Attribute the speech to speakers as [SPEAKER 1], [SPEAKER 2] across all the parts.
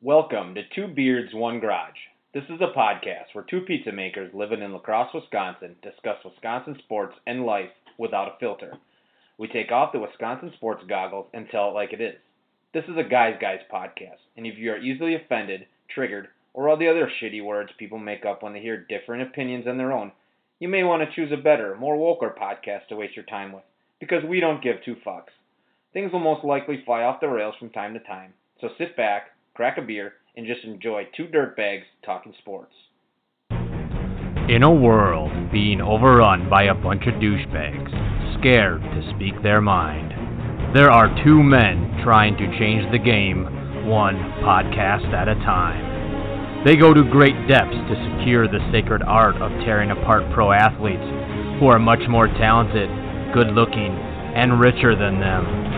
[SPEAKER 1] Welcome to Two Beards, One Garage. This is a podcast where two pizza makers living in La Crosse, Wisconsin discuss Wisconsin sports and life without a filter. We take off the Wisconsin sports goggles and tell it like it is. This is a Guys Guys podcast, and if you are easily offended, triggered, or all the other shitty words people make up when they hear different opinions than their own, you may want to choose a better, more woker podcast to waste your time with, because we don't give two fucks. Things will most likely fly off the rails from time to time, so sit back, crack a beer, and just enjoy two dirtbags talking sports.
[SPEAKER 2] In a world being overrun by a bunch of douchebags, scared to speak their mind, there are two men trying to change the game, one podcast at a time. They go to great depths to secure the sacred art of tearing apart pro athletes who are much more talented, good looking, and richer than them.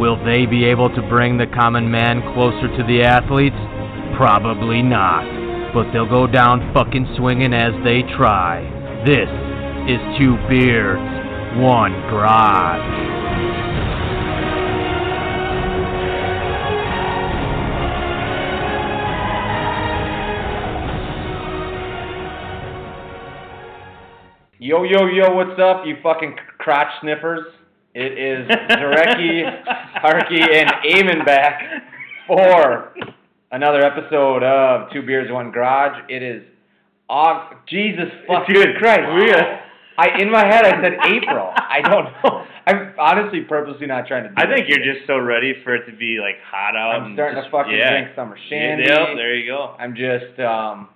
[SPEAKER 2] Will they be able to bring the common man closer to the athletes? Probably not but they'll go down fucking swinging as they try. This is two beards, one garage.
[SPEAKER 1] Yo, yo, yo, what's up, you fucking crotch sniffers? It is Zarecki, Harkey, and Eamon back for another episode of Two Beers, One Garage. It is Aug Jesus fucking
[SPEAKER 3] Dude,
[SPEAKER 1] Christ.
[SPEAKER 3] we uh, gotta-
[SPEAKER 1] I In my head, I said April. I don't know. I'm honestly purposely not trying to do
[SPEAKER 3] I
[SPEAKER 1] that
[SPEAKER 3] think you're
[SPEAKER 1] today.
[SPEAKER 3] just so ready for it to be like hot out.
[SPEAKER 1] I'm
[SPEAKER 3] and
[SPEAKER 1] starting
[SPEAKER 3] just,
[SPEAKER 1] to fucking
[SPEAKER 3] yeah.
[SPEAKER 1] drink summer shandy.
[SPEAKER 3] Yep, there you go.
[SPEAKER 1] I'm just, um,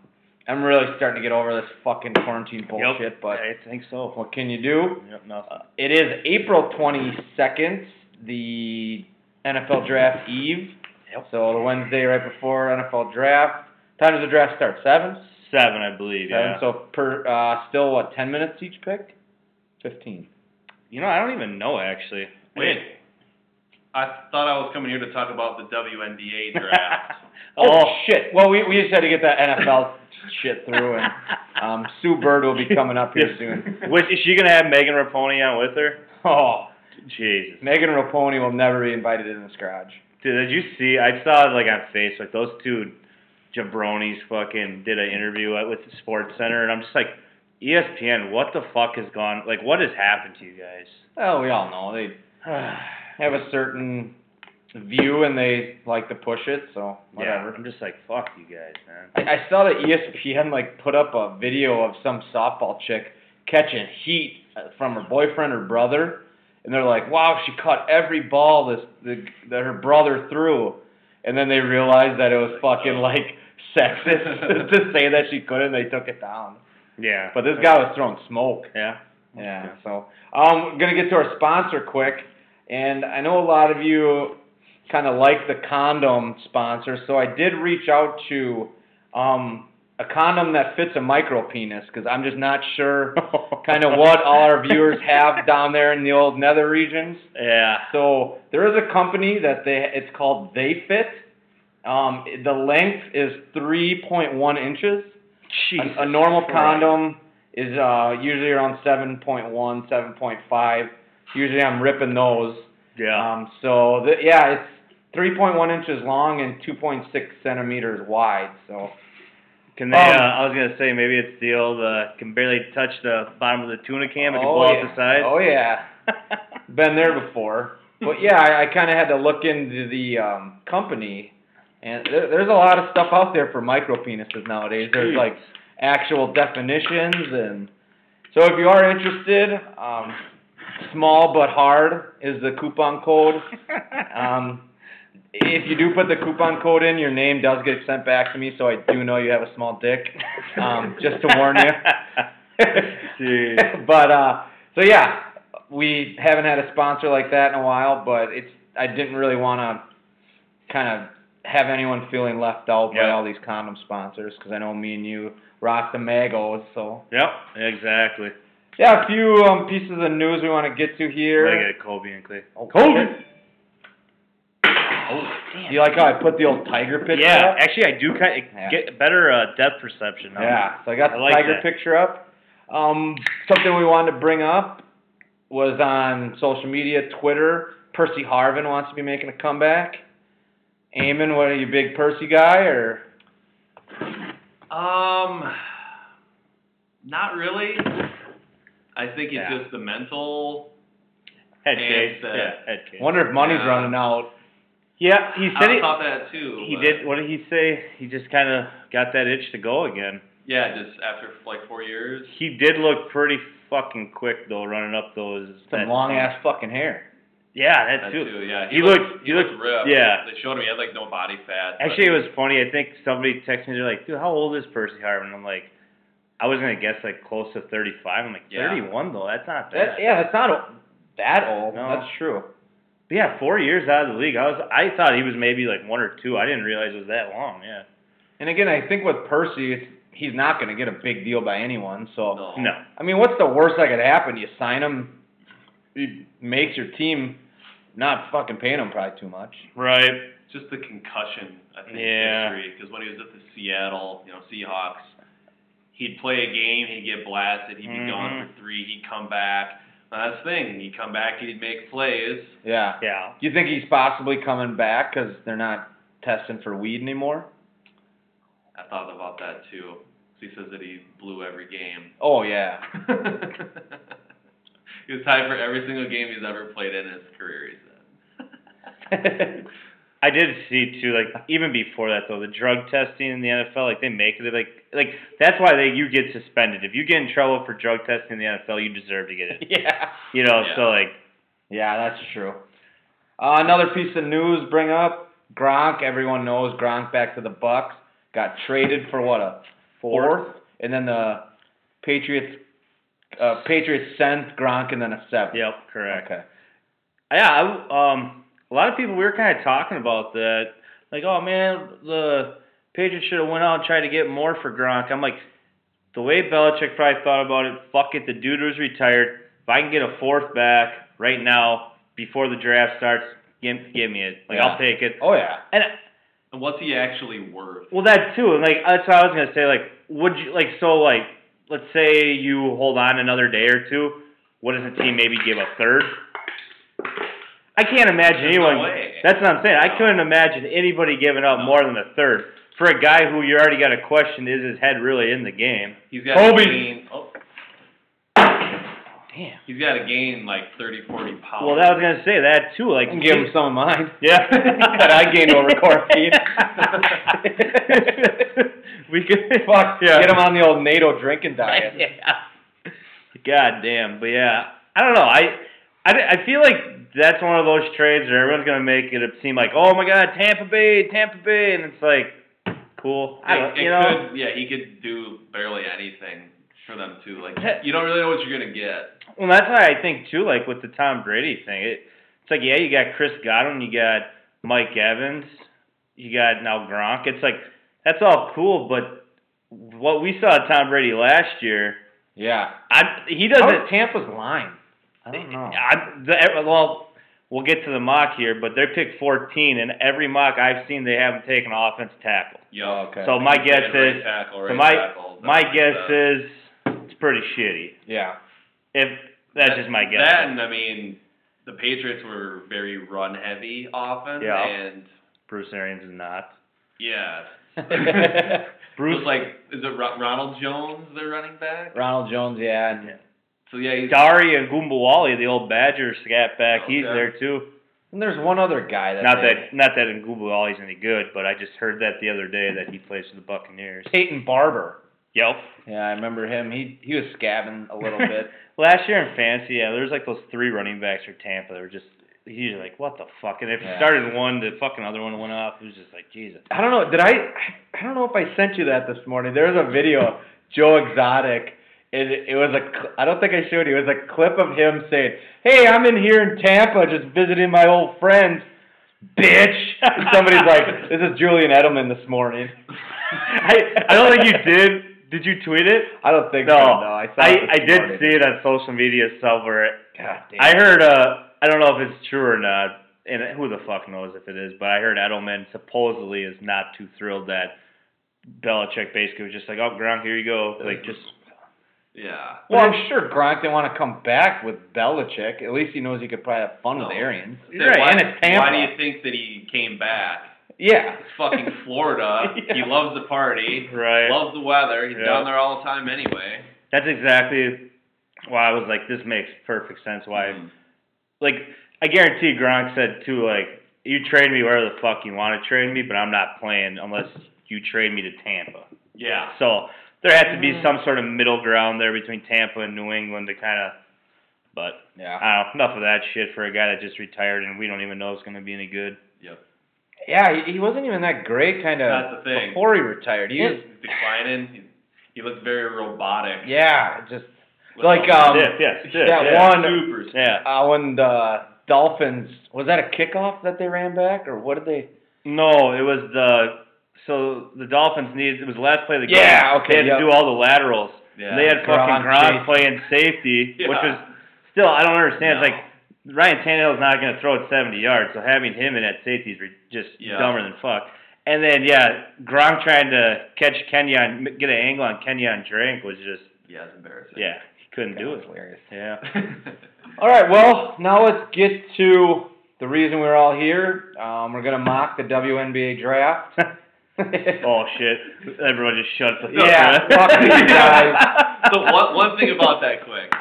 [SPEAKER 1] I'm really starting to get over this fucking quarantine bullshit,
[SPEAKER 3] Yep,
[SPEAKER 1] but
[SPEAKER 3] I think so.
[SPEAKER 1] what can you do?
[SPEAKER 3] Yep, no.
[SPEAKER 1] It is April 22nd, the NFL Draft Eve.
[SPEAKER 3] Yep.
[SPEAKER 1] So the Wednesday right before NFL Draft. Time does the draft start? Seven?
[SPEAKER 3] Seven, I believe.
[SPEAKER 1] Seven.
[SPEAKER 3] Yeah.
[SPEAKER 1] So per, uh, still, what, 10 minutes each pick? 15.
[SPEAKER 3] You know, I don't even know actually.
[SPEAKER 4] Wait. I thought I was coming here to talk about the WNBA draft.
[SPEAKER 1] Oh, shit. Well, we, we just had to get that NFL shit through, and um, Sue Bird will be coming up here
[SPEAKER 3] Yes.
[SPEAKER 1] soon.
[SPEAKER 3] Which is she gonna have Megan Raponi on with her?
[SPEAKER 1] Oh,
[SPEAKER 3] Jesus,
[SPEAKER 1] Megan Raponi will never be invited in this garage.
[SPEAKER 3] dude, did you see? I saw like on Facebook those two jabronis fucking did an interview at- with the Sports Center, and I'm just like, E ESPN, what the fuck has gone? Like, what has happened to you
[SPEAKER 1] Well, we all know they
[SPEAKER 3] guys?
[SPEAKER 1] have a certain view and they like to push it, so whatever.
[SPEAKER 3] Yeah, I'm just like, fuck you guys, man.
[SPEAKER 1] I, I saw that E ESPN like put up a video of some softball chick catching heat uh, from her boyfriend or brother, and they're like, "Wow, she caught every ball this the, that her brother threw," and then they realized that it was fucking like sexist to say that she couldn't. They took it down,
[SPEAKER 3] Yeah.
[SPEAKER 1] but this guy was throwing smoke.
[SPEAKER 3] Yeah.
[SPEAKER 1] Yeah. So um, gonna get to our sponsor quick, and I know a lot of you kind of like the condom sponsor, so I did reach out to um, a condom that fits a micro penis because I'm just not sure kind of what all our viewers have down there in the old nether regions.
[SPEAKER 3] Yeah.
[SPEAKER 1] So there is a company that they it's called They Fit. Um, the length is 3.1 inches. A, a normal condom is uh, usually around 7.1, 7.5. Usually I'm ripping those.
[SPEAKER 3] Yeah.
[SPEAKER 1] Um, so, the, yeah, it's 3.1 inches long and 2.6 centimeters wide. So,
[SPEAKER 3] Can they?
[SPEAKER 1] um,
[SPEAKER 3] uh, I was gonna say maybe it's the old uh, can barely touch the bottom of the tuna can, but can blow
[SPEAKER 1] Oh, yeah.
[SPEAKER 3] out the side.
[SPEAKER 1] Oh, yeah. Been there before. But, yeah, I, I kind of had to look into the um, company. And there, there's a lot of stuff out there for micro penises nowadays. There's
[SPEAKER 3] Jeez.
[SPEAKER 1] like actual definitions and so if you are interested um, small but hard is the coupon code um, if you do put the coupon code in your name does get sent back to me so i do know you have a small dick um, just to warn you
[SPEAKER 3] Jeez.
[SPEAKER 1] but uh, so yeah we haven't had a sponsor like that in a while but it's i didn't really want to kind of have anyone feeling left out by
[SPEAKER 3] Yeah.
[SPEAKER 1] all these condom sponsors because i know me and you rock the magos so
[SPEAKER 3] Yep. Exactly.
[SPEAKER 1] yeah, a few um, pieces of news we want to get to here.
[SPEAKER 3] Like a Colby and Clay.
[SPEAKER 1] Oh,
[SPEAKER 3] Kobe.
[SPEAKER 1] Oh, Do you like how I put the old tiger picture
[SPEAKER 3] yeah.
[SPEAKER 1] up?
[SPEAKER 3] Actually, I do kind
[SPEAKER 1] Yeah.
[SPEAKER 3] of get better uh, depth perception. now.
[SPEAKER 1] Yeah, so I got
[SPEAKER 3] I
[SPEAKER 1] the
[SPEAKER 3] like
[SPEAKER 1] tiger
[SPEAKER 3] that.
[SPEAKER 1] picture up. Um, something we wanted to bring up was on social media, Twitter. Percy Harvin wants to be making a comeback. Eamon, what are you, big Percy guy or?
[SPEAKER 5] Um, not really. I think it's
[SPEAKER 3] Yeah.
[SPEAKER 5] just the mental.
[SPEAKER 3] Head
[SPEAKER 5] And,
[SPEAKER 3] case.
[SPEAKER 5] uh,
[SPEAKER 3] yeah, head case.
[SPEAKER 1] Wonder if money's
[SPEAKER 5] Yeah.
[SPEAKER 1] running out.
[SPEAKER 3] yeah, he said
[SPEAKER 5] I
[SPEAKER 3] it.
[SPEAKER 5] thought that too.
[SPEAKER 3] He
[SPEAKER 5] but-
[SPEAKER 3] did. What did he say? He just kind of got that itch to go again.
[SPEAKER 5] Yeah, just after like four years.
[SPEAKER 3] He did look pretty fucking quick though, running up those.
[SPEAKER 1] Some
[SPEAKER 3] that-
[SPEAKER 1] long ass fucking hair.
[SPEAKER 3] Yeah,
[SPEAKER 5] That
[SPEAKER 3] that
[SPEAKER 5] too.
[SPEAKER 3] too.
[SPEAKER 5] Yeah,
[SPEAKER 3] He
[SPEAKER 5] looked,
[SPEAKER 3] looked- he
[SPEAKER 5] He looked,
[SPEAKER 3] looked-
[SPEAKER 5] ripped.
[SPEAKER 3] yeah.
[SPEAKER 5] They showed him he had like no body fat. but-
[SPEAKER 3] Actually, it was funny. I think somebody texted me. They're like, "Dude, how old is Percy Harvin?" I'm like, "I was gonna guess like close to 35." I'm like,
[SPEAKER 5] Yeah.
[SPEAKER 3] 31 though. That's not bad.
[SPEAKER 1] That, yeah, that's not o- that old.
[SPEAKER 3] No.
[SPEAKER 1] That's true.
[SPEAKER 3] But yeah, four years out of the league. I was. I thought he was maybe like one or two. I didn't realize it was that long. Yeah.
[SPEAKER 1] And again, I think with Percy, it's, he's not going to get a big deal by anyone. So
[SPEAKER 5] no.
[SPEAKER 3] No.
[SPEAKER 1] I mean, what's the worst that could happen? You sign him, he makes your team, not fucking paying him probably too much.
[SPEAKER 3] Right.
[SPEAKER 5] Just the concussion, I think,
[SPEAKER 3] Yeah.
[SPEAKER 5] history. Because when he was at the Seattle, you know, Seahawks, he'd play a game, he'd get blasted, he'd be
[SPEAKER 3] Mm-hmm.
[SPEAKER 5] gone for three, he'd come back. And that's the thing. He'd come back, he'd make plays.
[SPEAKER 1] Yeah.
[SPEAKER 3] Yeah.
[SPEAKER 1] Do you think he's possibly coming back because they're not testing for weed anymore?
[SPEAKER 5] I thought about that too. 'Cause He says that he blew every game.
[SPEAKER 1] Oh yeah.
[SPEAKER 5] he was tied for every single game he's ever played in his career. He said.
[SPEAKER 3] I did see too, like even before that though, the drug testing in the NFL, like they make it like like that's why they you get suspended. If you get in trouble for drug testing in the NFL, you deserve to get it.
[SPEAKER 1] yeah.
[SPEAKER 3] You know, so
[SPEAKER 5] Yeah.
[SPEAKER 3] like
[SPEAKER 1] Yeah, that's true. Uh, another piece of news bring up Gronk. Everyone knows Gronk back to the Bucks. Got traded for what a fourth, and then the Patriots. Uh, Patriots sent Gronk and then a seventh.
[SPEAKER 3] Yep, correct.
[SPEAKER 1] Okay.
[SPEAKER 3] Yeah, I, um, a lot of people we were kind of talking about that, like, oh man, the Patriots should have went out and tried to get more for Gronk. I'm like, the way Belichick probably thought about it, fuck it, the dude was retired. If I can get a fourth back right now before the draft starts, give, give me it. Like I'll take it.
[SPEAKER 1] Oh yeah.
[SPEAKER 3] And
[SPEAKER 5] and what's he actually worth?
[SPEAKER 3] well, that too. and, Like that's what I was gonna say. Like, would you like so like let's say you hold on another day or two. What does the team maybe give a third? I can't imagine
[SPEAKER 5] There's no
[SPEAKER 3] anyone.
[SPEAKER 5] way.
[SPEAKER 3] That's what I'm saying. I
[SPEAKER 5] No.
[SPEAKER 3] couldn't imagine anybody giving up
[SPEAKER 5] No.
[SPEAKER 3] more than a third for a guy who you already got a question: is his head really in the game?
[SPEAKER 5] He's got
[SPEAKER 3] Kobe.
[SPEAKER 5] to gain. Oh,
[SPEAKER 3] Damn.
[SPEAKER 5] he's got to gain like 30, 40 pounds.
[SPEAKER 3] Well, that was gonna say that too. Like,
[SPEAKER 1] I can give him some of mine.
[SPEAKER 3] Yeah.
[SPEAKER 1] That I gained over quarantine.
[SPEAKER 3] we could
[SPEAKER 1] Fuck.
[SPEAKER 3] yeah.
[SPEAKER 1] Get him on the old NATO drinking diet.
[SPEAKER 3] yeah. God damn. But yeah, I don't know. I, I, I feel like that's one of those trades where everyone's gonna make it seem like, oh my God, Tampa Bay, Tampa Bay, and it's like, cool. I
[SPEAKER 5] it,
[SPEAKER 3] don't,
[SPEAKER 5] it
[SPEAKER 3] you know.
[SPEAKER 5] could, yeah, he could do barely anything for them too. Like you don't really know what you're gonna get.
[SPEAKER 3] Well, that's why I think too, like with the Tom Brady thing, it, it's like yeah, you got Chris Godwin, you got Mike Evans, you got now Gronk. It's like that's all cool, but what we saw at Tom Brady last year,
[SPEAKER 1] Yeah.
[SPEAKER 3] I he
[SPEAKER 1] How
[SPEAKER 3] doesn't.
[SPEAKER 1] is Tampa's line? Oh, I don't know.
[SPEAKER 3] I, the, well, we'll get to the mock here, but they picked 14, and every mock I've seen, they haven't taken an offensive tackle.
[SPEAKER 5] Yo,
[SPEAKER 1] Oh, okay.
[SPEAKER 3] So my guess
[SPEAKER 5] right
[SPEAKER 3] is,
[SPEAKER 5] tackle, right
[SPEAKER 3] so my
[SPEAKER 5] tackle,
[SPEAKER 3] my
[SPEAKER 5] that's-
[SPEAKER 3] guess
[SPEAKER 5] that's-
[SPEAKER 3] is it's pretty shitty.
[SPEAKER 1] yeah.
[SPEAKER 3] If that's just my guess.
[SPEAKER 5] That and I mean, the Patriots were very run heavy often,
[SPEAKER 3] Yeah.
[SPEAKER 5] and
[SPEAKER 3] Bruce Arians is not.
[SPEAKER 5] yeah,
[SPEAKER 3] Bruce
[SPEAKER 5] It was like is it Ro- Ronald Jones their running back?
[SPEAKER 1] Ronald Jones, yeah, and
[SPEAKER 5] So yeah, he's
[SPEAKER 3] Dari and Gumbawali, the old Badger scat back, he's
[SPEAKER 5] Okay.
[SPEAKER 3] there too.
[SPEAKER 1] And there's one other guy that
[SPEAKER 3] Not
[SPEAKER 1] they-
[SPEAKER 3] that not that Ngumbawali's any good, but I just heard that the other day that he plays for the Buccaneers.
[SPEAKER 1] Peyton Barber.
[SPEAKER 3] Yep.
[SPEAKER 1] Yeah, I remember him. He he was scabbing a little bit.
[SPEAKER 3] Last year in fantasy, yeah, there was like those three running backs for Tampa that were just usually like, what the fuck? And if
[SPEAKER 1] Yeah.
[SPEAKER 3] you started one, the fucking other one went off. It was just like, Jesus.
[SPEAKER 1] I don't know. Did I? I don't know if I sent you that this morning. There was a video, Joe Exotic. and It, it was a. cl- I don't think I showed you. It was a clip of him saying, "Hey, I'm in here in Tampa, just visiting my old friends." Bitch. And somebody's like, "This is Julian Edelman this morning."
[SPEAKER 3] I I don't think you did. Did you tweet it?
[SPEAKER 1] I don't think
[SPEAKER 3] No,
[SPEAKER 1] so. No, I saw.
[SPEAKER 3] I,
[SPEAKER 1] it this
[SPEAKER 3] I did
[SPEAKER 1] morning.
[SPEAKER 3] see it on social media somewhere.
[SPEAKER 1] God damn.
[SPEAKER 3] I heard uh I don't know if it's true or not, and who the fuck knows if it is, but I heard Edelman supposedly is not too thrilled that Belichick basically was just like, Oh Gronk, here you go. Like just
[SPEAKER 5] yeah.
[SPEAKER 1] Well, I'm sure Gronk didn't want to come back with Belichick. At least he knows he could probably have fun with
[SPEAKER 5] No.
[SPEAKER 1] Arians.
[SPEAKER 5] Then why,
[SPEAKER 1] and it's Tampa.
[SPEAKER 5] why do you think that he came back?
[SPEAKER 1] Yeah.
[SPEAKER 5] It's fucking Florida.
[SPEAKER 1] Yeah.
[SPEAKER 5] He loves the party.
[SPEAKER 3] Right.
[SPEAKER 5] Loves the weather. He's
[SPEAKER 3] Yeah.
[SPEAKER 5] down there all the time anyway.
[SPEAKER 3] That's exactly why I was like, this makes perfect sense. Why,
[SPEAKER 5] Mhm.
[SPEAKER 3] like, I guarantee Gronk said too, like, you trade me wherever the fuck you want to trade me, but I'm not playing unless you trade me to Tampa.
[SPEAKER 5] Yeah.
[SPEAKER 3] So there has to be some sort of middle ground there between Tampa and New England to kind of. But
[SPEAKER 1] Yeah.
[SPEAKER 3] I don't know, enough of that shit for a guy that just retired and we don't even know it's going to be any good.
[SPEAKER 5] Yep.
[SPEAKER 1] Yeah, he, he wasn't even that great kind
[SPEAKER 5] That's the
[SPEAKER 1] of
[SPEAKER 5] thing.
[SPEAKER 1] before he retired. He
[SPEAKER 5] He's
[SPEAKER 1] was,
[SPEAKER 5] declining. He, he looks very robotic.
[SPEAKER 1] yeah, just
[SPEAKER 5] With
[SPEAKER 1] like,
[SPEAKER 5] all
[SPEAKER 1] um,
[SPEAKER 5] the-
[SPEAKER 3] yes, yes, yes,
[SPEAKER 1] that
[SPEAKER 3] yes.
[SPEAKER 1] one-
[SPEAKER 5] super.
[SPEAKER 3] Yeah.
[SPEAKER 1] uh, when the Dolphins was that a kickoff that they ran back or what did they?
[SPEAKER 3] No, it was the so the Dolphins needed it was the last play of the game.
[SPEAKER 1] Yeah, okay,
[SPEAKER 3] They had
[SPEAKER 1] yep.
[SPEAKER 3] to do all the laterals.
[SPEAKER 5] Yeah.
[SPEAKER 3] And they had fucking
[SPEAKER 1] Gronk
[SPEAKER 3] Gronk
[SPEAKER 1] safe.
[SPEAKER 3] playing safety,
[SPEAKER 5] Yeah.
[SPEAKER 3] which was still I don't understand. It's
[SPEAKER 5] No.
[SPEAKER 3] like Ryan Tannehill's not going to throw it 70 yards, so having him in at safety is re- just
[SPEAKER 5] Yeah.
[SPEAKER 3] dumber than fuck. And then yeah, Gronk trying to catch Kenyon, get an angle on Kenyon Drake was just
[SPEAKER 5] yeah, it's embarrassing.
[SPEAKER 3] yeah, he couldn't do
[SPEAKER 1] That was
[SPEAKER 3] it.
[SPEAKER 1] hilarious.
[SPEAKER 3] Yeah.
[SPEAKER 1] All right, well now let's get to the reason we're all here. Um, we're gonna mock the WNBA draft.
[SPEAKER 3] oh shit! Everyone just shut the fuck
[SPEAKER 1] Yeah,
[SPEAKER 3] up.
[SPEAKER 1] fuck you guys.
[SPEAKER 5] so one one thing about that quick.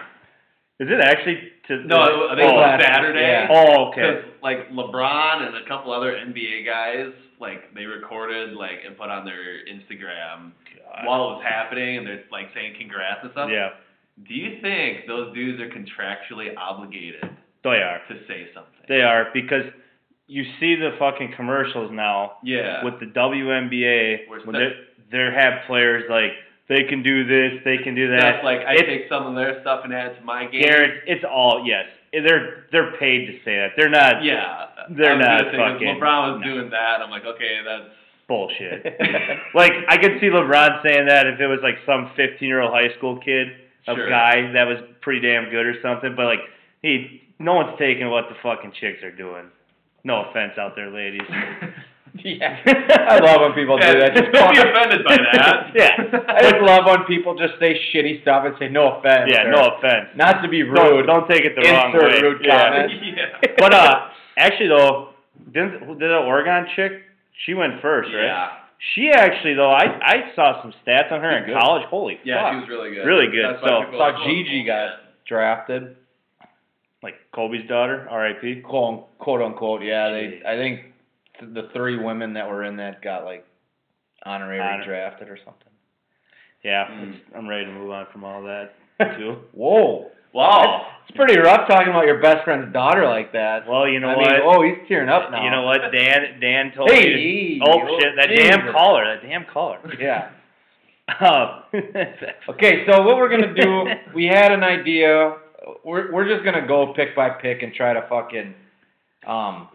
[SPEAKER 3] Is it actually to
[SPEAKER 5] No, I think it
[SPEAKER 3] oh,
[SPEAKER 5] was
[SPEAKER 1] Last-
[SPEAKER 5] Saturday.
[SPEAKER 1] yeah.
[SPEAKER 3] Oh, okay.
[SPEAKER 5] Because like LeBron and a couple other NBA guys, like they recorded like and put on their Instagram while it was happening, and they're like saying congrats and stuff.
[SPEAKER 3] Yeah,
[SPEAKER 5] Do you think those dudes are contractually obligated to
[SPEAKER 3] they are.
[SPEAKER 5] say something?
[SPEAKER 3] They are because you see the fucking commercials now
[SPEAKER 5] yeah.
[SPEAKER 3] with the WNBA
[SPEAKER 5] Where's
[SPEAKER 3] when
[SPEAKER 5] that?
[SPEAKER 3] they they have players like they can do this, they can do
[SPEAKER 5] That's
[SPEAKER 3] that.
[SPEAKER 5] like I
[SPEAKER 3] it's
[SPEAKER 5] take some of their stuff and add it to my game.
[SPEAKER 3] guaran- It's all yes. They're they're paid to say that. They're not
[SPEAKER 5] yeah.
[SPEAKER 3] They're
[SPEAKER 5] I was
[SPEAKER 3] not
[SPEAKER 5] gonna say, 'cause
[SPEAKER 3] fucking-
[SPEAKER 5] LeBron was
[SPEAKER 3] no.
[SPEAKER 5] doing that. I'm like, okay, that's
[SPEAKER 3] bullshit. like I could see LeBron saying that if it was like some 15 year old high school kid, a
[SPEAKER 5] Sure.
[SPEAKER 3] guy that was pretty damn good or something. But like he, no one's taking what the fucking chicks are doing. No offense out there, ladies.
[SPEAKER 1] yeah, I love when people do that. Just
[SPEAKER 5] don't be
[SPEAKER 1] fucking-
[SPEAKER 5] offended by that.
[SPEAKER 3] yeah,
[SPEAKER 1] I just love when people just say shitty stuff and say no offense.
[SPEAKER 3] yeah,
[SPEAKER 1] or-
[SPEAKER 3] no offense.
[SPEAKER 1] Not to be
[SPEAKER 3] Don't,
[SPEAKER 1] rude.
[SPEAKER 3] don't take it the wrong
[SPEAKER 1] Insert
[SPEAKER 3] way.
[SPEAKER 1] rude
[SPEAKER 3] Yeah.
[SPEAKER 1] comment.
[SPEAKER 5] yeah.
[SPEAKER 3] But uh, actually though, didn't did that Oregon chick? She went first, right?
[SPEAKER 5] Yeah.
[SPEAKER 3] She actually though, I I saw some stats on her in
[SPEAKER 1] Pretty good.
[SPEAKER 3] college. Holy
[SPEAKER 5] Yeah,
[SPEAKER 3] fuck!
[SPEAKER 5] he was really good.
[SPEAKER 3] Really good,
[SPEAKER 5] That's why
[SPEAKER 3] so-
[SPEAKER 5] people
[SPEAKER 1] Saw
[SPEAKER 5] are like, oh,
[SPEAKER 1] Gigi
[SPEAKER 5] oh,
[SPEAKER 1] got drafted,
[SPEAKER 3] like Kobe's daughter, R.I.P.
[SPEAKER 1] quote, quote unquote. Yeah, they. I think th- the three women that were in that got like honorary
[SPEAKER 3] Honor-
[SPEAKER 1] drafted or something.
[SPEAKER 3] Yeah,
[SPEAKER 5] Mm.
[SPEAKER 3] I'm ready to move on from all that too.
[SPEAKER 1] Whoa,
[SPEAKER 5] Wow.
[SPEAKER 1] it's pretty rough talking about your best friend's daughter like that.
[SPEAKER 3] Well, you know
[SPEAKER 1] I
[SPEAKER 3] what?
[SPEAKER 1] mean, oh, he's tearing up now.
[SPEAKER 3] You know what? Dan Dan told me.
[SPEAKER 1] Hey.
[SPEAKER 3] Oh shit! That damn
[SPEAKER 1] Jesus.
[SPEAKER 3] caller! That damn caller!
[SPEAKER 1] Yeah.
[SPEAKER 3] Um,
[SPEAKER 1] Okay, so what we're gonna do? we had an idea. We're we're just gonna go pick by pick and try to fucking um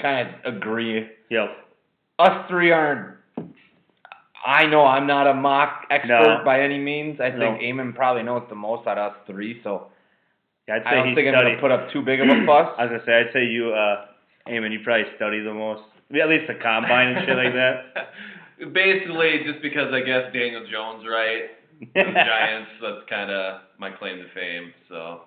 [SPEAKER 1] kind of agree.
[SPEAKER 3] Yep.
[SPEAKER 1] Us three aren't. I know I'm not a mock expert
[SPEAKER 3] No.
[SPEAKER 1] by any means. I
[SPEAKER 3] No.
[SPEAKER 1] think Eamon probably knows the most out of us three, so
[SPEAKER 3] I'd say
[SPEAKER 1] I
[SPEAKER 3] he
[SPEAKER 1] don't think I'm gonna
[SPEAKER 3] studied.
[SPEAKER 1] put up too big of a fuss.
[SPEAKER 3] I was gonna say I'd say you, uh, Eamon, you probably study the most. Yeah, At least the combine and shit like that.
[SPEAKER 5] Basically, just because I guess Daniel Jones, right? The Giants. That's kind of my claim to fame. So,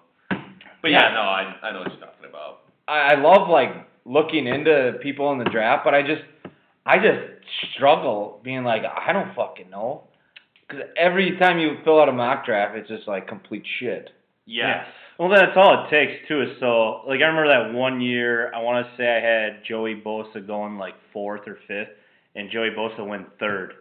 [SPEAKER 5] but yeah,
[SPEAKER 1] Yeah.
[SPEAKER 5] no, I I know what you're talking about.
[SPEAKER 1] I, I love like looking into people in the draft, but I just I just struggle being like I don't fucking know. Because every time you fill out a mock draft, it's just like complete shit.
[SPEAKER 5] Yes.
[SPEAKER 3] Well, that's all it takes too. Is so like I remember that one year. I want to say I had Joey Bosa going like fourth or fifth, and Joey Bosa went third.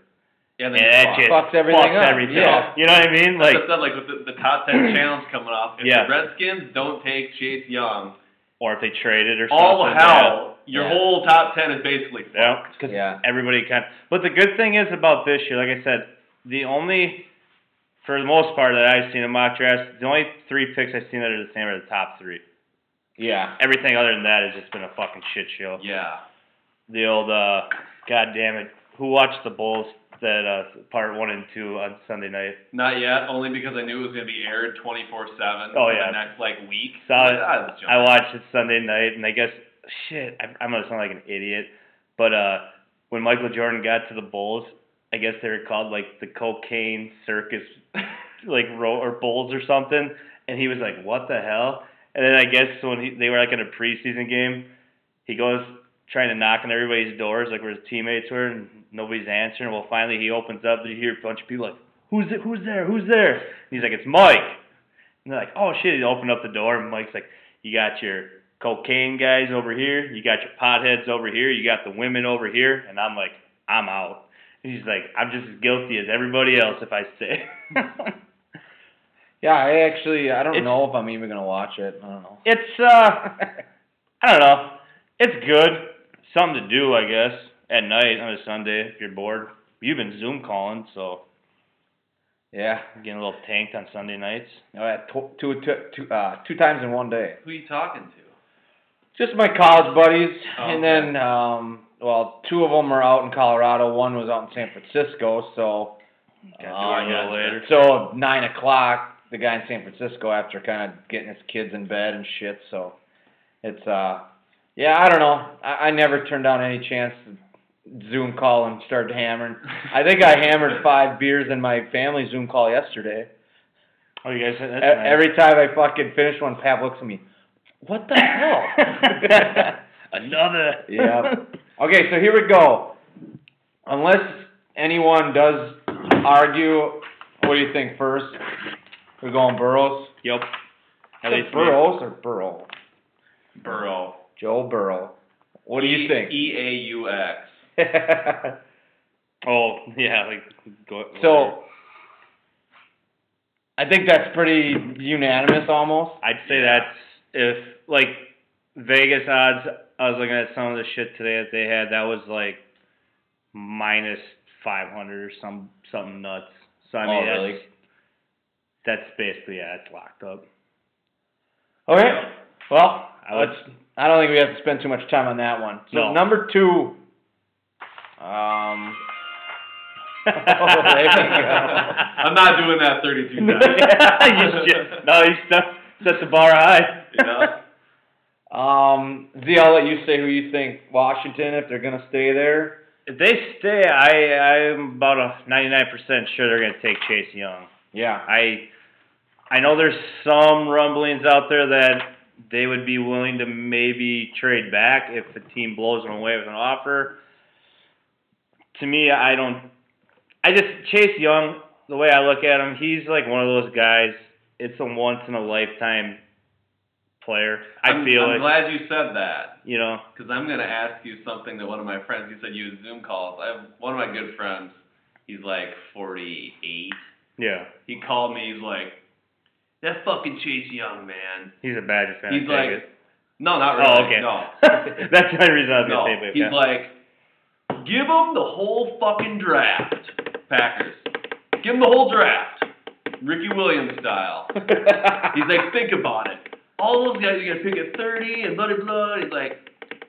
[SPEAKER 5] Yeah. then
[SPEAKER 3] And that
[SPEAKER 5] fuck.
[SPEAKER 3] shit
[SPEAKER 1] Fucks everything
[SPEAKER 3] fucks
[SPEAKER 1] up,
[SPEAKER 3] everything
[SPEAKER 1] yeah.
[SPEAKER 3] up. You know what I mean?
[SPEAKER 5] Like
[SPEAKER 3] Like
[SPEAKER 5] I said, like with the, the top ten challenge coming up, if
[SPEAKER 3] Yeah.
[SPEAKER 5] the Redskins don't take Chase Young,
[SPEAKER 3] or if they traded or
[SPEAKER 5] all
[SPEAKER 3] something.
[SPEAKER 5] hell, your
[SPEAKER 1] Yeah.
[SPEAKER 5] whole top ten is basically
[SPEAKER 3] Yeah. Yeah. 'Cause
[SPEAKER 1] Yeah.
[SPEAKER 3] Everybody can. But the good thing is about this year, like I said, the only, for the most part that I've seen in mock drafts, the only three picks I've seen that are the same are the top three.
[SPEAKER 1] Yeah.
[SPEAKER 3] Everything other than that has just been a fucking shit show.
[SPEAKER 5] yeah.
[SPEAKER 3] The old, uh, god damn it, who watched the Bulls that uh, part one and two on Sunday night?
[SPEAKER 5] Not yet, only because I knew it was going to be aired 24 7
[SPEAKER 3] Oh,
[SPEAKER 5] for
[SPEAKER 3] yeah.
[SPEAKER 5] the next like week.
[SPEAKER 3] So
[SPEAKER 5] I,
[SPEAKER 3] I watched it Sunday night, and I guess shit, I, I'm gonna sound like an idiot, but uh, when Michael Jordan got to the Bulls, I guess they were called like the cocaine circus, like ro- or bulls or something, and he was like, "What the hell?" And then I guess when he, they were like in a preseason game, he goes trying to knock on everybody's doors, like where his teammates were, and nobody's answering. Well, finally he opens up, and you hear a bunch of people like, "Who's it? Who's there? Who's there?" And he's like, "It's Mike." And they're like, "Oh shit!" He opened up the door, and Mike's like, "You got your cocaine guys over here, you got your potheads over here, you got the women over here," and I'm like, "I'm out." And he's like, "I'm just as guilty as everybody else if I stay."
[SPEAKER 1] Yeah, I actually I don't
[SPEAKER 3] It's-
[SPEAKER 1] know if I'm even gonna watch it. I don't know.
[SPEAKER 3] It's uh, I don't know. It's good. Something to do, I guess, at night on a Sunday if you're bored. You've been Zoom calling, so
[SPEAKER 1] Yeah,
[SPEAKER 3] getting a little tanked on Sunday nights.
[SPEAKER 1] no, I had to- two two two uh, two times in one day.
[SPEAKER 5] Who are you talking to?
[SPEAKER 1] Just my college buddies,
[SPEAKER 5] Oh,
[SPEAKER 1] and then um, well, two of them are out in Colorado. One was out in San Francisco, so
[SPEAKER 3] Got
[SPEAKER 1] Oh,
[SPEAKER 3] to do it a
[SPEAKER 5] yeah.
[SPEAKER 3] little later.
[SPEAKER 1] so nine o'clock. The guy in San Francisco after kind of getting his kids in bed and shit. So it's uh, yeah, I don't know. I, I never turned down any chance to Zoom call and started hammering. I think I hammered five beers in my family Zoom call yesterday.
[SPEAKER 3] Oh, you guys, that's
[SPEAKER 1] E-
[SPEAKER 3] nice.
[SPEAKER 1] Every time I fucking finish one, Pat looks at me. What the hell?
[SPEAKER 3] Another.
[SPEAKER 1] Yep. okay, so here we go. Unless anyone does argue, what do you think first? We're going Burrows.
[SPEAKER 3] Yep. At
[SPEAKER 1] Is
[SPEAKER 3] least
[SPEAKER 1] it
[SPEAKER 3] we-
[SPEAKER 1] Burrows or Burrow?
[SPEAKER 5] Burrow.
[SPEAKER 1] Joe Burrow. What do you think?
[SPEAKER 5] E A U X.
[SPEAKER 1] E-
[SPEAKER 3] Oh, yeah. Like go,
[SPEAKER 1] so, I think that's pretty unanimous almost.
[SPEAKER 3] I'd say that's if like Vegas odds. I was looking at some of the shit today that they had. That was like minus five hundred or some something nuts. So I mean,
[SPEAKER 1] Oh, really?
[SPEAKER 3] that's, that's basically yeah, it's locked up.
[SPEAKER 1] All right. Well,
[SPEAKER 3] I would-
[SPEAKER 1] let's- I don't think we have to spend too much time on that one. So
[SPEAKER 3] No.
[SPEAKER 1] number two. Um. oh, there we go.
[SPEAKER 5] I'm not doing that 32
[SPEAKER 3] You
[SPEAKER 5] times.
[SPEAKER 3] shit. no, you set, set the bar high.
[SPEAKER 5] Yeah.
[SPEAKER 1] Um, Z, I'll let you say who you think Washington if they're gonna stay there.
[SPEAKER 3] If they stay, I I'm about a ninety nine percent sure they're gonna take Chase Young.
[SPEAKER 1] Yeah.
[SPEAKER 3] I I know there's some rumblings out there that they would be willing to maybe trade back if a team blows them away with an offer. To me, I don't. I just Chase Young. The way I look at him, he's like one of those guys. It's a once in a lifetime player. I
[SPEAKER 5] I'm,
[SPEAKER 3] feel like
[SPEAKER 5] I'm glad you said that.
[SPEAKER 3] you know.
[SPEAKER 5] because I'm going to ask you something that one of my friends, you said you use Zoom calls. I have one of my good friends, he's like 48.
[SPEAKER 3] Yeah,
[SPEAKER 5] He called me, he's like, that fucking Chase Young, man.
[SPEAKER 3] he's a Badger fan.
[SPEAKER 5] He's
[SPEAKER 3] I take
[SPEAKER 5] like,
[SPEAKER 3] it.
[SPEAKER 5] no, not really.
[SPEAKER 3] oh okay.
[SPEAKER 5] No.
[SPEAKER 3] That's the only reason I was
[SPEAKER 5] No.
[SPEAKER 3] gonna say. Babe,
[SPEAKER 5] He's
[SPEAKER 3] yeah.
[SPEAKER 5] like, give him the whole fucking draft, Packers. Give him the whole draft, Ricky Williams style. He's like, think about it. All those guys you gotta pick at 30 and blah, blah, blah. He's like,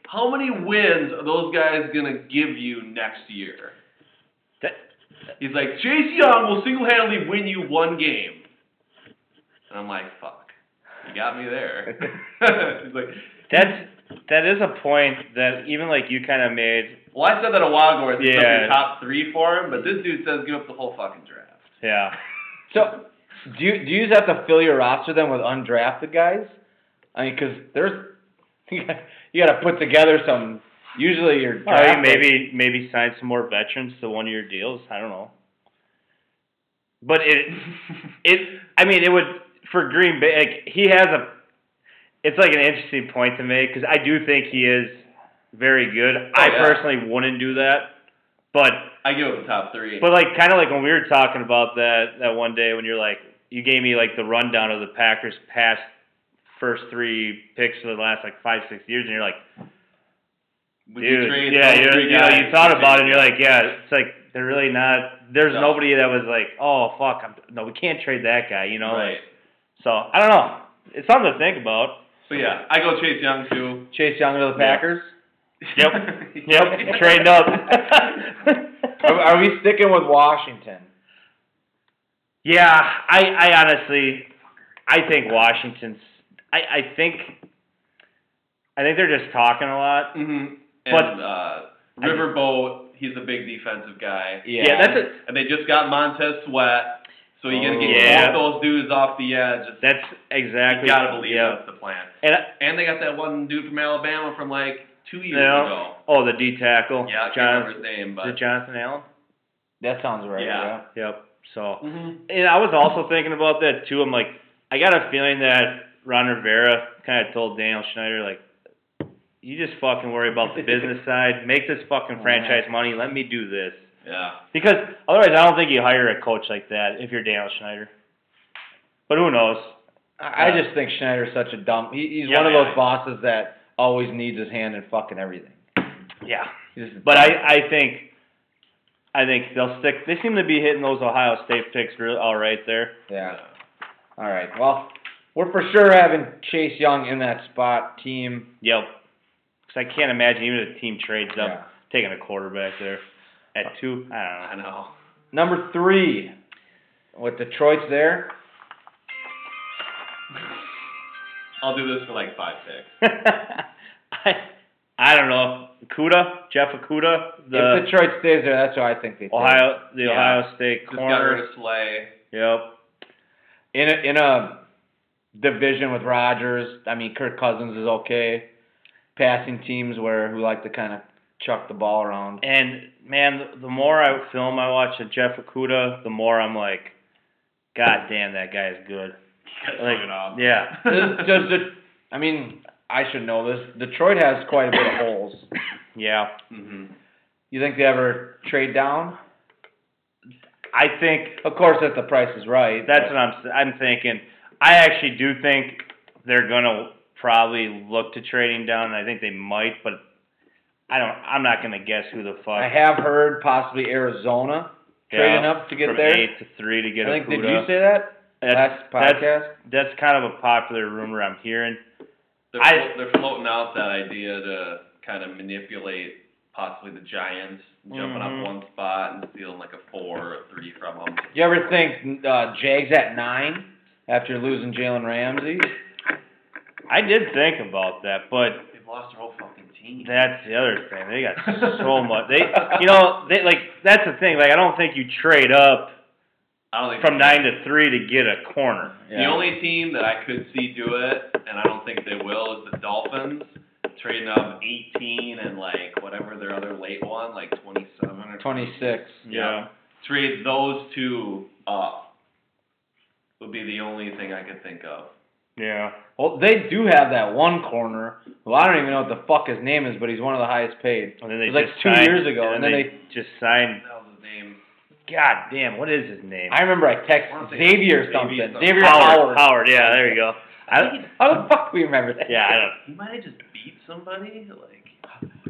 [SPEAKER 5] how many wins are those guys gonna give you next year?
[SPEAKER 3] That-
[SPEAKER 5] He's like, Chase Young will single handedly win you one game. And I'm like, fuck. You got me there. He's like,
[SPEAKER 3] That's that is a point that even like you kind of made.
[SPEAKER 5] well, I said that a while ago. where I think
[SPEAKER 3] Yeah.
[SPEAKER 5] yeah. top three for him, but this dude says give up the whole fucking draft.
[SPEAKER 3] Yeah.
[SPEAKER 1] so, do you do you just have to fill your roster then with undrafted guys? I mean, 'cause there's you got you got to put together some. Usually, your
[SPEAKER 3] All right,
[SPEAKER 1] draft-
[SPEAKER 3] maybe maybe sign some more veterans to one year deals. I don't know. But it it I mean it would for Green Bay like, he has a it's like an interesting point to make because I do think he is very good. I
[SPEAKER 5] yeah.
[SPEAKER 3] personally wouldn't do that, but
[SPEAKER 5] I give up the top three.
[SPEAKER 3] but like kind of like when we were talking about that that one day when you're like you gave me like the rundown of the Packers past first three picks for the last like five six years and you're like
[SPEAKER 5] Would you
[SPEAKER 3] Dude,
[SPEAKER 5] trade
[SPEAKER 3] yeah,
[SPEAKER 5] those
[SPEAKER 3] you
[SPEAKER 5] three
[SPEAKER 3] you, know,
[SPEAKER 5] guys
[SPEAKER 3] you thought
[SPEAKER 5] for
[SPEAKER 3] about it,
[SPEAKER 5] Chase
[SPEAKER 3] and you're like, yeah, it's like they're really not. There's
[SPEAKER 5] No.
[SPEAKER 3] nobody that was like, oh fuck, I'm, no, we can't trade that guy, you know.
[SPEAKER 5] Young?
[SPEAKER 3] like-
[SPEAKER 5] right.
[SPEAKER 3] so I don't know. It's something to think about.
[SPEAKER 5] So yeah, I go Chase Young too.
[SPEAKER 1] Chase Young to the
[SPEAKER 3] Yeah.
[SPEAKER 1] Packers.
[SPEAKER 3] Yep. Yep, trained up.
[SPEAKER 1] Are, are we sticking with Washington?
[SPEAKER 3] Yeah, I, I honestly, I think Washington's. I, I think, I think they're just talking a lot.
[SPEAKER 5] Mm-hmm. And
[SPEAKER 3] But-
[SPEAKER 5] uh, Riverboat, he's a big defensive guy.
[SPEAKER 1] Yeah.
[SPEAKER 3] that's a,
[SPEAKER 5] And they just got Montez Sweat, so you're gonna get
[SPEAKER 3] Oh. Yeah.
[SPEAKER 5] both those dudes off the edge. It's-
[SPEAKER 3] that's
[SPEAKER 5] You
[SPEAKER 3] exactly.
[SPEAKER 5] gotta believe
[SPEAKER 3] yeah.
[SPEAKER 5] that's the plan.
[SPEAKER 3] And I-
[SPEAKER 5] And they got that one dude from Alabama from like two years
[SPEAKER 3] No.
[SPEAKER 5] ago.
[SPEAKER 3] Oh, the D tackle.
[SPEAKER 5] Yeah, I can't remember
[SPEAKER 3] Johnson.
[SPEAKER 5] his name,
[SPEAKER 3] Is
[SPEAKER 5] but
[SPEAKER 3] it Jonathan Allen?
[SPEAKER 1] That sounds right.
[SPEAKER 5] Yeah.
[SPEAKER 1] Yeah.
[SPEAKER 3] Yep. So.
[SPEAKER 5] Mhm.
[SPEAKER 3] And I was also thinking about that too. I'm like, I got a feeling that Ron Rivera kind of told Daniel Schneider, like, you just fucking worry about the business side. Make this fucking franchise money. Let me do this.
[SPEAKER 5] yeah.
[SPEAKER 3] Because otherwise, I don't think you hire a coach like that if you're Daniel Schneider. But who knows?
[SPEAKER 1] I, I
[SPEAKER 3] Yeah.
[SPEAKER 1] just think Schneider's such a dumb. He, he's
[SPEAKER 3] Yeah,
[SPEAKER 1] one of
[SPEAKER 3] yeah.
[SPEAKER 1] those bosses that always needs his hand in fucking everything.
[SPEAKER 3] Yeah.
[SPEAKER 1] He's just a
[SPEAKER 3] But
[SPEAKER 1] dumb-
[SPEAKER 3] I, I think, I think they'll stick. They seem to be hitting those Ohio State picks real all right there.
[SPEAKER 1] yeah. All right. Well, we're for sure having Chase Young in that spot team.
[SPEAKER 3] Yep. Because I can't imagine even if the team trades up
[SPEAKER 1] Yeah.
[SPEAKER 3] taking a quarterback there at two. I don't know.
[SPEAKER 5] I know.
[SPEAKER 1] Number three, with Detroit's there.
[SPEAKER 5] I'll do this for like five picks. Uh,
[SPEAKER 3] I I don't know. Kuda, Jeff Akuda,
[SPEAKER 1] if
[SPEAKER 3] the
[SPEAKER 1] Detroit stays there, that's why I think they take.
[SPEAKER 3] Ohio, the
[SPEAKER 5] Yeah.
[SPEAKER 3] Ohio State
[SPEAKER 5] Just got rid
[SPEAKER 3] corner.
[SPEAKER 5] of Slay.
[SPEAKER 3] Yep.
[SPEAKER 1] in a, in a division with Rodgers. I mean, Kirk Cousins is okay. Passing teams where who like to kind of chuck the ball around.
[SPEAKER 3] And man, the more I film, I watch the Jeff Akuda, the more I'm like, God damn, that guy is good. Like, yeah.
[SPEAKER 1] does, does the, I mean, I should know this. Detroit has quite a bit of holes.
[SPEAKER 3] Yeah.
[SPEAKER 5] hmm
[SPEAKER 1] You think they ever trade down?
[SPEAKER 3] I think
[SPEAKER 1] Of course, if the price is right.
[SPEAKER 3] That's what I'm s- I'm thinking. I actually do think they're gonna probably look to trading down, and I think they might, but I don't. I'm not gonna guess who the fuck
[SPEAKER 1] I have heard possibly Arizona trading
[SPEAKER 3] yeah,
[SPEAKER 1] up to get
[SPEAKER 3] from
[SPEAKER 1] there.
[SPEAKER 3] eight to three to get
[SPEAKER 1] I think
[SPEAKER 3] a
[SPEAKER 1] did you
[SPEAKER 3] Fuda.
[SPEAKER 1] say that last
[SPEAKER 3] that's,
[SPEAKER 1] podcast?
[SPEAKER 3] that's kind of a popular rumor I'm hearing.
[SPEAKER 5] They're,
[SPEAKER 3] I-
[SPEAKER 5] flo- they're floating out that idea to kind of manipulate possibly the Giants, jumping
[SPEAKER 3] Mhm.
[SPEAKER 5] up one spot and stealing like a four or a three from them.
[SPEAKER 1] You ever think uh, Jags at nine after losing Jalen Ramsey?
[SPEAKER 3] I did think about that, but
[SPEAKER 5] They've lost their whole fucking team.
[SPEAKER 3] That's the other thing. They got so much. They, you know, they like that's the thing. Like I don't think you trade up
[SPEAKER 5] I don't think
[SPEAKER 3] from nine to three to get a corner.
[SPEAKER 5] The only team that I could see do it, and I don't think they will, is the Dolphins trading up 18 and like whatever their other late one, like 27 or
[SPEAKER 1] 26.
[SPEAKER 5] Yeah. Trade those two up would be the only thing I could think of.
[SPEAKER 3] Yeah.
[SPEAKER 1] Well, they do have that one corner. Well, I don't even know what the fuck his name is, but he's one of the highest paid.
[SPEAKER 3] And then they
[SPEAKER 1] It was like
[SPEAKER 3] just
[SPEAKER 1] two
[SPEAKER 3] signed-
[SPEAKER 1] years ago, and then
[SPEAKER 3] just signed.
[SPEAKER 5] That was his name.
[SPEAKER 3] God damn, what is his name?
[SPEAKER 1] I remember I
[SPEAKER 5] Well,
[SPEAKER 1] texted
[SPEAKER 5] they-
[SPEAKER 1] Xavier
[SPEAKER 5] Xavier
[SPEAKER 1] something.
[SPEAKER 5] something.
[SPEAKER 1] Xavier Howard.
[SPEAKER 3] Howard. Howard. Yeah, there you go. I,
[SPEAKER 1] How the fuck do we remember that?
[SPEAKER 3] yeah, I don't.
[SPEAKER 5] He might have just beat somebody, like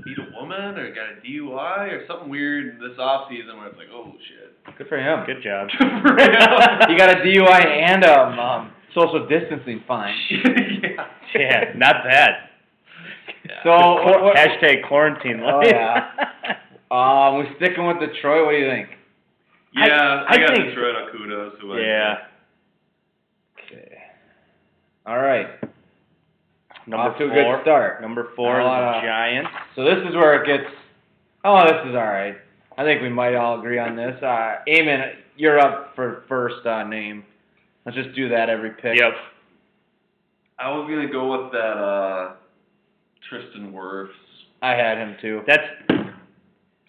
[SPEAKER 5] beat a woman or got a DUI or something weird this off season where it's like, oh shit.
[SPEAKER 1] Good for him.
[SPEAKER 3] Good job.
[SPEAKER 5] For real.
[SPEAKER 1] He got a DUI and a um, um, social distancing fine.
[SPEAKER 5] yeah.
[SPEAKER 3] Yeah, not bad.
[SPEAKER 5] Yeah.
[SPEAKER 1] So
[SPEAKER 3] Quar-
[SPEAKER 1] Oh, what, what-
[SPEAKER 3] hashtag quarantine.
[SPEAKER 1] Oh,
[SPEAKER 3] life.
[SPEAKER 1] yeah. um, we're sticking with Detroit. What do you think?
[SPEAKER 5] yeah,
[SPEAKER 3] I-
[SPEAKER 5] I,
[SPEAKER 3] I
[SPEAKER 5] got
[SPEAKER 3] think-
[SPEAKER 5] Detroit on kudos. Who I-
[SPEAKER 3] yeah.
[SPEAKER 1] Okay. All right.
[SPEAKER 3] Number
[SPEAKER 1] Off to a
[SPEAKER 3] four.
[SPEAKER 1] good start.
[SPEAKER 3] Number four is
[SPEAKER 1] Not a lot
[SPEAKER 3] the
[SPEAKER 1] of-
[SPEAKER 3] Giants.
[SPEAKER 1] So this is where it gets. Oh, this is all right. I think we might all agree on this. Uh, Eamon, you're up for first uh, name. Let's just do that every pick.
[SPEAKER 3] Yep.
[SPEAKER 5] I was gonna go with that uh Tristan Wirfs.
[SPEAKER 1] I had him too.
[SPEAKER 3] That's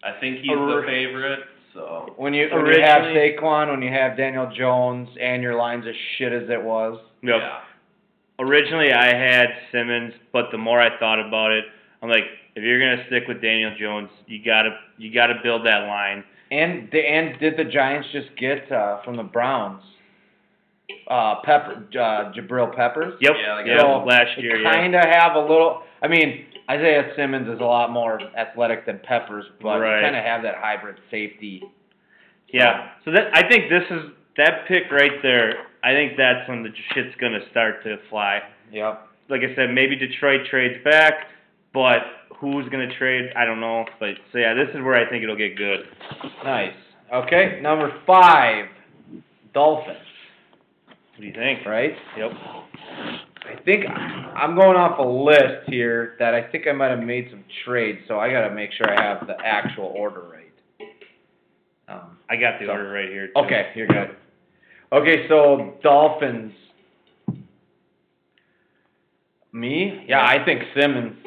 [SPEAKER 5] I think he's
[SPEAKER 3] Or-
[SPEAKER 5] the favorite, so
[SPEAKER 1] When you when you have
[SPEAKER 3] Originally-
[SPEAKER 1] Saquon, when you have Daniel Jones, and your line's as shit as it was.
[SPEAKER 3] yep.
[SPEAKER 5] yeah.
[SPEAKER 3] Originally, I had Simmons, but the more I thought about it, I'm like, if you're gonna stick with Daniel Jones, you gotta you gotta build that line.
[SPEAKER 1] And the, and did the Giants just get uh, from the Browns? Uh, Pepper, uh, Jabril Peppers.
[SPEAKER 3] Yep.
[SPEAKER 5] Yeah, like-
[SPEAKER 3] yep.
[SPEAKER 1] So,
[SPEAKER 3] Last year, yeah.
[SPEAKER 1] Kind of have a little. I mean, Isaiah Simmons is a lot more athletic than Peppers, but
[SPEAKER 3] Right.
[SPEAKER 1] kind of have that hybrid safety.
[SPEAKER 3] Yeah. So that I think this is that pick right there. I think that's when the shit's gonna start to fly.
[SPEAKER 1] Yep.
[SPEAKER 3] Like I said, maybe Detroit trades back, but who's gonna trade? I don't know. But so yeah, this is where I think it'll get good.
[SPEAKER 1] Nice. Okay, number five, Dolphins,
[SPEAKER 3] What do you think?
[SPEAKER 1] right?
[SPEAKER 3] Yep.
[SPEAKER 1] I think I'm going off a list here that I think I might have made some trades, so I got to make sure I have the actual order right. Um,
[SPEAKER 3] I got the
[SPEAKER 1] So-
[SPEAKER 3] order right here. Too.
[SPEAKER 1] okay, you're good. Okay, so Dolphins. Me? Yeah, I think Simmons.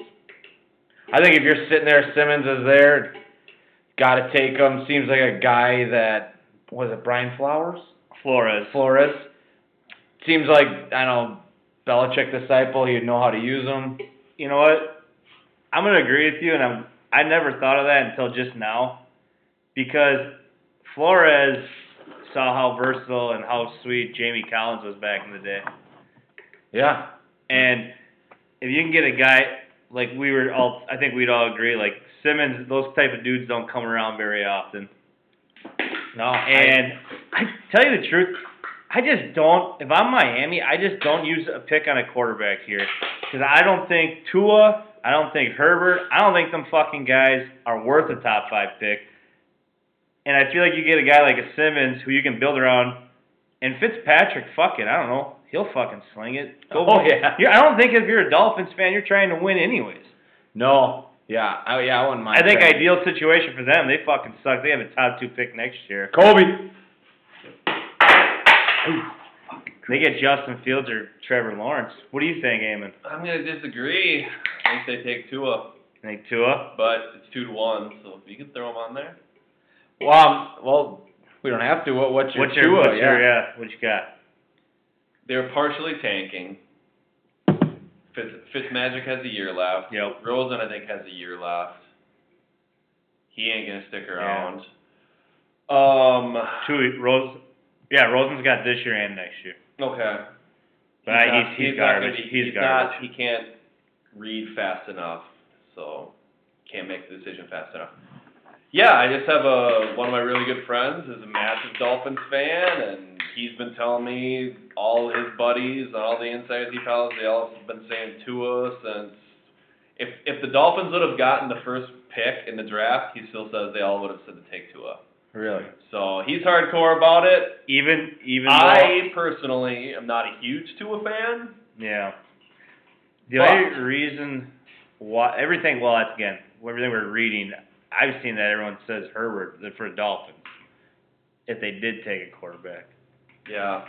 [SPEAKER 1] I I think if you're sitting there, Simmons is there. Got to take him. Seems like a guy that was it Brian Flowers,
[SPEAKER 3] Flores.
[SPEAKER 1] Flores. Seems like I don't know Belichick disciple. He'd know how to use him.
[SPEAKER 3] You know what? I'm gonna agree with you, and I'm I never thought of that until just now, because Flores saw how versatile and how sweet Jamie Collins was back in the day.
[SPEAKER 1] Yeah,
[SPEAKER 3] And if you can get a guy like we were all, I think we'd all agree, like Simmons, those type of dudes don't come around very often.
[SPEAKER 1] no,
[SPEAKER 3] And I tell you the truth, I just don't. If I'm Miami, I just don't use a pick on a quarterback here because I don't think Tua, I don't think Herbert, I don't think them fucking guys are worth a top five pick. And I feel like you get a guy like a Simmons who you can build around, and Fitzpatrick, fuck it, I don't know, he'll fucking sling it. Go
[SPEAKER 1] oh yeah,
[SPEAKER 3] you I don't think if you're a Dolphins fan, you're trying to win anyways.
[SPEAKER 1] no, yeah, I, yeah, I wouldn't mind.
[SPEAKER 3] I think
[SPEAKER 1] that.
[SPEAKER 3] ideal situation for them, they fucking suck. They have a top two pick next year.
[SPEAKER 1] Kobe.
[SPEAKER 3] They get Justin Fields or Trevor Lawrence. What do you think, Amon?
[SPEAKER 5] I'm gonna disagree. I think they take Tua,
[SPEAKER 3] You think Tua?
[SPEAKER 5] but it's two to one, so if you can throw him on there.
[SPEAKER 1] Well, um, well, we don't have to. What, what's your
[SPEAKER 3] What's your,
[SPEAKER 1] Tua?
[SPEAKER 3] what's
[SPEAKER 1] yeah.
[SPEAKER 3] your yeah. What you got?
[SPEAKER 5] They're partially tanking. Fitz, Fitzmagic has a year left.
[SPEAKER 3] Yep.
[SPEAKER 5] Rosen, I think, has a year left. He ain't gonna stick around. Um.
[SPEAKER 3] Tua Rose. Yeah, Rosen's got this year and next year.
[SPEAKER 5] Okay.
[SPEAKER 3] But I- he's- he's
[SPEAKER 5] not gonna
[SPEAKER 3] garbage.
[SPEAKER 5] be-
[SPEAKER 3] He's
[SPEAKER 5] he's not-
[SPEAKER 3] garbage.
[SPEAKER 5] he can't read fast enough, so can't make the decision fast enough. Yeah, I just have a one of my really good friends is a massive Dolphins fan, and he's been telling me all his buddies and all the insiders he follows, they all have been saying to us since if if the Dolphins would have gotten the first pick in the draft, he still says they all would have said to take Tua.
[SPEAKER 1] Really?
[SPEAKER 5] So he's hardcore about it.
[SPEAKER 3] Even even though-
[SPEAKER 5] I personally am not a huge Tua fan.
[SPEAKER 3] yeah. The
[SPEAKER 5] But-
[SPEAKER 3] only reason why everything well that's again everything we're reading, I've seen that everyone says Herbert for the Dolphins if they did take a quarterback.
[SPEAKER 5] Yeah,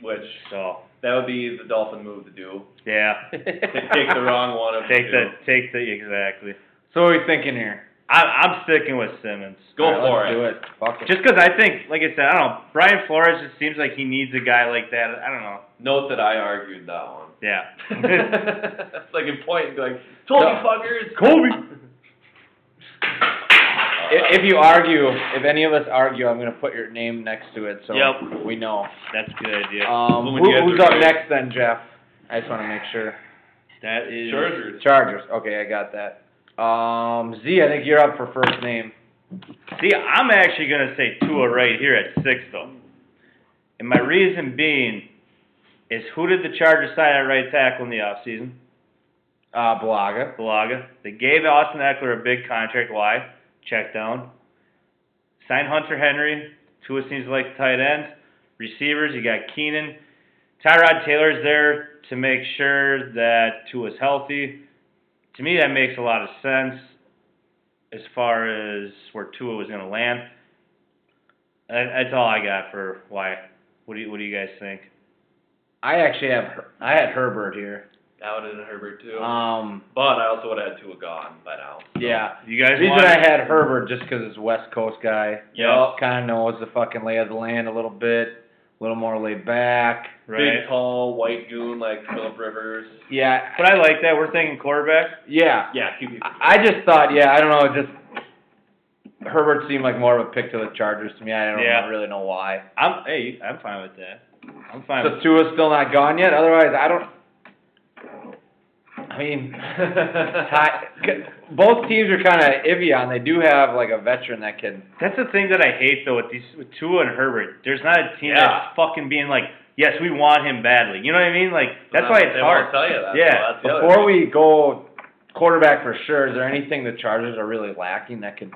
[SPEAKER 5] which
[SPEAKER 3] So
[SPEAKER 5] that would be the Dolphin move to do.
[SPEAKER 3] yeah,
[SPEAKER 5] Take the wrong one. Of the
[SPEAKER 3] take the
[SPEAKER 5] two.
[SPEAKER 3] take the exactly.
[SPEAKER 1] So what are we thinking here?
[SPEAKER 3] I, I'm sticking with Simmons.
[SPEAKER 5] Go
[SPEAKER 1] All right,
[SPEAKER 5] for
[SPEAKER 1] let's
[SPEAKER 5] it.
[SPEAKER 1] Do it. Fuck it.
[SPEAKER 3] Just because I think, like I said, I don't know. Brian Flores just seems like he needs a guy like that. I don't know.
[SPEAKER 5] Note that I argued that one.
[SPEAKER 3] Yeah.
[SPEAKER 5] it's like a point like told you
[SPEAKER 1] No.
[SPEAKER 5] fuckers.
[SPEAKER 1] Kobe.
[SPEAKER 5] Uh,
[SPEAKER 1] If, if you argue, if any of us argue, I'm gonna put your name next to it so
[SPEAKER 3] Yep.
[SPEAKER 1] we know.
[SPEAKER 3] That's a good idea.
[SPEAKER 1] Um,
[SPEAKER 5] When you
[SPEAKER 1] who-
[SPEAKER 5] guys
[SPEAKER 1] who's
[SPEAKER 5] are
[SPEAKER 1] up
[SPEAKER 5] ready.
[SPEAKER 1] next then, Jeff? I just want to make sure.
[SPEAKER 3] that is.
[SPEAKER 5] Chargers.
[SPEAKER 1] Chargers. Okay, I got that. Um, Z, I think you're up for first name.
[SPEAKER 3] See, I'm actually going to say Tua right here at six, though. And my reason being is who did the Chargers sign at right tackle in the offseason?
[SPEAKER 1] Uh, Blaga.
[SPEAKER 3] Balaga. They gave Austin Eckler a big contract. Why? Check down. Sign Hunter Henry. Tua seems to like tight ends. Receivers, you got Keenan. Tyrod Taylor's there to make sure that Tua's healthy. To me, that makes a lot of sense as far as where Tua was going to land. That- That's all I got for why. What do you, what do you guys think?
[SPEAKER 1] I actually have. Her- I had Herbert here.
[SPEAKER 5] I would have Herbert too.
[SPEAKER 1] Um,
[SPEAKER 5] but I also would have had Tua gone by now.
[SPEAKER 1] yeah.
[SPEAKER 3] You guys
[SPEAKER 1] The reason
[SPEAKER 3] want?
[SPEAKER 1] I had Herbert just because it's West Coast guy.
[SPEAKER 3] Yeah.
[SPEAKER 1] Kind of knows the fucking lay of the land a little bit. A little more laid back.
[SPEAKER 3] right.
[SPEAKER 5] Big, tall, white goon like Philip Rivers.
[SPEAKER 1] Yeah.
[SPEAKER 3] But I like that. We're thinking quarterback.
[SPEAKER 1] Yeah.
[SPEAKER 5] Yeah, QB.
[SPEAKER 1] I I just thought, yeah, I don't know, it just Herbert seemed like more of a pick to the Chargers to me. I don't
[SPEAKER 3] Yeah.
[SPEAKER 1] really know why.
[SPEAKER 3] I'm hey, I'm fine with that. I'm fine.
[SPEAKER 1] So
[SPEAKER 3] with
[SPEAKER 1] Tua's still not gone yet. Otherwise, I don't. I mean, I- c- both teams are kind of iffy on. They do have like a veteran that can.
[SPEAKER 3] That's the thing that I hate though with these with Tua and Herbert. There's not a team
[SPEAKER 5] Yeah.
[SPEAKER 3] that's fucking being like, yes, we want him badly. You know what I mean? Like that's
[SPEAKER 5] They
[SPEAKER 3] why
[SPEAKER 5] won't-
[SPEAKER 3] it's
[SPEAKER 5] they
[SPEAKER 3] hard.
[SPEAKER 5] Won't tell you that.
[SPEAKER 3] Yeah.
[SPEAKER 5] so that's the other
[SPEAKER 1] Before
[SPEAKER 5] thing.
[SPEAKER 1] we go quarterback for sure, is there anything the Chargers are really lacking that could?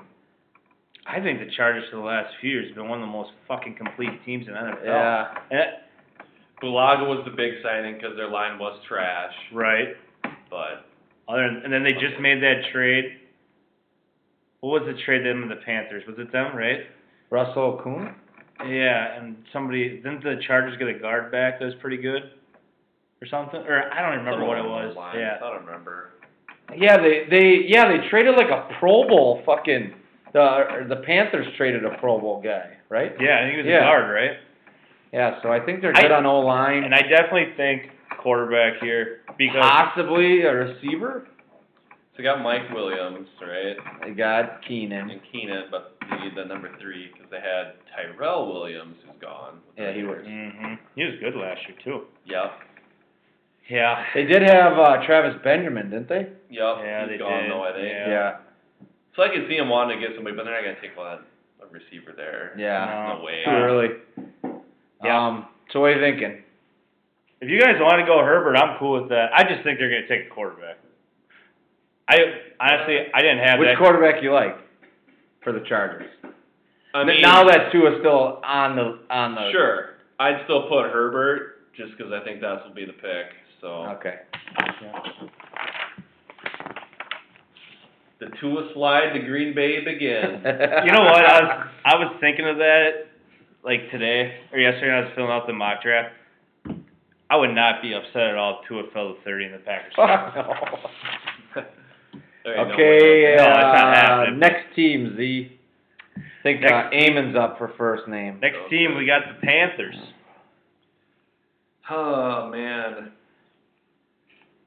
[SPEAKER 3] I think the Chargers for the last few years have been one of the most fucking complete teams in NFL.
[SPEAKER 1] Yeah.
[SPEAKER 3] And that-
[SPEAKER 5] Bulaga was the big signing because their line was trash,
[SPEAKER 3] right.
[SPEAKER 5] but
[SPEAKER 3] Other than, and then they just made that trade. What was the trade them and the Panthers? Was it them, right?
[SPEAKER 1] Russell Kuhn.
[SPEAKER 3] Yeah, and somebody didn't the Chargers get a guard back that was pretty good, or something? Or I don't remember
[SPEAKER 5] Someone
[SPEAKER 3] what it
[SPEAKER 5] along
[SPEAKER 3] was.
[SPEAKER 5] those lines,
[SPEAKER 3] Yeah.
[SPEAKER 5] I don't remember.
[SPEAKER 1] Yeah, they they yeah they traded like a Pro Bowl fucking the the Panthers traded a Pro Bowl guy, right?
[SPEAKER 3] Yeah, I think he was
[SPEAKER 1] Yeah.
[SPEAKER 3] a guard, right?
[SPEAKER 1] Yeah, so I think they're
[SPEAKER 3] I-
[SPEAKER 1] good on O line,
[SPEAKER 3] And I definitely think quarterback here because
[SPEAKER 1] possibly a receiver.
[SPEAKER 5] So we got Mike Williams, right,
[SPEAKER 1] They got Keenan.
[SPEAKER 5] and Keenan, but they need the number three because they had Tyrell Williams, who's gone.
[SPEAKER 1] Yeah, he was.
[SPEAKER 3] Mhm. he was good last year too.
[SPEAKER 5] Yep.
[SPEAKER 3] Yeah.
[SPEAKER 1] They did have uh, Travis Benjamin, didn't they?
[SPEAKER 5] Yep. Yeah,
[SPEAKER 3] Yeah,
[SPEAKER 5] has
[SPEAKER 3] they
[SPEAKER 5] gone
[SPEAKER 3] did.
[SPEAKER 5] though, I think.
[SPEAKER 3] Yeah.
[SPEAKER 5] So I could see him wanting to get somebody, but they're not gonna take on a receiver there.
[SPEAKER 1] yeah, yeah.
[SPEAKER 5] No,
[SPEAKER 3] No.
[SPEAKER 5] way.
[SPEAKER 1] Too early.
[SPEAKER 3] Yeah.
[SPEAKER 1] Um, so what are you thinking?
[SPEAKER 3] If you guys want to go Herbert, I'm cool with that. I just think they're going to take a quarterback. I honestly, I didn't have
[SPEAKER 1] Which
[SPEAKER 3] that.
[SPEAKER 1] quarterback you like for the Chargers?
[SPEAKER 5] I mean,
[SPEAKER 1] now that Tua's still on the on the
[SPEAKER 5] sure, I'd still put Herbert just because I think that will be the pick. So
[SPEAKER 1] Okay.
[SPEAKER 5] the Tua slide to Green Bay begins.
[SPEAKER 3] you know what? I was I was thinking of that like today or yesterday. When I was filling out the mock draft. I would not be upset at all if Tua fell to 30 in the Packers.
[SPEAKER 1] Fuck
[SPEAKER 3] game.
[SPEAKER 1] no.
[SPEAKER 5] There ain't no way.
[SPEAKER 1] Okay,
[SPEAKER 3] No, it's not
[SPEAKER 1] uh,
[SPEAKER 3] happening.
[SPEAKER 1] next team, Z. I think uh,
[SPEAKER 3] Next team.
[SPEAKER 1] Eamon's up for first name.
[SPEAKER 3] Next team, we got the Panthers.
[SPEAKER 5] Oh man,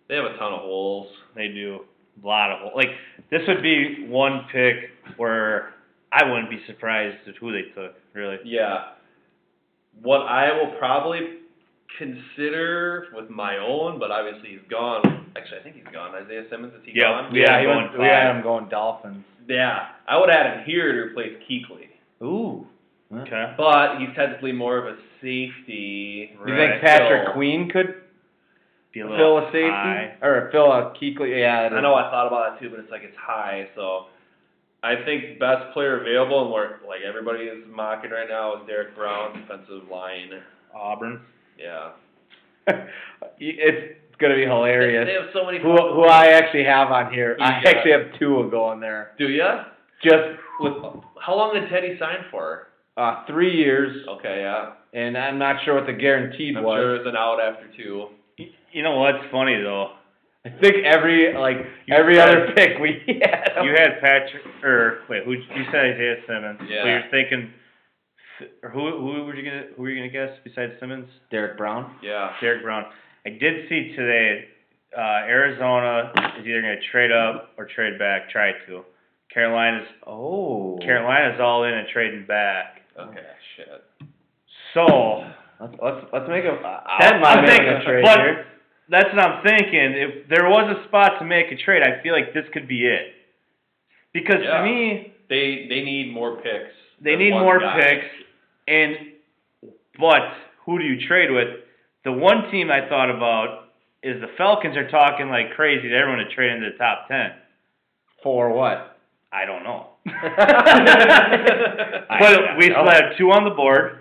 [SPEAKER 5] they have a ton of holes.
[SPEAKER 3] They do a lot of like this would be one pick where I wouldn't be surprised at who they took. Really,
[SPEAKER 5] Yeah. What I will probably consider with my own, but obviously he's gone. Actually, I think he's gone. Isaiah Simmons is he
[SPEAKER 3] Yeah.
[SPEAKER 5] gone?
[SPEAKER 3] We had him going
[SPEAKER 1] we had
[SPEAKER 3] five.
[SPEAKER 1] him going Dolphins.
[SPEAKER 5] Yeah, I would add him here to replace Keekly,
[SPEAKER 1] Ooh.
[SPEAKER 3] okay.
[SPEAKER 5] but he's technically more of a safety.
[SPEAKER 1] You
[SPEAKER 3] Right.
[SPEAKER 1] think Patrick
[SPEAKER 5] So-
[SPEAKER 1] Queen could
[SPEAKER 3] Be a
[SPEAKER 1] fill
[SPEAKER 3] little
[SPEAKER 1] a safety
[SPEAKER 3] high.
[SPEAKER 1] or fill a Keekly? Yeah,
[SPEAKER 5] I know I thought about that too, but it's like it's high, so I think best player available and where like everybody is mocking right now is Derek Brown, defensive line.
[SPEAKER 3] Auburn.
[SPEAKER 5] Yeah.
[SPEAKER 1] it's gonna be
[SPEAKER 5] They
[SPEAKER 1] hilarious.
[SPEAKER 5] have so many.
[SPEAKER 1] Who who I actually have on here?
[SPEAKER 5] Who you
[SPEAKER 1] I
[SPEAKER 5] got?
[SPEAKER 1] actually have two going there.
[SPEAKER 5] do ya?
[SPEAKER 1] Just
[SPEAKER 5] With how long did Teddy sign for?
[SPEAKER 1] uh, three years,
[SPEAKER 5] Okay, yeah.
[SPEAKER 1] and I'm not sure what the guaranteed
[SPEAKER 5] I'm
[SPEAKER 1] was.
[SPEAKER 5] sure it was an out after two.
[SPEAKER 3] Y- You know what's funny though?
[SPEAKER 1] I think every like every
[SPEAKER 3] had-
[SPEAKER 1] other pick we had.
[SPEAKER 3] You had Patrick, or wait, who you said Isaiah Simmons?
[SPEAKER 5] Yeah.
[SPEAKER 3] So you're thinking, or who who were you gonna who were you gonna guess besides Simmons?
[SPEAKER 1] Derek Brown.
[SPEAKER 5] Yeah.
[SPEAKER 3] Derek Brown. I did see today, uh, Arizona is either gonna trade up or trade back. Try to. Carolina's
[SPEAKER 1] Oh.
[SPEAKER 3] Carolina's all in and trading back.
[SPEAKER 5] Okay, shit.
[SPEAKER 3] So
[SPEAKER 1] Let's let's, let's make a. I
[SPEAKER 3] That's
[SPEAKER 1] don't mind
[SPEAKER 3] I'm
[SPEAKER 1] making
[SPEAKER 3] thinking,
[SPEAKER 1] a trade
[SPEAKER 3] but-
[SPEAKER 1] here.
[SPEAKER 3] that's what I'm thinking. If there was a spot to make a trade, I feel like this could be it. Because
[SPEAKER 5] Yeah.
[SPEAKER 3] to me,
[SPEAKER 5] They they need more picks.
[SPEAKER 3] They
[SPEAKER 5] than
[SPEAKER 3] need
[SPEAKER 5] one
[SPEAKER 3] more
[SPEAKER 5] guy.
[SPEAKER 3] picks, and but who do you trade with? The one team I thought about is the Falcons are talking like crazy to everyone to trade into the top ten.
[SPEAKER 1] For what?
[SPEAKER 3] I don't know,
[SPEAKER 1] I
[SPEAKER 3] but we
[SPEAKER 1] don't
[SPEAKER 3] still
[SPEAKER 1] know.
[SPEAKER 3] have two on the board,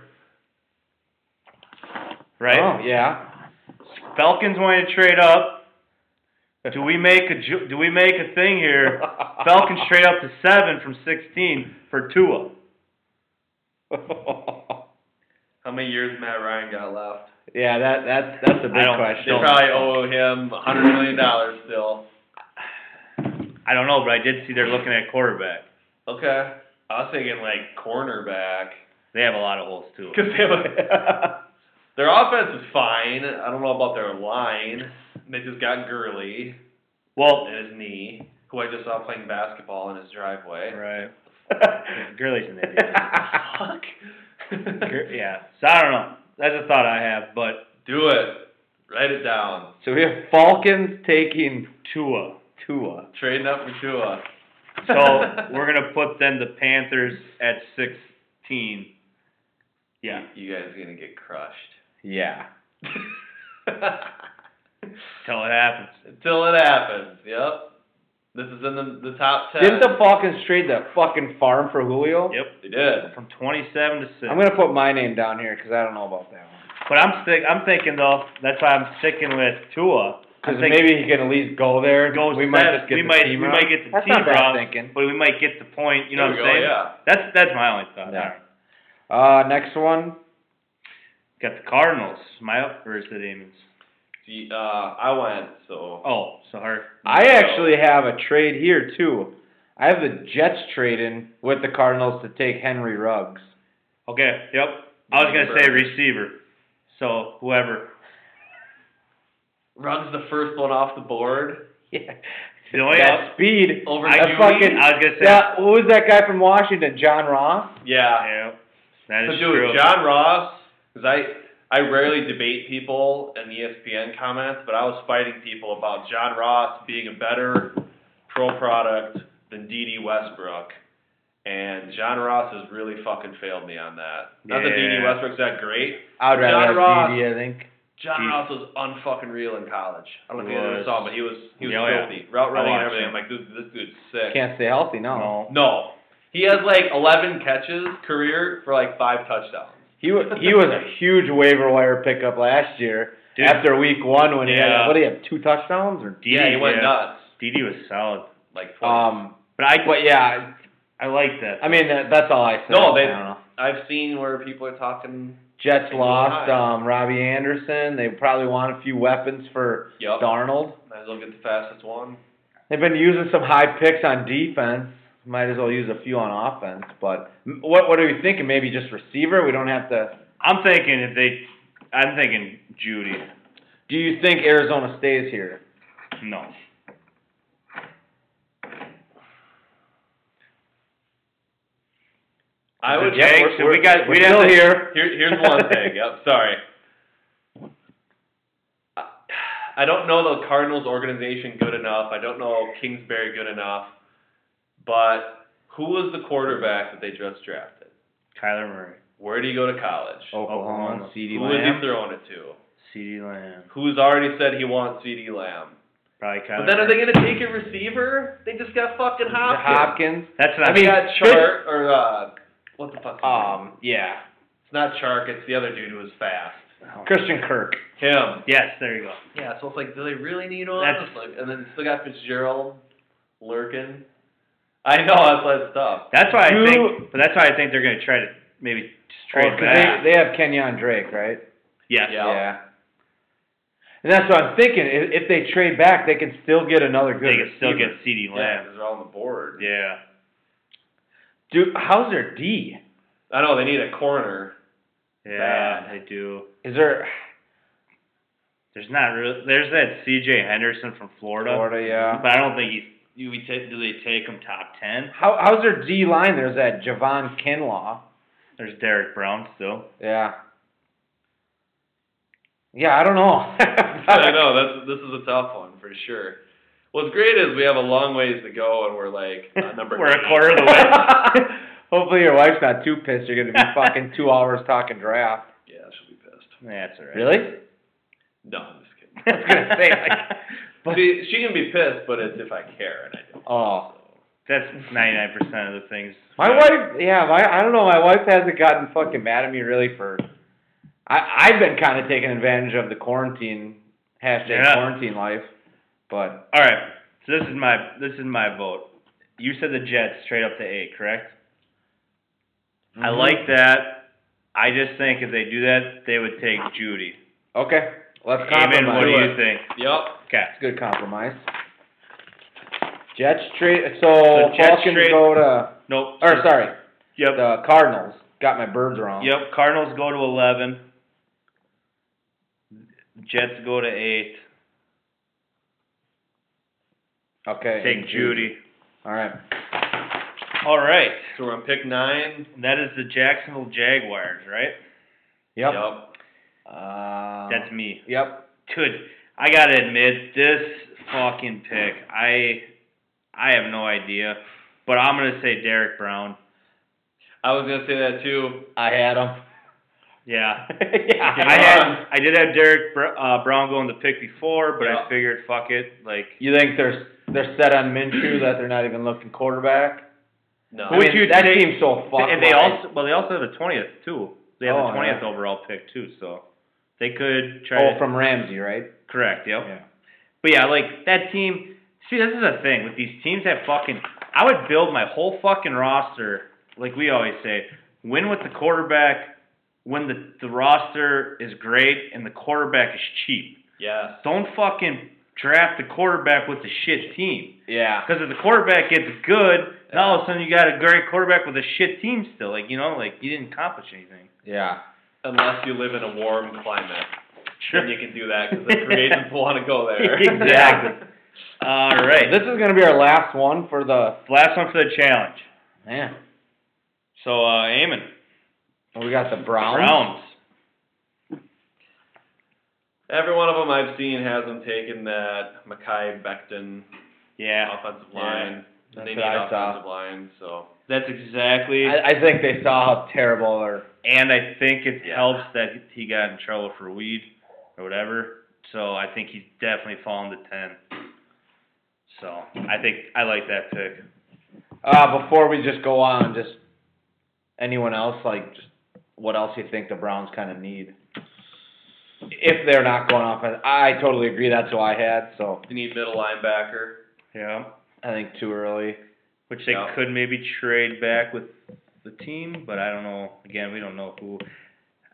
[SPEAKER 3] right?
[SPEAKER 1] Oh yeah.
[SPEAKER 3] Falcons wanting to trade up. Do we make a ju- do we make a thing here? Falcons trade up to seven from sixteen for Tua.
[SPEAKER 5] How many years Matt Ryan got left?
[SPEAKER 1] yeah, that that's that's a big
[SPEAKER 3] I don't-
[SPEAKER 5] They
[SPEAKER 1] question.
[SPEAKER 3] Still-
[SPEAKER 5] probably owe him a hundred million dollars still.
[SPEAKER 3] I don't know, but I did see they're looking at quarterback.
[SPEAKER 5] Okay. I was thinking like cornerback.
[SPEAKER 3] They have a lot of holes too.
[SPEAKER 5] Because they have a, their offense is fine. I don't know about their line. They just got Gurley
[SPEAKER 3] Well,
[SPEAKER 5] and his knee, who I just saw playing basketball in his driveway.
[SPEAKER 3] right. Gurley's an idiot.
[SPEAKER 5] Fuck.
[SPEAKER 3] Gur- yeah. So I don't know. That's a thought I have, but
[SPEAKER 5] Do it. Write it down.
[SPEAKER 1] so we have Falcons taking
[SPEAKER 3] Tua.
[SPEAKER 1] Tua.
[SPEAKER 5] Trading up for Tua.
[SPEAKER 3] So we're gonna put then the Panthers at sixteen. Yeah.
[SPEAKER 5] You guys are gonna get crushed.
[SPEAKER 1] Yeah.
[SPEAKER 3] Till it happens.
[SPEAKER 5] Until it happens. Yep. This is in the, the top ten.
[SPEAKER 1] Didn't the Falcons trade that fucking farm for Julio?
[SPEAKER 3] Yep.
[SPEAKER 5] they did.
[SPEAKER 3] From twenty-seven to 6
[SPEAKER 1] I'm gonna put my name down here because I don't know about that one.
[SPEAKER 3] but I'm stick. I'm thinking though. That's why I'm sticking with Tua.
[SPEAKER 1] Because
[SPEAKER 3] I think
[SPEAKER 1] maybe he can at least go there.
[SPEAKER 3] Go
[SPEAKER 1] we might
[SPEAKER 3] seven-
[SPEAKER 1] just get
[SPEAKER 3] we
[SPEAKER 1] the
[SPEAKER 3] might-
[SPEAKER 1] team
[SPEAKER 3] we
[SPEAKER 1] up.
[SPEAKER 3] might get the
[SPEAKER 1] That's
[SPEAKER 3] team
[SPEAKER 1] not bad
[SPEAKER 3] up.
[SPEAKER 1] thinking.
[SPEAKER 3] But we might get the point. You know
[SPEAKER 5] There
[SPEAKER 3] what
[SPEAKER 5] we
[SPEAKER 3] I'm
[SPEAKER 5] go,
[SPEAKER 3] saying?
[SPEAKER 5] Yeah.
[SPEAKER 3] That's that's my only thought.
[SPEAKER 1] Yeah.
[SPEAKER 3] All right.
[SPEAKER 1] Uh, next one.
[SPEAKER 3] Got the Cardinals. My up or is it Amy's?
[SPEAKER 5] See, uh, I went, so.
[SPEAKER 3] Oh, so hard.
[SPEAKER 1] I actually have a trade here too. I have the Jets trading with the Cardinals to take Henry Ruggs.
[SPEAKER 3] Okay. Yep. I was gonna say receiver. So whoever.
[SPEAKER 5] Rugs the first one off the board.
[SPEAKER 1] Yeah.
[SPEAKER 3] The only
[SPEAKER 1] That speed.
[SPEAKER 5] Over
[SPEAKER 3] I,
[SPEAKER 1] That
[SPEAKER 5] Dewey?
[SPEAKER 1] fucking.
[SPEAKER 3] I was gonna say.
[SPEAKER 1] That, what was that guy from Washington? John Ross.
[SPEAKER 5] Yeah.
[SPEAKER 3] Yeah. That
[SPEAKER 5] So,
[SPEAKER 3] is
[SPEAKER 5] dude,
[SPEAKER 3] true.
[SPEAKER 5] John Ross, because I, I rarely debate people in the E ESPN comments, but I was fighting people about John Ross being a better pro product than D.D. Westbrook. And John Ross has really fucking failed me on that. Not that D.D.
[SPEAKER 3] Yeah.
[SPEAKER 5] Westbrook's that great.
[SPEAKER 1] I would
[SPEAKER 5] John
[SPEAKER 1] rather
[SPEAKER 5] Ross.
[SPEAKER 1] have Dede, I think.
[SPEAKER 5] John
[SPEAKER 3] He-
[SPEAKER 5] Ross was unfucking real in college. I don't know if you
[SPEAKER 3] He
[SPEAKER 5] ever
[SPEAKER 3] was.
[SPEAKER 5] saw him, but he was he was
[SPEAKER 3] Yeah, oh, yeah.
[SPEAKER 5] filthy. Route running and
[SPEAKER 3] watched
[SPEAKER 5] everything.
[SPEAKER 3] him.
[SPEAKER 5] I'm like, this this dude's sick.
[SPEAKER 1] Can't stay healthy. No.
[SPEAKER 3] No.
[SPEAKER 5] No. He has like 11 catches career for like five touchdowns.
[SPEAKER 1] He wa- he was a huge waiver wire pickup last year.
[SPEAKER 3] Dude.
[SPEAKER 1] After week one, when he had
[SPEAKER 3] Yeah.
[SPEAKER 1] what do you have two touchdowns or?
[SPEAKER 3] DD,
[SPEAKER 5] yeah, he went nuts.
[SPEAKER 3] DD was solid.
[SPEAKER 5] Like,
[SPEAKER 1] Um,
[SPEAKER 3] But I
[SPEAKER 1] but yeah,
[SPEAKER 3] I like that.
[SPEAKER 1] I mean that, that's all I said.
[SPEAKER 5] No,
[SPEAKER 1] I
[SPEAKER 5] they-
[SPEAKER 1] don't know.
[SPEAKER 5] I've seen where people are talking.
[SPEAKER 1] Jets
[SPEAKER 5] They
[SPEAKER 1] lost
[SPEAKER 5] lied.
[SPEAKER 1] um, Robbie Anderson. They probably want a few weapons for
[SPEAKER 5] Yup.
[SPEAKER 1] Darnold.
[SPEAKER 5] Might as well get the fastest one.
[SPEAKER 1] They've been using some high picks on defense. Might as well use a few on offense. But m- what what are we thinking? Maybe just receiver. We don't have to.
[SPEAKER 3] I'm thinking if they, I'm thinking Judy.
[SPEAKER 1] Do you think Arizona stays here?
[SPEAKER 3] No.
[SPEAKER 5] I would.
[SPEAKER 3] Jets-
[SPEAKER 1] we're-
[SPEAKER 3] so
[SPEAKER 1] we're-
[SPEAKER 3] we got-
[SPEAKER 1] we're
[SPEAKER 3] we'd have
[SPEAKER 1] still
[SPEAKER 3] to-
[SPEAKER 1] here.
[SPEAKER 5] Here, here's one thing. Yep, sorry. I- I don't know the Cardinals organization good enough. I don't know Kingsbury good enough. But who was the quarterback that they just drafted?
[SPEAKER 3] Kyler Murray,
[SPEAKER 5] Where did he go to college?
[SPEAKER 1] Oklahoma,
[SPEAKER 3] Oklahoma.
[SPEAKER 1] CD
[SPEAKER 5] who was he
[SPEAKER 1] Oh, Lamb.
[SPEAKER 5] throwing it to?
[SPEAKER 3] C.D. Lamb,
[SPEAKER 5] Who's already said he wants C.D. Lamb?
[SPEAKER 3] probably Kyler.
[SPEAKER 5] But then are
[SPEAKER 3] Murray.
[SPEAKER 5] they going to take a receiver? They just got fucking Hopkins.
[SPEAKER 1] Hopkins.
[SPEAKER 3] That's what
[SPEAKER 1] I
[SPEAKER 3] I
[SPEAKER 5] They
[SPEAKER 1] mean-
[SPEAKER 3] mean.
[SPEAKER 5] got Chark or uh, what the fuck?
[SPEAKER 1] Um, yeah,
[SPEAKER 5] it's not Chark. It's the other dude who was fast.
[SPEAKER 1] Christian Kirk.
[SPEAKER 5] Him.
[SPEAKER 3] Oh. Yes, there you go.
[SPEAKER 5] Yeah. So it's like, do they really need one?
[SPEAKER 3] That's-
[SPEAKER 5] It's like- and then still got Fitzgerald lurking. I know that's that's tough.
[SPEAKER 3] That's why I
[SPEAKER 1] Who-
[SPEAKER 3] think. But that's why I think they're going to try to maybe just trade
[SPEAKER 1] Well, 'cause
[SPEAKER 3] back.
[SPEAKER 1] they, they have Kenyon Drake, right?
[SPEAKER 3] yes.
[SPEAKER 5] Yeah.
[SPEAKER 1] Yeah. And that's what I'm thinking. If, if they trade back, they can still get another good.
[SPEAKER 3] They can still get
[SPEAKER 1] receiver.
[SPEAKER 3] C.D.
[SPEAKER 5] Yeah,
[SPEAKER 3] Lamb.
[SPEAKER 5] 'cause they're all on the board.
[SPEAKER 3] Yeah.
[SPEAKER 1] Dude, how's their D?
[SPEAKER 5] I know they need a corner.
[SPEAKER 3] Yeah.
[SPEAKER 5] Bad.
[SPEAKER 3] They do.
[SPEAKER 1] Is there
[SPEAKER 3] There's not really. There's that C.J. Henderson from Florida.
[SPEAKER 1] Florida? Yeah.
[SPEAKER 3] But I don't think he's. You, we take do they take him top ten?
[SPEAKER 1] How how's their D line? There's that Javon Kinlaw.
[SPEAKER 3] There's Derek Brown still.
[SPEAKER 1] Yeah. Yeah, I don't know.
[SPEAKER 5] I know that's this is a tough one for sure. What's great is we have a long ways to go, and we're like uh, number.
[SPEAKER 3] We're a
[SPEAKER 5] eight.
[SPEAKER 3] quarter of the way.
[SPEAKER 1] Hopefully your wife's not too pissed. You're gonna be fucking two hours talking draft.
[SPEAKER 5] Yeah, she'll be pissed.
[SPEAKER 3] Yeah, That's all right.
[SPEAKER 1] Really?
[SPEAKER 5] No, I'm just kidding.
[SPEAKER 1] I was gonna say like. But-
[SPEAKER 5] See, she can be pissed, but it's if I care, and I don't.
[SPEAKER 1] Oh,
[SPEAKER 3] That's ninety nine percent of the things.
[SPEAKER 1] my wife. Yeah, my. I don't know. My wife hasn't gotten fucking mad at me really for. I I've been kind of taking advantage of the quarantine hashtag
[SPEAKER 3] Yeah.
[SPEAKER 1] quarantine life, but
[SPEAKER 3] All right. So this is my this is my vote. You said the Jets straight up to eight, correct? I
[SPEAKER 1] Mhm.
[SPEAKER 3] like that. I just think if they do that, they would take Judy.
[SPEAKER 1] Okay, let's
[SPEAKER 3] Amen. What do
[SPEAKER 1] compromise.
[SPEAKER 3] you think?
[SPEAKER 5] Yep.
[SPEAKER 3] Okay.
[SPEAKER 1] It's good compromise. Jets trade. So,
[SPEAKER 3] Jets
[SPEAKER 1] Falcons
[SPEAKER 3] trade-
[SPEAKER 1] go to.
[SPEAKER 3] Nope.
[SPEAKER 1] Or sorry, Uh,
[SPEAKER 3] Yep.
[SPEAKER 1] the Cardinals. Got my birds wrong.
[SPEAKER 3] Yep. Cardinals go to eleven. Jets go to eight.
[SPEAKER 1] Okay.
[SPEAKER 3] Take Judy.
[SPEAKER 1] All right.
[SPEAKER 3] All right.
[SPEAKER 5] So we're on pick nine.
[SPEAKER 3] And that is the Jacksonville Jaguars, right?
[SPEAKER 1] Yep.
[SPEAKER 5] Yep.
[SPEAKER 1] Uh,
[SPEAKER 3] That's me.
[SPEAKER 1] Yep.
[SPEAKER 3] Dude, I gotta admit, this fucking pick, I I have no idea. But I'm gonna say Derek Brown.
[SPEAKER 5] I was gonna say that too.
[SPEAKER 1] I had them.
[SPEAKER 3] Yeah.
[SPEAKER 1] yeah.
[SPEAKER 3] I had I did have Derek Br- uh, Brown going the pick before, but
[SPEAKER 5] Yeah.
[SPEAKER 3] I figured fuck it. Like
[SPEAKER 1] You think they're they're set on Minshew that they're not even looking quarterback?
[SPEAKER 5] No.
[SPEAKER 1] I
[SPEAKER 3] Would
[SPEAKER 1] mean,
[SPEAKER 3] you
[SPEAKER 1] that
[SPEAKER 3] take-
[SPEAKER 1] team's so fucked.
[SPEAKER 3] and they
[SPEAKER 1] wide.
[SPEAKER 3] also well they also have a twentieth too. They have
[SPEAKER 1] Oh,
[SPEAKER 3] a twentieth
[SPEAKER 1] yeah.
[SPEAKER 3] overall pick too, so they could try
[SPEAKER 1] Oh,
[SPEAKER 3] to
[SPEAKER 1] from Ramsey, right?
[SPEAKER 3] correct, yep.
[SPEAKER 1] Yeah.
[SPEAKER 3] But yeah, like that team. See, this is the thing with these teams that fucking. I would build my whole fucking roster, like we always say, win with the quarterback when the the roster is great and the quarterback is cheap.
[SPEAKER 5] Yes.
[SPEAKER 3] Don't fucking draft the quarterback with the shit team.
[SPEAKER 1] Yeah.
[SPEAKER 3] Because if the quarterback gets good, now all of a sudden you got a great quarterback with a shit team still. Like, you know, like you didn't accomplish anything.
[SPEAKER 1] Yeah.
[SPEAKER 5] Unless you live in a warm climate, then you can do that because the free
[SPEAKER 3] Yeah.
[SPEAKER 5] agents want to go there.
[SPEAKER 3] exactly. All right.
[SPEAKER 1] This is gonna be our last one for the
[SPEAKER 3] Last one for the challenge.
[SPEAKER 1] man.
[SPEAKER 3] So, uh, Eamon.
[SPEAKER 1] We got the Browns.
[SPEAKER 3] Browns.
[SPEAKER 5] Every one of them I've seen has them taking that Mackay Becton
[SPEAKER 3] Yeah.
[SPEAKER 5] offensive
[SPEAKER 1] Yeah.
[SPEAKER 5] line.
[SPEAKER 1] That's
[SPEAKER 5] they need
[SPEAKER 1] what I saw.
[SPEAKER 5] offensive line, so
[SPEAKER 3] That's exactly.
[SPEAKER 1] I, I think they saw how terrible their
[SPEAKER 3] and I think it
[SPEAKER 5] Yeah.
[SPEAKER 3] helps that he got in trouble for weed or whatever. So I think he's definitely fallen to 10. So I think I like that pick.
[SPEAKER 1] Uh, before we just go on, just anyone else like just what else you think the Browns kind of need if they're not going offense. I totally agree. That's who I had. So
[SPEAKER 5] they need middle linebacker.
[SPEAKER 3] Yeah.
[SPEAKER 1] I think too early.
[SPEAKER 3] Which they
[SPEAKER 5] Yeah.
[SPEAKER 3] could maybe trade back with the team, but I don't know. Again, we don't know who.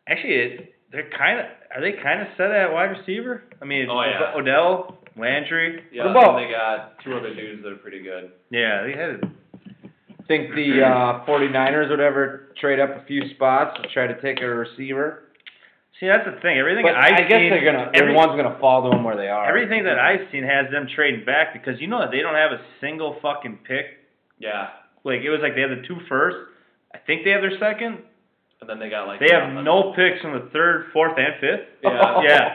[SPEAKER 3] Actually, it, they're kind of are they kind of set at wide receiver? I mean,
[SPEAKER 5] Oh, yeah.
[SPEAKER 3] Odell, Landry.
[SPEAKER 5] Yeah,
[SPEAKER 1] What about-
[SPEAKER 5] and they got two other dudes that are pretty good.
[SPEAKER 3] Yeah, they had.
[SPEAKER 1] think the uh, 49ers would ever trade up a few spots to try to take a receiver.
[SPEAKER 3] See, that's the thing. Everything
[SPEAKER 1] But
[SPEAKER 3] I've
[SPEAKER 1] I guess
[SPEAKER 3] seen-
[SPEAKER 1] they're gonna
[SPEAKER 3] every-
[SPEAKER 1] everyone's gonna fall to them where they are.
[SPEAKER 3] Everything that I've seen has them trading back because you know that they don't have a single fucking pick.
[SPEAKER 5] Yeah,
[SPEAKER 3] Like it was like they had the two first. I think they have their second.
[SPEAKER 5] and then they got like
[SPEAKER 3] They
[SPEAKER 5] the
[SPEAKER 3] have
[SPEAKER 5] offensive-
[SPEAKER 3] no picks in the third, fourth, and fifth.
[SPEAKER 5] Yeah,
[SPEAKER 3] Yeah,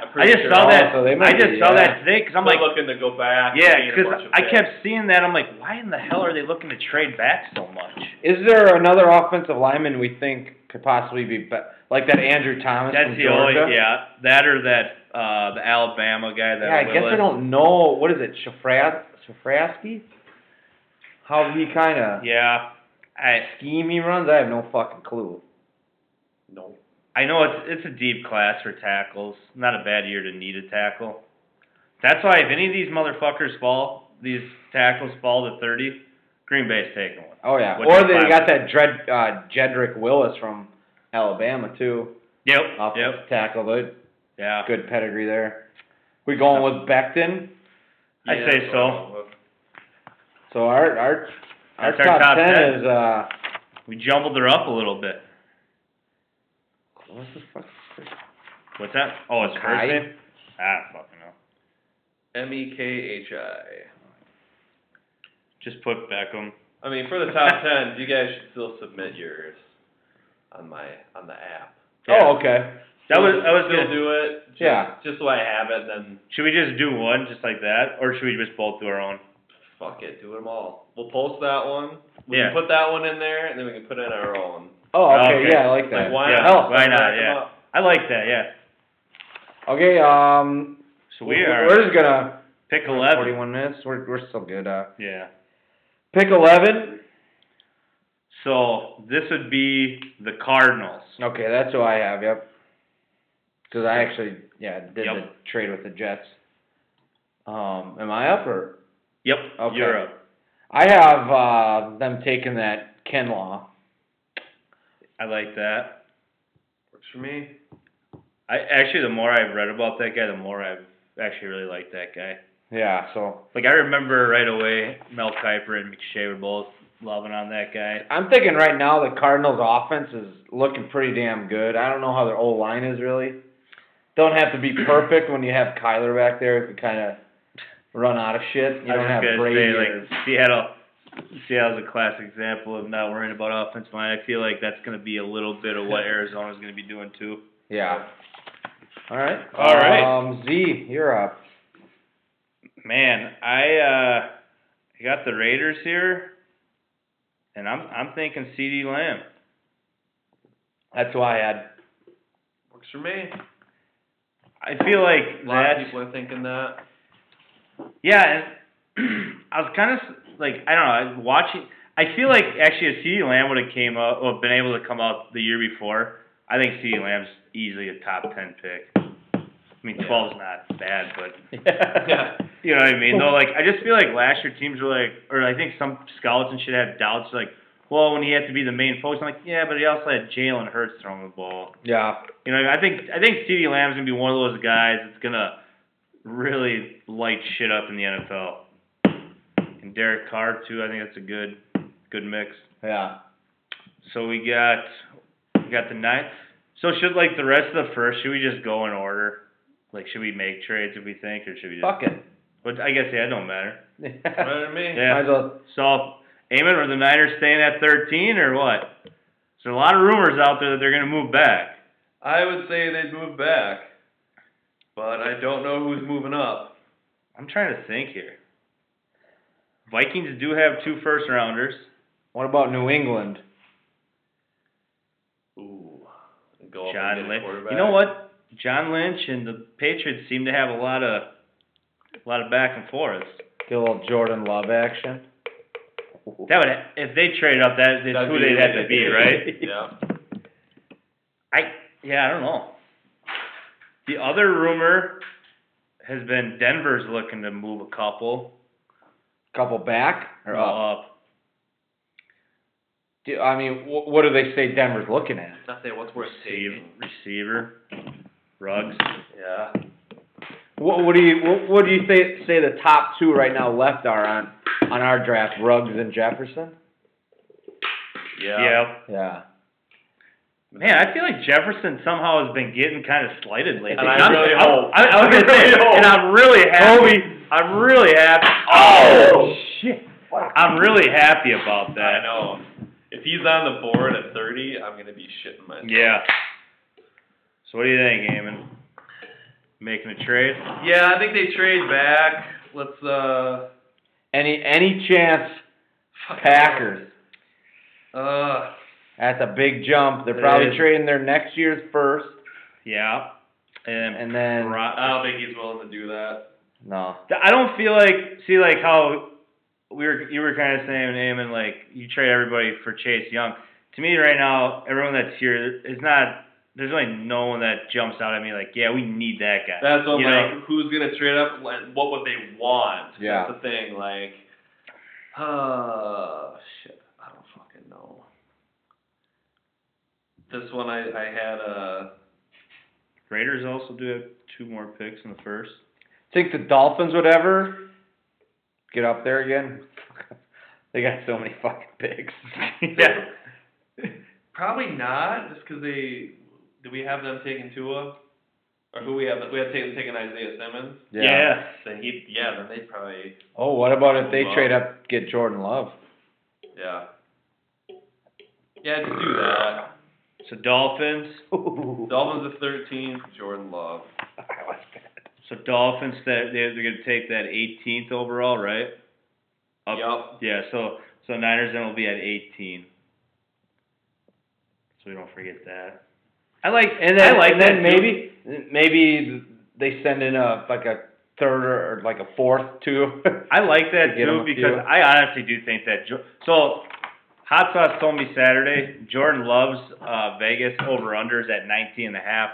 [SPEAKER 5] I'm
[SPEAKER 3] I
[SPEAKER 5] pretty
[SPEAKER 3] just
[SPEAKER 5] sure.
[SPEAKER 3] saw that.
[SPEAKER 1] Oh, so they
[SPEAKER 3] I
[SPEAKER 1] might
[SPEAKER 3] just
[SPEAKER 1] be,
[SPEAKER 3] saw
[SPEAKER 1] yeah.
[SPEAKER 3] that today because I'm
[SPEAKER 5] They're
[SPEAKER 3] like,
[SPEAKER 5] looking to go back.
[SPEAKER 3] yeah,
[SPEAKER 5] and gain a
[SPEAKER 3] because
[SPEAKER 5] bunch of
[SPEAKER 3] I
[SPEAKER 5] picks.
[SPEAKER 3] kept seeing that. I'm like, why in the hell are they looking to trade back so much?
[SPEAKER 1] Is there another offensive lineman we think could possibly be, be- like that Andrew Thomas
[SPEAKER 3] That's
[SPEAKER 1] from
[SPEAKER 3] the only
[SPEAKER 1] Georgia?
[SPEAKER 3] yeah, that or that uh the Alabama guy. That
[SPEAKER 1] Yeah, I guess I
[SPEAKER 3] Willis.
[SPEAKER 1] don't know. What is it, Shafras- Shafraski? How he kind of
[SPEAKER 3] Yeah, I
[SPEAKER 1] scheme he runs? I have no fucking clue.
[SPEAKER 5] No.
[SPEAKER 3] I know it's it's a deep class for tackles. Not a bad year to need a tackle. That's why if any of these motherfuckers fall, these tackles fall to thirty, Green Bay's taking one.
[SPEAKER 1] Oh yeah,
[SPEAKER 3] What
[SPEAKER 1] or
[SPEAKER 3] you
[SPEAKER 1] they
[SPEAKER 3] find-
[SPEAKER 1] got that Dred, uh, Jedrick Willis from Alabama too,
[SPEAKER 3] Yep.
[SPEAKER 1] offensive
[SPEAKER 3] Yep.
[SPEAKER 1] tackle. Good,
[SPEAKER 3] Yeah.
[SPEAKER 1] good pedigree there. We going with Becton,
[SPEAKER 3] I'd
[SPEAKER 5] Yeah,
[SPEAKER 3] say
[SPEAKER 5] that's
[SPEAKER 3] so.
[SPEAKER 5] what I'm-
[SPEAKER 1] so our our our
[SPEAKER 3] That's
[SPEAKER 1] top, ten, is uh,
[SPEAKER 3] We jumbled her up a little bit.
[SPEAKER 1] what's the fuck?
[SPEAKER 3] What's that? Oh, it's
[SPEAKER 1] Kai?
[SPEAKER 3] first name. Ah, fucking know.
[SPEAKER 5] M E K H I.
[SPEAKER 3] Just put Beckham.
[SPEAKER 5] I mean, for the top ten, you guys should still submit yours on my on the app.
[SPEAKER 3] Yeah.
[SPEAKER 1] Oh okay,
[SPEAKER 3] That was that was
[SPEAKER 5] still
[SPEAKER 3] good.
[SPEAKER 5] do it. Just,
[SPEAKER 1] Yeah.
[SPEAKER 5] Just so I have it, then
[SPEAKER 3] Should we just do one just like that, or should we just both do our own?
[SPEAKER 5] fuck it, do them all. We'll post that one. We
[SPEAKER 3] Yeah.
[SPEAKER 5] can put that one in there, and then we can put in our own.
[SPEAKER 1] oh okay,
[SPEAKER 3] Okay.
[SPEAKER 1] yeah, I like that.
[SPEAKER 5] Like why
[SPEAKER 3] Yeah,
[SPEAKER 5] not?
[SPEAKER 3] why not,
[SPEAKER 5] Back 'em
[SPEAKER 3] yeah.
[SPEAKER 5] up.
[SPEAKER 3] I like that. Yeah.
[SPEAKER 1] okay, um,
[SPEAKER 3] So we
[SPEAKER 1] we're-
[SPEAKER 3] are
[SPEAKER 1] we're just gonna
[SPEAKER 3] pick eleven.
[SPEAKER 1] forty-one minutes. We're we're still good. Uh,
[SPEAKER 3] Yeah.
[SPEAKER 1] pick eleven.
[SPEAKER 3] So this would be the Cardinals.
[SPEAKER 1] Okay, that's who I have. Yep. Because I actually, yeah, did
[SPEAKER 3] Yep.
[SPEAKER 1] the trade with the Jets. Um, am I up or
[SPEAKER 3] Yep.
[SPEAKER 1] Okay.
[SPEAKER 3] Europe.
[SPEAKER 1] I have uh, them taking that Kinlaw.
[SPEAKER 3] I like that.
[SPEAKER 5] Works for me.
[SPEAKER 3] I actually, the more I've read about that guy, the more I've actually really liked that guy.
[SPEAKER 1] Yeah, so
[SPEAKER 3] Like I remember right away, Mel Kiper and McShay were both loving on that guy.
[SPEAKER 1] I'm thinking right now the Cardinals' offense is looking pretty damn good. I don't know how their O line is really. Don't have to be perfect when you have Kyler back there. If you kind of run out of shit, you
[SPEAKER 3] I
[SPEAKER 1] don't
[SPEAKER 3] was
[SPEAKER 1] have
[SPEAKER 3] just gonna
[SPEAKER 1] Brady.
[SPEAKER 3] say,
[SPEAKER 1] or-
[SPEAKER 3] like Seattle. Seattle's a classic example of not worrying about offensive line. I feel like that's going to be a little bit of what Arizona's going to be doing too.
[SPEAKER 1] yeah. All right.
[SPEAKER 3] All right.
[SPEAKER 1] Um, Z, you're up.
[SPEAKER 3] Man, I uh I got the Raiders here, and I'm I'm thinking C.D. Lamb.
[SPEAKER 1] That's who I had.
[SPEAKER 5] Works for me.
[SPEAKER 3] I feel
[SPEAKER 5] A
[SPEAKER 3] like
[SPEAKER 5] lot
[SPEAKER 3] that's
[SPEAKER 5] of people are thinking that.
[SPEAKER 3] yeah. And I was kind of like I don't know watching. I feel like actually if C.D. Lamb would have came up or been able to come out the year before, I think C.D. Lamb's easily a top ten pick. I mean,
[SPEAKER 5] Yeah.
[SPEAKER 3] twelve's not bad, but
[SPEAKER 5] Yeah.
[SPEAKER 3] You know what I mean? Though, like, I just feel like last year teams were like, or I think some scouts and shit had doubts, like, well, when he had to be the main focus, I'm like, yeah, but he also had Jalen Hurts throwing the ball.
[SPEAKER 1] Yeah.
[SPEAKER 3] You know, what I mean? I think I think Ceedee Lamb's gonna be one of those guys that's gonna really light shit up in the NFL. And Derek Carr too. I think that's a good good mix.
[SPEAKER 1] Yeah.
[SPEAKER 3] So we got we got the ninth. So should like the rest of the first? Should we just go in order? Like should we make trades if we think, or should we just?
[SPEAKER 1] Fuck it.
[SPEAKER 3] But I guess yeah, it don't matter.
[SPEAKER 1] Might
[SPEAKER 5] Better than me.
[SPEAKER 3] Yeah.
[SPEAKER 1] as well.
[SPEAKER 3] So, Eamon, are the Niners staying at 13 or what? There's a lot of rumors out there that they're going to move back.
[SPEAKER 5] I would say they'd move back, but I don't know who's moving up.
[SPEAKER 3] I'm trying to think here. Vikings do have two first rounders.
[SPEAKER 1] What about New England?
[SPEAKER 5] Ooh. Go up and
[SPEAKER 3] John
[SPEAKER 5] get Oh, a
[SPEAKER 3] Lynch.
[SPEAKER 5] quarterback.
[SPEAKER 3] You know what? John Lynch and the Patriots seem to have a lot of a lot of back and forth.
[SPEAKER 1] Get a little Jordan Love action.
[SPEAKER 3] That would if they trade up, that is
[SPEAKER 5] That'd
[SPEAKER 3] who
[SPEAKER 5] be-
[SPEAKER 3] they'd have to be, right?
[SPEAKER 5] Yeah.
[SPEAKER 3] I yeah, I don't know. The other rumor has been Denver's looking to move a couple
[SPEAKER 1] Couple back or up?
[SPEAKER 3] up.
[SPEAKER 1] Do, I mean, wh- what do they say Denver's looking at?
[SPEAKER 5] Nothing what's worth
[SPEAKER 3] Receiver,
[SPEAKER 5] taking.
[SPEAKER 3] receiver, rugs.
[SPEAKER 5] Yeah.
[SPEAKER 1] What, what do you what, what do you say say the top two right now left are on on our draft? Ruggs and Jefferson.
[SPEAKER 5] Yeah.
[SPEAKER 3] Yeah.
[SPEAKER 1] Yeah.
[SPEAKER 3] Man, I feel like Jefferson somehow has been getting kind of slighted lately.
[SPEAKER 5] And I
[SPEAKER 3] I'm-
[SPEAKER 5] really
[SPEAKER 3] I'm-
[SPEAKER 5] hope.
[SPEAKER 3] I, I was gonna
[SPEAKER 5] I
[SPEAKER 3] say,
[SPEAKER 5] really hope.
[SPEAKER 3] and I'm really happy. I'm really happy.
[SPEAKER 5] Oh!
[SPEAKER 1] Shit.
[SPEAKER 3] I'm really happy about
[SPEAKER 5] I
[SPEAKER 3] that.
[SPEAKER 5] know. If he's on the board at 30, I'm going to be shitting myself.
[SPEAKER 3] Yeah. So what do you think, Eamon? Making a trade?
[SPEAKER 5] Yeah, I think they trade back. Let's, uh.
[SPEAKER 1] Any any chance Packers?
[SPEAKER 5] Uh.
[SPEAKER 1] That's a big jump. They're
[SPEAKER 3] It
[SPEAKER 1] probably
[SPEAKER 3] is.
[SPEAKER 1] trading their next year's first,
[SPEAKER 3] Yeah. And,
[SPEAKER 1] and then
[SPEAKER 3] Ro-
[SPEAKER 5] I don't think he's willing to do that.
[SPEAKER 1] no.
[SPEAKER 3] I don't feel like see like how we were you were kind of saying Eamon like you trade everybody for Chase Young. To me right now, everyone that's here is not. There's really no one that jumps out at me like, yeah, we need that guy.
[SPEAKER 5] That's what I'm
[SPEAKER 3] You
[SPEAKER 5] like.
[SPEAKER 3] know?
[SPEAKER 5] Who's going to trade up? Like, what would they want?
[SPEAKER 1] Yeah.
[SPEAKER 5] That's the thing. Like, uh. Shit. I don't fucking know. This one I, I had, uh.
[SPEAKER 3] Raiders also do have two more picks in the first.
[SPEAKER 1] Think the Dolphins would ever get up there again? they got so many fucking picks.
[SPEAKER 3] yeah.
[SPEAKER 5] Probably not, just because they. Do we have them taking Tua? Or who we have? We have taken taking Isaiah Simmons.
[SPEAKER 3] yeah.
[SPEAKER 5] Then he, yeah, then they'd probably,
[SPEAKER 1] Oh, what about if they
[SPEAKER 5] Love.
[SPEAKER 1] trade up get Jordan Love?
[SPEAKER 5] yeah. Yeah, just do that.
[SPEAKER 3] So Dolphins.
[SPEAKER 5] Dolphins at 13, Jordan Love.
[SPEAKER 3] So Dolphins that they're, they're gonna take that 18th overall, right? Up-
[SPEAKER 5] Yup.
[SPEAKER 3] Yeah. So so Niners then will be at 18. So we don't forget that. I like
[SPEAKER 1] And then,
[SPEAKER 3] I like
[SPEAKER 1] and then
[SPEAKER 3] that too.
[SPEAKER 1] maybe maybe they send in a like a third or, or like a fourth too.
[SPEAKER 3] I like
[SPEAKER 1] To
[SPEAKER 3] that
[SPEAKER 1] get him
[SPEAKER 3] too
[SPEAKER 1] a
[SPEAKER 3] because
[SPEAKER 1] few.
[SPEAKER 3] I honestly do think that. Jo- So, Hot Sauce told me Saturday Jordan loves uh, Vegas over unders at 19 and a half.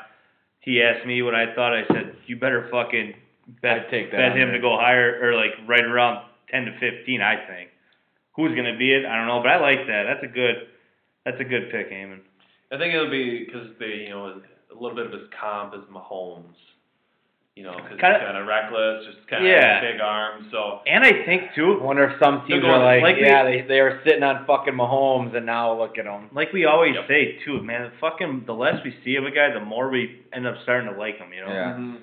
[SPEAKER 3] He asked me what I thought. I said, "You better fucking bet
[SPEAKER 1] I'd take that
[SPEAKER 3] bet him
[SPEAKER 1] under.
[SPEAKER 3] to go higher or like right around 10 to 15." I think. Who's gonna be it? I don't know, but I like that. That's a good. That's a good pick, Eamon.
[SPEAKER 5] I think it'll be because they, you know, a little bit of his comp is Mahomes. You know, because
[SPEAKER 3] Kinda-
[SPEAKER 5] he's kind of reckless, just kind of
[SPEAKER 3] Yeah.
[SPEAKER 5] big arms. So
[SPEAKER 3] And I think
[SPEAKER 1] I
[SPEAKER 3] too,
[SPEAKER 1] wonder if some teams
[SPEAKER 3] They're going
[SPEAKER 1] are like,
[SPEAKER 3] like we-
[SPEAKER 1] yeah, they they are sitting on fucking Mahomes, and now look at them.
[SPEAKER 3] like we always
[SPEAKER 5] Yep.
[SPEAKER 3] say too, man. The fucking the less we see of a guy, the more we end up starting to like him. You know,
[SPEAKER 1] Yeah.
[SPEAKER 5] Mhm.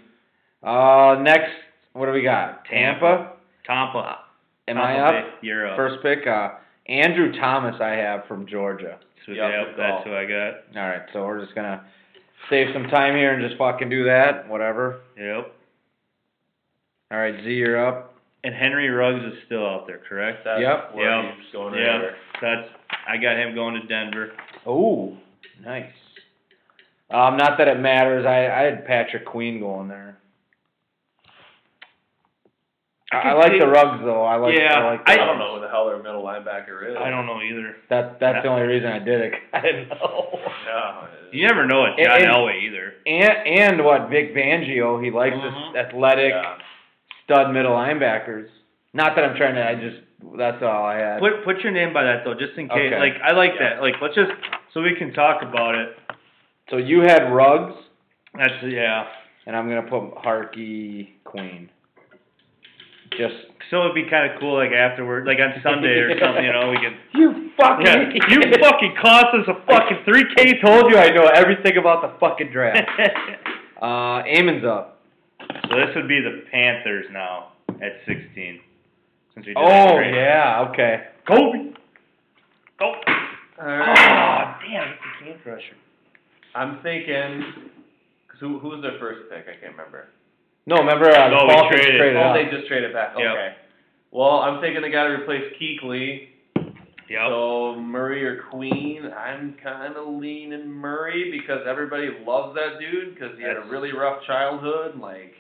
[SPEAKER 1] Uh, next, what do we got? Tampa.
[SPEAKER 3] Tampa.
[SPEAKER 1] Am
[SPEAKER 3] Tampa
[SPEAKER 1] I up?
[SPEAKER 3] Bay, You're up.
[SPEAKER 1] First pick. Uh, Andrew Thomas. I have from Georgia.
[SPEAKER 3] So,
[SPEAKER 5] Yeah,
[SPEAKER 3] yep,
[SPEAKER 5] good
[SPEAKER 3] that's
[SPEAKER 5] call.
[SPEAKER 3] who I got.
[SPEAKER 1] All right, so we're just gonna save some time here and just fucking do that. Whatever.
[SPEAKER 3] Yep.
[SPEAKER 1] All right, Z, you're up.
[SPEAKER 3] And Henry Ruggs is still out there, correct?
[SPEAKER 5] that's
[SPEAKER 1] Yep.
[SPEAKER 5] where
[SPEAKER 3] Yep.
[SPEAKER 5] he's going
[SPEAKER 3] Yeah.
[SPEAKER 5] right there.
[SPEAKER 3] That's I got him going to Denver.
[SPEAKER 1] Oh, nice. Um, not that it matters. I, I had Patrick Queen going there. I, I like the rugs though. I like.
[SPEAKER 3] Yeah,
[SPEAKER 1] I, like the
[SPEAKER 5] I,
[SPEAKER 3] I-
[SPEAKER 5] don't know who the hell their middle linebacker is.
[SPEAKER 3] I don't know either.
[SPEAKER 1] That that's the only reason I did it. I didn't know.
[SPEAKER 5] Yeah.
[SPEAKER 3] You never know it,
[SPEAKER 1] And-
[SPEAKER 3] John
[SPEAKER 1] and-
[SPEAKER 3] Elway either.
[SPEAKER 1] And and what Vic Fangio? He likes
[SPEAKER 5] Mhm.
[SPEAKER 1] this athletic
[SPEAKER 5] Yeah.
[SPEAKER 1] stud middle linebackers. Not that I'm trying to. I just that's all I had.
[SPEAKER 3] Put put your name by that though, just in case.
[SPEAKER 1] Okay.
[SPEAKER 3] Like I like
[SPEAKER 5] Yeah.
[SPEAKER 3] that. Like let's just so we can talk about it.
[SPEAKER 1] So you had rugs,
[SPEAKER 3] That's yeah.
[SPEAKER 1] and I'm gonna put Harkey queen. Just
[SPEAKER 3] So it'd be kind of cool, like afterward, like on Sunday or something, you know, we could.
[SPEAKER 1] you fucking
[SPEAKER 3] Yeah, you fucking cost us a fucking three K.
[SPEAKER 1] told you I know everything about the fucking draft.
[SPEAKER 3] so
[SPEAKER 1] uh, Amon's up.
[SPEAKER 3] this would be the Panthers now at sixteen. Since we did that
[SPEAKER 1] Oh
[SPEAKER 3] trade.
[SPEAKER 1] yeah, okay.
[SPEAKER 3] Kobe. Kobe.
[SPEAKER 1] Oh,
[SPEAKER 5] Alright.
[SPEAKER 3] damn, it's a can crusher.
[SPEAKER 5] I'm thinking. Cause who, who was their first pick? I can't remember.
[SPEAKER 1] No, remember uh,
[SPEAKER 3] No,
[SPEAKER 1] the
[SPEAKER 3] we
[SPEAKER 1] Falcons
[SPEAKER 3] traded.
[SPEAKER 5] Oh,
[SPEAKER 1] up.
[SPEAKER 5] they just traded back. Okay.
[SPEAKER 3] Yep.
[SPEAKER 5] Well, I'm thinking they got to replace Keekly.
[SPEAKER 3] Yep.
[SPEAKER 5] So Murray or Queen, I'm kind of leaning Murray because everybody loves that dude because he had a
[SPEAKER 3] Yes.
[SPEAKER 5] really rough childhood. and, Like,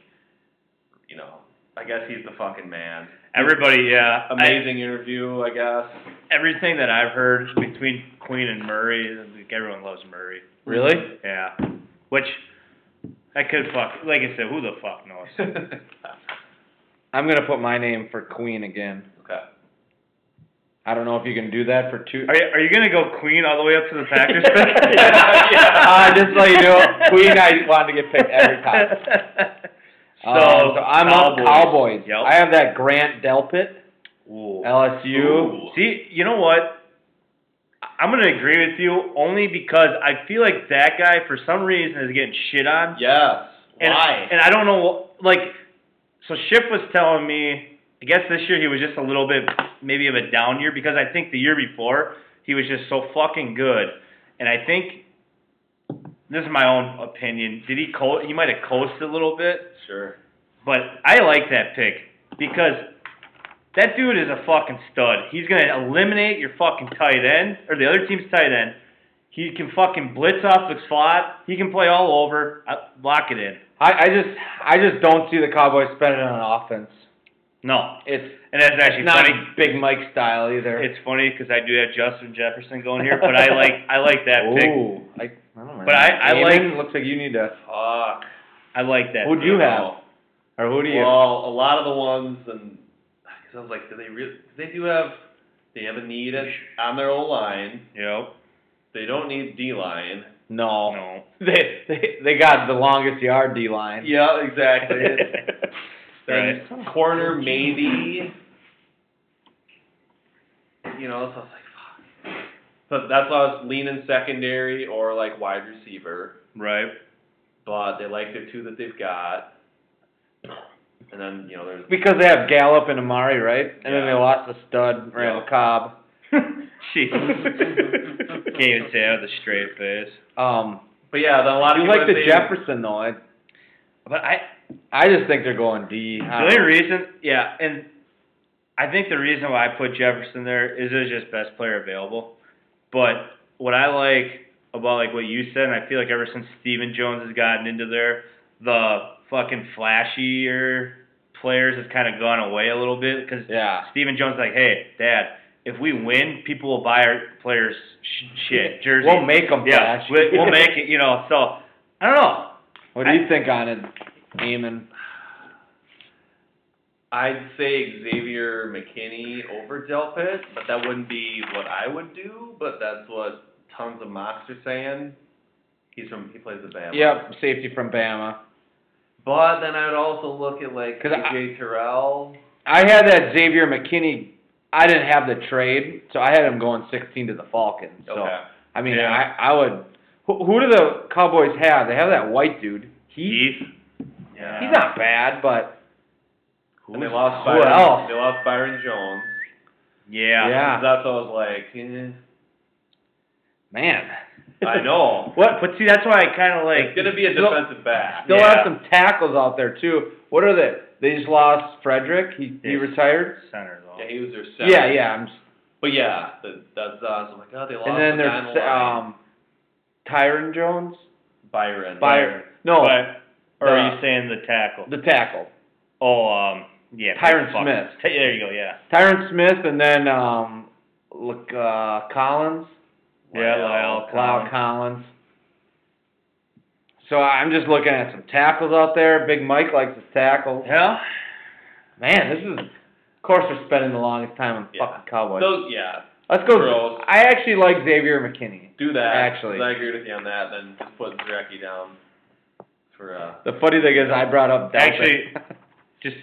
[SPEAKER 5] you know, I guess he's the fucking man.
[SPEAKER 3] Everybody, yeah. I-
[SPEAKER 5] Amazing interview, I guess.
[SPEAKER 3] everything that I've heard between Queen and Murray, like everyone loves Murray.
[SPEAKER 1] Really?
[SPEAKER 3] Yeah. Which I could fuck. Like I said, who the fuck knows?
[SPEAKER 1] I'm gonna put my name for Queen again.
[SPEAKER 5] okay.
[SPEAKER 1] I don't know if you can do that for two.
[SPEAKER 3] Are you, are you gonna go Queen all the way up to the Packers?
[SPEAKER 1] Uh, just so you know, Queen I wanted to get picked every time.
[SPEAKER 3] So,
[SPEAKER 1] Um, so I'm
[SPEAKER 3] Cowboys.
[SPEAKER 1] up Cowboys.
[SPEAKER 3] Yep.
[SPEAKER 1] I have that Grant Delpit,
[SPEAKER 3] Ooh.
[SPEAKER 1] LSU.
[SPEAKER 5] Ooh.
[SPEAKER 3] See, you know what? I- I'm gonna agree with you only because I feel like that guy for some reason is getting shit on.
[SPEAKER 5] Yes.
[SPEAKER 3] And,
[SPEAKER 5] Why?
[SPEAKER 3] And I don't know, like, so Schiff was telling me, I guess this year he was just a little bit maybe of a down year because I think the year before he was just so fucking good, and I think this is my own opinion. Did he co- He might have coasted a little bit,
[SPEAKER 5] sure.
[SPEAKER 3] but I like that pick because that dude is a fucking stud. He's gonna eliminate your fucking tight end or the other team's tight end. He can fucking blitz off the slot. He can play all over. I, lock it in.
[SPEAKER 1] I, I just I just don't see the Cowboys spending on offense.
[SPEAKER 3] No,
[SPEAKER 1] It's
[SPEAKER 3] and that's actually
[SPEAKER 1] not
[SPEAKER 3] funny.
[SPEAKER 1] Big Mike style either.
[SPEAKER 3] It's funny because I do have Justin Jefferson going here, but I like I like that pick.
[SPEAKER 1] Ooh, I, I don't know.
[SPEAKER 3] But I- I
[SPEAKER 1] Damon, looks like you need to.
[SPEAKER 5] Fuck.
[SPEAKER 3] I like that.
[SPEAKER 1] Who'd you
[SPEAKER 5] I don't
[SPEAKER 1] have?
[SPEAKER 5] know.
[SPEAKER 1] Or who do you?
[SPEAKER 5] Well, a lot of the ones, and because I was like, do they really? They do have, they have a need at, on their O line.
[SPEAKER 3] Yep.
[SPEAKER 5] They don't need D line.
[SPEAKER 1] no.
[SPEAKER 3] No.
[SPEAKER 1] They, they they got the longest yard D line.
[SPEAKER 5] Yeah, exactly.
[SPEAKER 3] Right.
[SPEAKER 5] then corner maybe. You know, so I was like, fuck. But that's why I was leaning secondary or like wide receiver.
[SPEAKER 3] Right.
[SPEAKER 5] But they like the two that they've got. And then you know there's
[SPEAKER 1] Because they have Gallup and Amari, right? And then they
[SPEAKER 5] Yeah.
[SPEAKER 1] lost the stud Randall Cobb.
[SPEAKER 3] Jeez. Can't even say out of the straight face.
[SPEAKER 1] Um,
[SPEAKER 5] but yeah, then a
[SPEAKER 1] I
[SPEAKER 5] lot of
[SPEAKER 1] do
[SPEAKER 5] people
[SPEAKER 1] like the
[SPEAKER 5] that they-
[SPEAKER 1] Jefferson though. I
[SPEAKER 3] But I
[SPEAKER 1] I just think they're going D.
[SPEAKER 3] the only reason, yeah, and I think the reason why I put Jefferson there is it was just best player available. But what I like about like what you said, and I feel like ever since Steven Jones has gotten into there, the fucking flashier players has kind of gone away a little bit because
[SPEAKER 1] Yeah.
[SPEAKER 3] Steven Jones is like, hey, Dad, if we win, people will buy our players sh- shit jerseys.
[SPEAKER 1] We'll make them
[SPEAKER 3] yeah,
[SPEAKER 1] flash.
[SPEAKER 3] we- we'll make it, you know. So I don't know.
[SPEAKER 1] What do you think on it, Eamon?
[SPEAKER 5] I'd say Xavier McKinney over Delpit, but that wouldn't be what I would do. But that's what tons of mocks are saying. He's from he plays the Bama.
[SPEAKER 1] Yep, safety from Bama.
[SPEAKER 5] But then I would also look at like
[SPEAKER 1] 'Cause I-
[SPEAKER 5] AJ Terrell.
[SPEAKER 1] I had that Xavier McKinney. I didn't have the trade, so I had him going 16 to the Falcons. So
[SPEAKER 5] Okay.
[SPEAKER 1] I mean,
[SPEAKER 3] Yeah.
[SPEAKER 1] I I would. Who, who do the Cowboys have? They have that white dude. He
[SPEAKER 3] Heath. Yeah.
[SPEAKER 1] he's not bad, but
[SPEAKER 5] And they lost
[SPEAKER 1] who
[SPEAKER 5] Byron.
[SPEAKER 1] else?
[SPEAKER 5] They lost Byron Jones.
[SPEAKER 3] Yeah.
[SPEAKER 1] Yeah.
[SPEAKER 5] That's what I was like. Eh.
[SPEAKER 1] man,
[SPEAKER 5] I know.
[SPEAKER 3] What? But see, that's why I kind of
[SPEAKER 5] It's
[SPEAKER 3] like.
[SPEAKER 5] gonna be a
[SPEAKER 1] Still-
[SPEAKER 5] defensive back.
[SPEAKER 1] still
[SPEAKER 3] Yeah.
[SPEAKER 1] have some tackles out there too. What are they? They just lost Frederick. He he
[SPEAKER 3] Yes.
[SPEAKER 1] retired.
[SPEAKER 3] center though.
[SPEAKER 5] Yeah, he was their center.
[SPEAKER 1] Yeah, yeah. I'm, s-
[SPEAKER 5] But yeah, the, that's us. I'm like, oh, they lost.
[SPEAKER 1] and then
[SPEAKER 5] the
[SPEAKER 1] there's
[SPEAKER 5] guy on
[SPEAKER 1] um, Tyron Jones.
[SPEAKER 5] the line. Byron.
[SPEAKER 1] Byron. No,
[SPEAKER 3] But or
[SPEAKER 1] Uh,
[SPEAKER 3] are you saying the tackle?
[SPEAKER 1] the tackle.
[SPEAKER 3] oh, um, yeah.
[SPEAKER 1] Tyron
[SPEAKER 3] fuck.
[SPEAKER 1] Smith.
[SPEAKER 3] Ta- There you go. Yeah.
[SPEAKER 1] Tyron Smith, and then um, look uh, Collins.
[SPEAKER 3] Yeah,
[SPEAKER 5] Lyle
[SPEAKER 3] Lyle.
[SPEAKER 1] Lyle
[SPEAKER 3] Collins.
[SPEAKER 1] Collins. So I'm just looking at some tackles out there. Big Mike likes his tackles.
[SPEAKER 3] Yeah.
[SPEAKER 1] Man, this is. Of course, we're spending the longest time on
[SPEAKER 5] Yeah.
[SPEAKER 1] fucking Cowboys.
[SPEAKER 5] So yeah,
[SPEAKER 1] Let's go.
[SPEAKER 5] Gross.
[SPEAKER 1] I actually like Xavier McKinney.
[SPEAKER 5] do that.
[SPEAKER 1] Actually.
[SPEAKER 5] 'cause I agree with you on that. Then just put Zarecki down for uh.
[SPEAKER 1] The funny thing is, I brought up Delpit.
[SPEAKER 3] Actually, just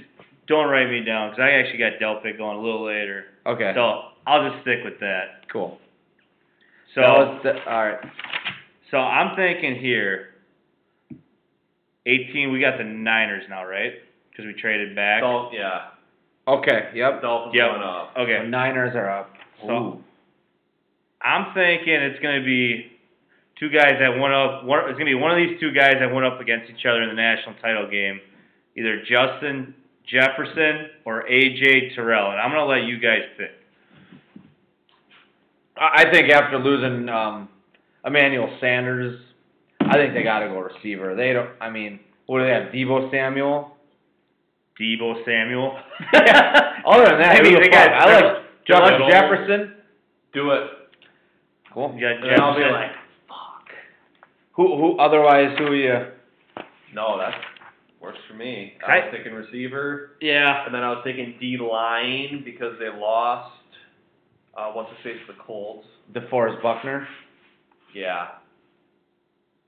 [SPEAKER 3] don't write me down because I actually got Delpit going a little later.
[SPEAKER 1] Okay.
[SPEAKER 3] So I'll just stick with that.
[SPEAKER 1] cool.
[SPEAKER 3] So
[SPEAKER 1] That was the- all right.
[SPEAKER 3] so I'm thinking here. 18, we got the Niners now, right? Because we traded back.
[SPEAKER 5] Dol- yeah.
[SPEAKER 1] Okay. Yep.
[SPEAKER 5] Dolphins
[SPEAKER 3] Yep.
[SPEAKER 5] going up.
[SPEAKER 1] The
[SPEAKER 3] Okay.
[SPEAKER 1] Niners are up.
[SPEAKER 3] So- I'm thinking it's going to be two guys that went up. One, it's going to be one of these two guys that went up against each other in the national title game, either Justin Jefferson or AJ Terrell, and I'm going to let you guys pick.
[SPEAKER 1] I I think after losing um, Emmanuel Sanders, I think they got to go receiver. They don't. I mean, what do they have? Debo Samuel.
[SPEAKER 3] Debo Samuel.
[SPEAKER 1] Other than that,
[SPEAKER 3] I
[SPEAKER 1] who
[SPEAKER 3] mean,
[SPEAKER 1] the
[SPEAKER 3] they
[SPEAKER 1] fuck?
[SPEAKER 3] got-
[SPEAKER 1] I like Justin
[SPEAKER 5] middle.
[SPEAKER 1] Jefferson.
[SPEAKER 5] Do it.
[SPEAKER 1] Cool.
[SPEAKER 3] You got
[SPEAKER 5] And I'll be
[SPEAKER 3] Jefferson.
[SPEAKER 5] like,
[SPEAKER 1] Who? Who? Otherwise, who you?
[SPEAKER 5] no, that works for me. I was
[SPEAKER 3] I-
[SPEAKER 5] thinking receiver,
[SPEAKER 3] yeah.
[SPEAKER 5] and then I was thinking D line because they lost. Uh, what's his face? The Colts.
[SPEAKER 1] DeForest Buckner.
[SPEAKER 5] Yeah.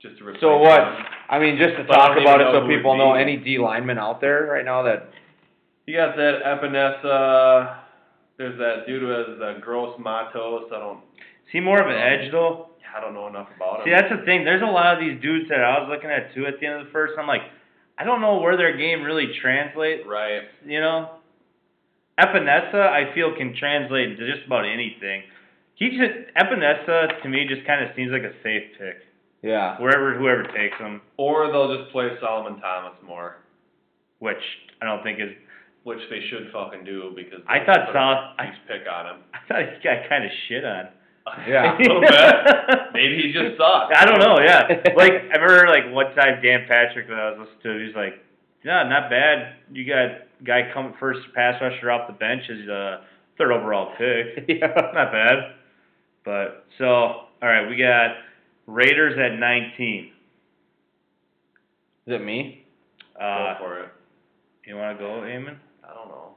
[SPEAKER 5] Just to replace
[SPEAKER 1] So what?
[SPEAKER 5] him.
[SPEAKER 1] I mean, just to
[SPEAKER 5] But I
[SPEAKER 1] talk
[SPEAKER 5] don't
[SPEAKER 1] about it,
[SPEAKER 5] even know
[SPEAKER 1] so
[SPEAKER 5] who
[SPEAKER 1] people
[SPEAKER 5] would
[SPEAKER 1] know
[SPEAKER 5] be.
[SPEAKER 1] any D linemen out there right now that
[SPEAKER 5] You got that Epinesa. There's that dude who has the gross matos. I don't.
[SPEAKER 3] Is he more of an edge, though?
[SPEAKER 5] I don't know enough about
[SPEAKER 3] See,
[SPEAKER 5] him.
[SPEAKER 3] that's the thing. There's a lot of these dudes that I was looking at, too, at the end of the first. I'm like, I don't know where their game really translates.
[SPEAKER 5] Right.
[SPEAKER 3] you know. Epinesa, I feel, can translate into just about anything. He just Epinesa to me just kind of seems like a safe pick
[SPEAKER 1] yeah.
[SPEAKER 3] wherever whoever takes him,
[SPEAKER 5] Or they'll just play Solomon Thomas more,
[SPEAKER 3] which I don't think is.
[SPEAKER 5] which they should fucking do because
[SPEAKER 3] I
[SPEAKER 5] they
[SPEAKER 3] thought
[SPEAKER 5] put
[SPEAKER 3] Sol-
[SPEAKER 5] a huge pick on him.
[SPEAKER 3] I thought he got kind of shit on.
[SPEAKER 1] Yeah.
[SPEAKER 5] A little bit. Maybe he just sucks.
[SPEAKER 3] I don't know. Yeah, like I remember like one time Dan Patrick that I was listening to, he was like, "Yeah, not bad. You got guy come first pass rusher off the bench is uh, third overall pick.
[SPEAKER 1] yeah.
[SPEAKER 3] Not bad. But so, all right, we got Raiders at 19.
[SPEAKER 1] Is it me?
[SPEAKER 3] Uh,
[SPEAKER 5] Go for it.
[SPEAKER 3] you want to go, Eamon?
[SPEAKER 5] I don't know.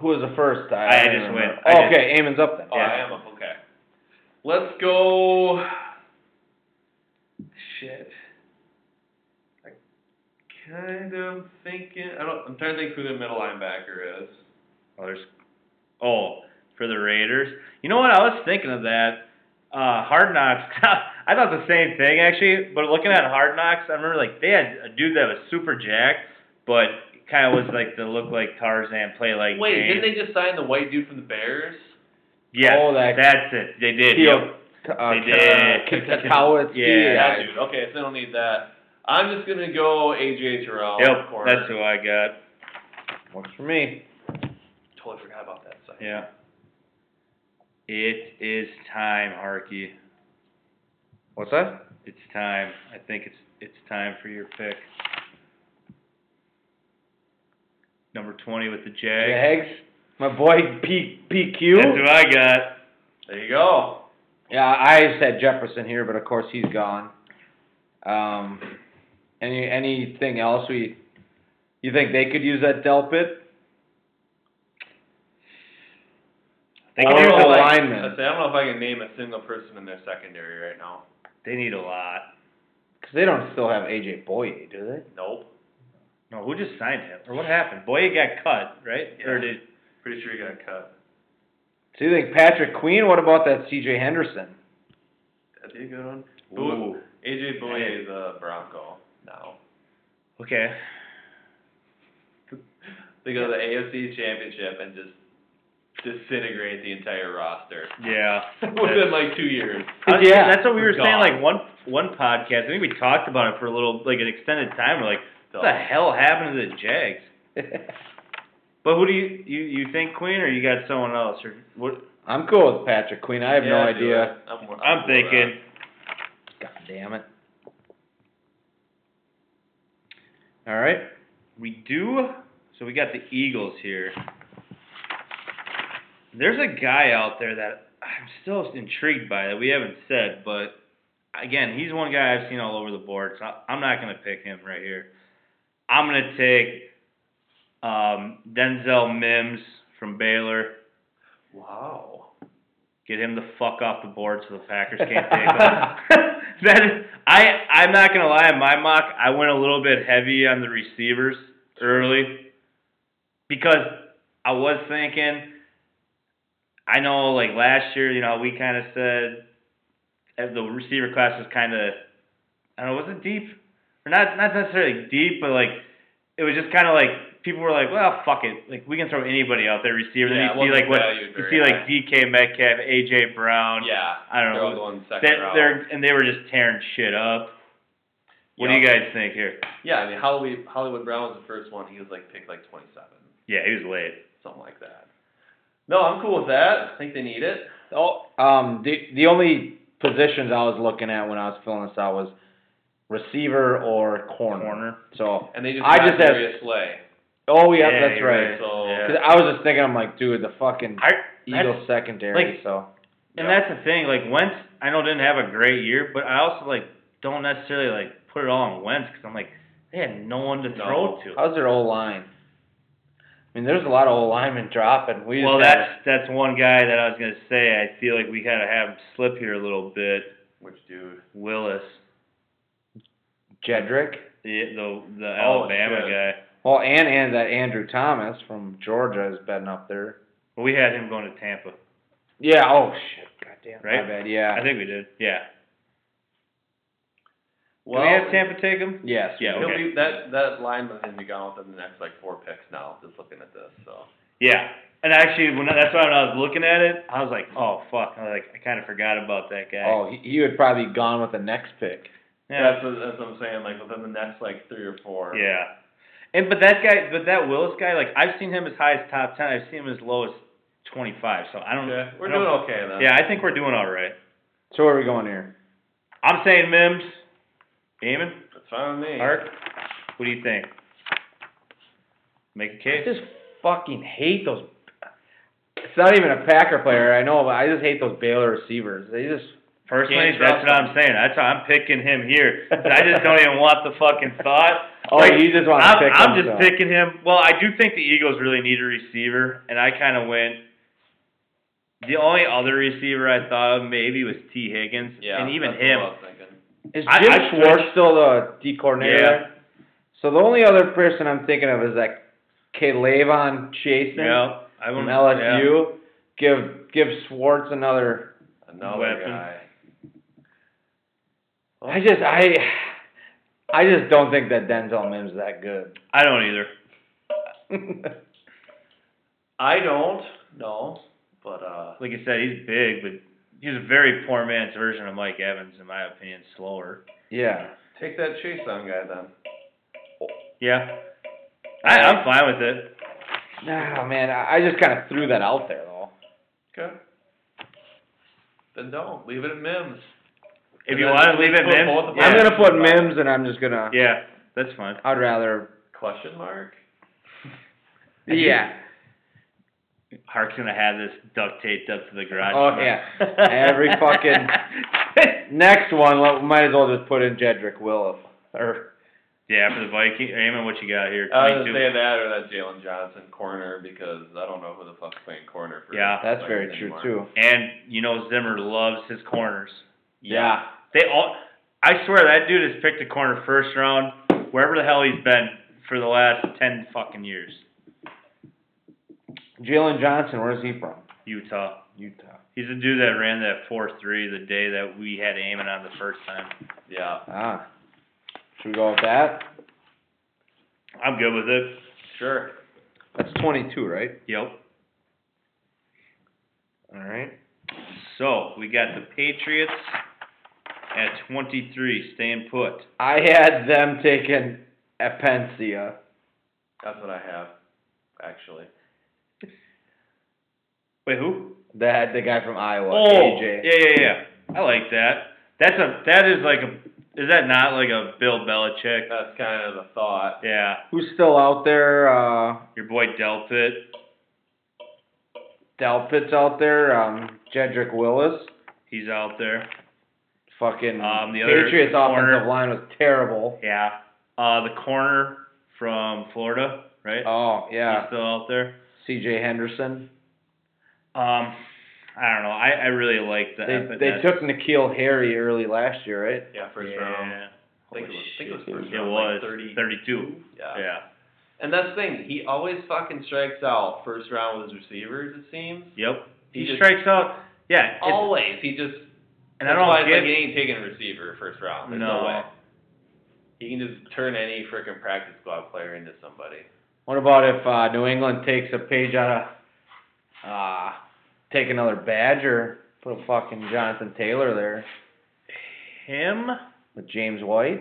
[SPEAKER 1] Who was the first? I,
[SPEAKER 3] I
[SPEAKER 1] don't
[SPEAKER 3] just
[SPEAKER 1] even
[SPEAKER 3] went.
[SPEAKER 1] remember.
[SPEAKER 3] I
[SPEAKER 1] Oh,
[SPEAKER 3] just-
[SPEAKER 1] okay, Amon's up then.
[SPEAKER 5] Oh,
[SPEAKER 3] Yeah.
[SPEAKER 5] I am up. Okay. Let's go. Shit. I kind of thinking. I don't. I'm trying to think who the middle linebacker is.
[SPEAKER 3] Oh, there's. Oh, for the Raiders. You know what? I was thinking of that. Uh, Hard Knocks. I thought the same thing actually, but looking at Hard Knocks, I remember like they had a dude that was super jacked, but kind of was like the look like Tarzan, play like
[SPEAKER 5] Wait,
[SPEAKER 3] Jane.
[SPEAKER 5] didn't they just sign the white dude from the Bears?
[SPEAKER 3] Yes,
[SPEAKER 1] Oh, that-
[SPEAKER 3] that's it. They did.
[SPEAKER 1] Theo-
[SPEAKER 3] Yep.
[SPEAKER 1] Uh,
[SPEAKER 3] They did.
[SPEAKER 1] K- Kowalski.
[SPEAKER 3] Yeah.
[SPEAKER 5] That dude. Okay, so they don't need that. I'm just gonna go AJ Terrell.
[SPEAKER 3] Yep,
[SPEAKER 5] corner.
[SPEAKER 3] that's who I got.
[SPEAKER 1] Works for me.
[SPEAKER 5] Totally forgot about that. Side.
[SPEAKER 3] Yeah. It is time, Harky.
[SPEAKER 1] What's that?
[SPEAKER 3] It's time. I think it's it's time for your pick. Number twenty with the
[SPEAKER 1] The
[SPEAKER 3] Jag.
[SPEAKER 1] Hags. My boy P-
[SPEAKER 3] That's
[SPEAKER 1] PQ.
[SPEAKER 3] who I got.
[SPEAKER 5] There you go.
[SPEAKER 1] Yeah, I said Jefferson here, but of course he's gone. Um, any anything else we? You think they could use that Delpit?
[SPEAKER 3] They
[SPEAKER 1] Or
[SPEAKER 3] could use
[SPEAKER 1] a
[SPEAKER 3] a lot.
[SPEAKER 1] lineman.
[SPEAKER 5] Oh, I say, I don't know if I can name a single person in their secondary right now.
[SPEAKER 3] They need a lot.
[SPEAKER 1] Because they don't still have AJ Boye, do they?
[SPEAKER 5] Nope.
[SPEAKER 3] No, who just signed him? Or what happened? Boye got cut, right? Or
[SPEAKER 5] Yeah.
[SPEAKER 3] did
[SPEAKER 5] Pretty sure he got cut.
[SPEAKER 1] So you think Patrick Queen? What about that CJ Henderson?
[SPEAKER 5] That'd be a good one.
[SPEAKER 3] Ooh.
[SPEAKER 5] AJ Boye
[SPEAKER 3] Man.
[SPEAKER 5] is a Bronco now.
[SPEAKER 3] Okay.
[SPEAKER 5] They go to the AFC Championship and just disintegrate the entire roster
[SPEAKER 3] Yeah.
[SPEAKER 5] within like two years.
[SPEAKER 3] I was-
[SPEAKER 1] Uh, Yeah.
[SPEAKER 3] That's what we were saying
[SPEAKER 5] Gone.
[SPEAKER 3] like one one podcast. I think we talked about it for a little like an extended time. We're like,
[SPEAKER 5] So,
[SPEAKER 3] what the hell happened to the Jags? But who do you you you think Queen or you got someone else or what?
[SPEAKER 1] I'm cool with Patrick Queen. I have no
[SPEAKER 5] yeah, do
[SPEAKER 1] idea.
[SPEAKER 5] it. I'm, I'm,
[SPEAKER 3] I'm thinking.
[SPEAKER 1] God damn it. All right.
[SPEAKER 3] We do. So we got the Eagles here. There's a guy out there that I'm still intrigued by that we haven't said, but again, he's one guy I've seen all over the board, so I- I'm not going to pick him right here. I'm going to take um, Denzel Mims from Baylor.
[SPEAKER 5] Wow.
[SPEAKER 3] Get him the fuck off the board so the Packers can't take him. that is, I I'm not gonna lie. In my mock, I went a little bit heavy on the receivers. early because I was thinking. I know, like last year, you know, we kind of said as the receiver class was kind of, I don't know, was it deep or not? Not necessarily deep, but like it was just kind of like people were like, well, fuck it, like we can throw anybody out there receiver.
[SPEAKER 5] Yeah, it
[SPEAKER 3] then you see
[SPEAKER 5] wasn't
[SPEAKER 3] like what
[SPEAKER 5] valued
[SPEAKER 3] you
[SPEAKER 5] very
[SPEAKER 3] see
[SPEAKER 5] high.
[SPEAKER 3] like DK Metcalf, AJ Brown.
[SPEAKER 5] Yeah.
[SPEAKER 3] I don't
[SPEAKER 5] They're all
[SPEAKER 3] know.
[SPEAKER 5] going second
[SPEAKER 3] They,
[SPEAKER 5] round.
[SPEAKER 3] they're and they were just tearing shit up. What do you
[SPEAKER 5] Yeah.
[SPEAKER 3] guys think here?
[SPEAKER 5] Yeah, I mean Hollywood Hollywood Brown was the first one. He was like picked like twenty seven,
[SPEAKER 3] Yeah, he was late.
[SPEAKER 5] something like that. No, I'm cool with that. I think they need it.
[SPEAKER 1] Oh, um, the the only positions I was looking at when I was filling this out was receiver or corner.
[SPEAKER 3] Corner.
[SPEAKER 1] So,
[SPEAKER 5] And they just
[SPEAKER 1] I
[SPEAKER 5] got
[SPEAKER 1] just have-
[SPEAKER 5] Darius Slay.
[SPEAKER 1] oh yeah,
[SPEAKER 3] Yeah,
[SPEAKER 1] that's
[SPEAKER 3] you're
[SPEAKER 1] right.
[SPEAKER 3] right.
[SPEAKER 5] So
[SPEAKER 3] Yeah.
[SPEAKER 1] 'Cause I was just thinking, I'm like, dude, the fucking
[SPEAKER 3] I
[SPEAKER 1] Eagles secondary.
[SPEAKER 3] like-
[SPEAKER 1] so
[SPEAKER 3] And
[SPEAKER 5] Yeah.
[SPEAKER 3] that's the thing, like Wentz, I know didn't have a great year, but I also like don't necessarily like put it all on Wentz because I'm like they had no one to
[SPEAKER 5] No.
[SPEAKER 3] throw to.
[SPEAKER 1] how's their O line? I mean, there's a lot of O linemen dropping. We
[SPEAKER 3] Well,
[SPEAKER 1] just had-
[SPEAKER 3] that's that's one guy that I was gonna say. I feel like we gotta have him slip here a little bit.
[SPEAKER 5] which dude?
[SPEAKER 3] Willis,
[SPEAKER 1] Jedrick.
[SPEAKER 3] the the, the
[SPEAKER 5] Oh,
[SPEAKER 3] Alabama
[SPEAKER 5] shit.
[SPEAKER 3] guy.
[SPEAKER 1] Well, and and that Andrew Thomas from Georgia has been up there.
[SPEAKER 3] Well, we had him going to Tampa,
[SPEAKER 1] Yeah. Oh shit. Goddamn.
[SPEAKER 3] Right?
[SPEAKER 1] My bad. Yeah.
[SPEAKER 3] I think we did. Yeah.
[SPEAKER 5] Well,
[SPEAKER 3] Did we have Tampa take him?
[SPEAKER 1] yes.
[SPEAKER 3] Yeah.
[SPEAKER 5] he'll
[SPEAKER 3] Okay.
[SPEAKER 5] be- that that line with him be gone within the next like four picks now. Just looking at this, so
[SPEAKER 3] Yeah. And actually, when I, that's why when I was looking at it, I was like, "Oh fuck!" I was like, "I kind of forgot about that guy."
[SPEAKER 1] Oh, he, he would probably be gone with the next pick.
[SPEAKER 3] yeah.
[SPEAKER 5] that's what, that's what I'm saying. Like within the next like three or four.
[SPEAKER 3] Yeah. And but that guy, but that Willis guy, like I've seen him as high as top ten. I've seen him as low as twenty five. So I don't.
[SPEAKER 5] Okay, we're
[SPEAKER 3] I don't-
[SPEAKER 5] doing okay then.
[SPEAKER 3] Yeah, I think we're doing all right.
[SPEAKER 1] So where are we going here?
[SPEAKER 3] I'm saying Mims, Eamon,
[SPEAKER 5] that's fine with me.
[SPEAKER 3] Mark. What do you think? Make a
[SPEAKER 1] I
[SPEAKER 3] case.
[SPEAKER 1] just fucking hate those. It's not even a Packer player, I know, but I just hate those Baylor receivers. They just
[SPEAKER 3] Personally,
[SPEAKER 5] Can't
[SPEAKER 3] that's
[SPEAKER 5] trust
[SPEAKER 3] what I'm saying. That's why I'm picking him here. I just don't even want the fucking thought.
[SPEAKER 1] oh,
[SPEAKER 3] Like,
[SPEAKER 1] you just want to
[SPEAKER 3] I'm,
[SPEAKER 1] pick
[SPEAKER 3] I'm
[SPEAKER 1] them,
[SPEAKER 3] just
[SPEAKER 1] so.
[SPEAKER 3] picking him. Well, I do think the Eagles really need a receiver, and I kind of went. The only other receiver I thought of maybe was T. Higgins,
[SPEAKER 5] Yeah,
[SPEAKER 3] and even
[SPEAKER 5] that's what
[SPEAKER 3] him.
[SPEAKER 5] I was thinking.
[SPEAKER 1] Is
[SPEAKER 3] I-
[SPEAKER 1] Jim
[SPEAKER 3] I-
[SPEAKER 1] Schwartz still the D coordinator?
[SPEAKER 3] Yeah.
[SPEAKER 1] So the only other person I'm thinking of is that Kalevon Chasen
[SPEAKER 3] Yeah, I
[SPEAKER 1] from
[SPEAKER 3] wouldn't- yeah.
[SPEAKER 1] LSU. Give give Schwartz another.
[SPEAKER 5] Another
[SPEAKER 3] Weapon.
[SPEAKER 5] guy.
[SPEAKER 1] I just I I just don't think that Denzel Mims is that good.
[SPEAKER 3] I don't either.
[SPEAKER 5] I don't know, but uh,
[SPEAKER 3] Like you said, he's big, but he's a very poor man's version of Mike Evans, in my opinion. Slower.
[SPEAKER 1] yeah.
[SPEAKER 5] take that chase on guy then.
[SPEAKER 3] Yeah, I, I'm fine with it.
[SPEAKER 1] Nah, man, I I just kind of threw that out there though.
[SPEAKER 5] Okay. Then don't leave it at Mims.
[SPEAKER 3] If
[SPEAKER 5] And
[SPEAKER 3] you
[SPEAKER 5] then
[SPEAKER 3] want to leave it,
[SPEAKER 5] put
[SPEAKER 3] Mims.
[SPEAKER 5] both of
[SPEAKER 3] yeah.
[SPEAKER 1] I'm gonna put Mims, and I'm just gonna.
[SPEAKER 3] Yeah, that's fine.
[SPEAKER 1] I'd rather.
[SPEAKER 5] Question mark.
[SPEAKER 1] Yeah.
[SPEAKER 3] Hark's gonna have this duct taped up to the garage.
[SPEAKER 1] Oh, yeah. Every fucking- Next one, let, might as well just put in Jedrick Willis. Or
[SPEAKER 3] yeah, for the Viking. Eamon, what you got here?
[SPEAKER 1] Uh,
[SPEAKER 5] I was
[SPEAKER 3] Twenty-two.
[SPEAKER 5] gonna say that or that Jalen Johnson corner because I don't know who the fuck's playing corner for.
[SPEAKER 3] Yeah.
[SPEAKER 1] that's
[SPEAKER 5] Vikings
[SPEAKER 1] very true
[SPEAKER 5] anymore.
[SPEAKER 1] too.
[SPEAKER 3] and you know Zimmer loves his corners.
[SPEAKER 1] Yeah.
[SPEAKER 3] They all. I swear that dude has picked a corner first round wherever the hell he's been for the last ten fucking years.
[SPEAKER 1] Jalen Johnson, where's he from?
[SPEAKER 3] Utah.
[SPEAKER 1] Utah.
[SPEAKER 3] He's the dude that ran that four three the day that we had Eamon on the first time.
[SPEAKER 5] Yeah.
[SPEAKER 1] Ah. Should we go with that?
[SPEAKER 3] I'm good with it.
[SPEAKER 5] Sure.
[SPEAKER 1] That's 22, right?
[SPEAKER 3] Yep.
[SPEAKER 1] All right.
[SPEAKER 3] So we got the Patriots at 23, staying put.
[SPEAKER 1] I had them taking Epensia.
[SPEAKER 5] That's what I have, actually.
[SPEAKER 3] Wait, who?
[SPEAKER 1] That the guy from Iowa,
[SPEAKER 3] Oh,
[SPEAKER 1] AJ.
[SPEAKER 3] yeah, yeah, yeah. I like that. That's a that is like a is that not like a Bill Belichick?
[SPEAKER 5] That's kind of the thought.
[SPEAKER 3] Yeah,
[SPEAKER 1] Who's still out there? Uh,
[SPEAKER 3] your boy Delpit.
[SPEAKER 1] Delpit's out there. Um, Jedrick Willis.
[SPEAKER 3] He's out there.
[SPEAKER 1] Fucking
[SPEAKER 3] Um, the other
[SPEAKER 1] Patriots
[SPEAKER 3] corner-
[SPEAKER 1] offensive line was terrible.
[SPEAKER 3] Yeah. Uh, the corner from Florida, right?
[SPEAKER 1] Oh
[SPEAKER 3] He's
[SPEAKER 1] yeah,
[SPEAKER 3] still out there.
[SPEAKER 1] C.J. Henderson.
[SPEAKER 3] Um, I don't know. I, I really like the.
[SPEAKER 1] They
[SPEAKER 3] F-
[SPEAKER 1] they
[SPEAKER 3] that's-
[SPEAKER 1] took Nikhil Harry early last year, right?
[SPEAKER 5] Yeah, first
[SPEAKER 3] yeah.
[SPEAKER 5] round. I think it
[SPEAKER 3] Holy
[SPEAKER 5] was, I think it was
[SPEAKER 3] shit.
[SPEAKER 5] first
[SPEAKER 3] It
[SPEAKER 5] round.
[SPEAKER 3] was
[SPEAKER 5] Like 30.
[SPEAKER 3] 32.
[SPEAKER 5] Yeah.
[SPEAKER 3] Yeah.
[SPEAKER 5] And that's the thing. He always fucking strikes out first round with his receivers. It seems
[SPEAKER 3] Yep. He,
[SPEAKER 5] He just-
[SPEAKER 3] strikes out. Yeah. it's-
[SPEAKER 5] always he just.
[SPEAKER 3] and I
[SPEAKER 5] that's
[SPEAKER 3] don't
[SPEAKER 5] why it's
[SPEAKER 3] get.
[SPEAKER 5] like he ain't taking a receiver first round. There's no,
[SPEAKER 3] No.
[SPEAKER 5] way. He can just turn any freaking practice squad player into somebody.
[SPEAKER 1] What about if uh, New England takes a page out of, uh, take another Badger, put a fucking Jonathan Taylor there
[SPEAKER 3] him.
[SPEAKER 1] with James White?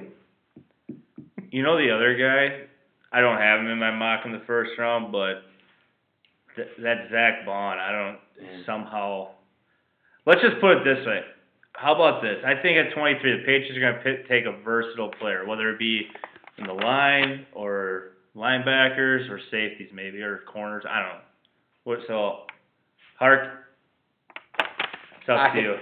[SPEAKER 3] You know the other guy. I don't have him in my mock in the first round, but th- that Zach Bond. I don't somehow. Let's just put it this way. How about this? I think at 23, the Patriots are going to pick, take a versatile player, whether it be in the line or linebackers or safeties, maybe or corners. I don't know. What so? Hark. It's up to you.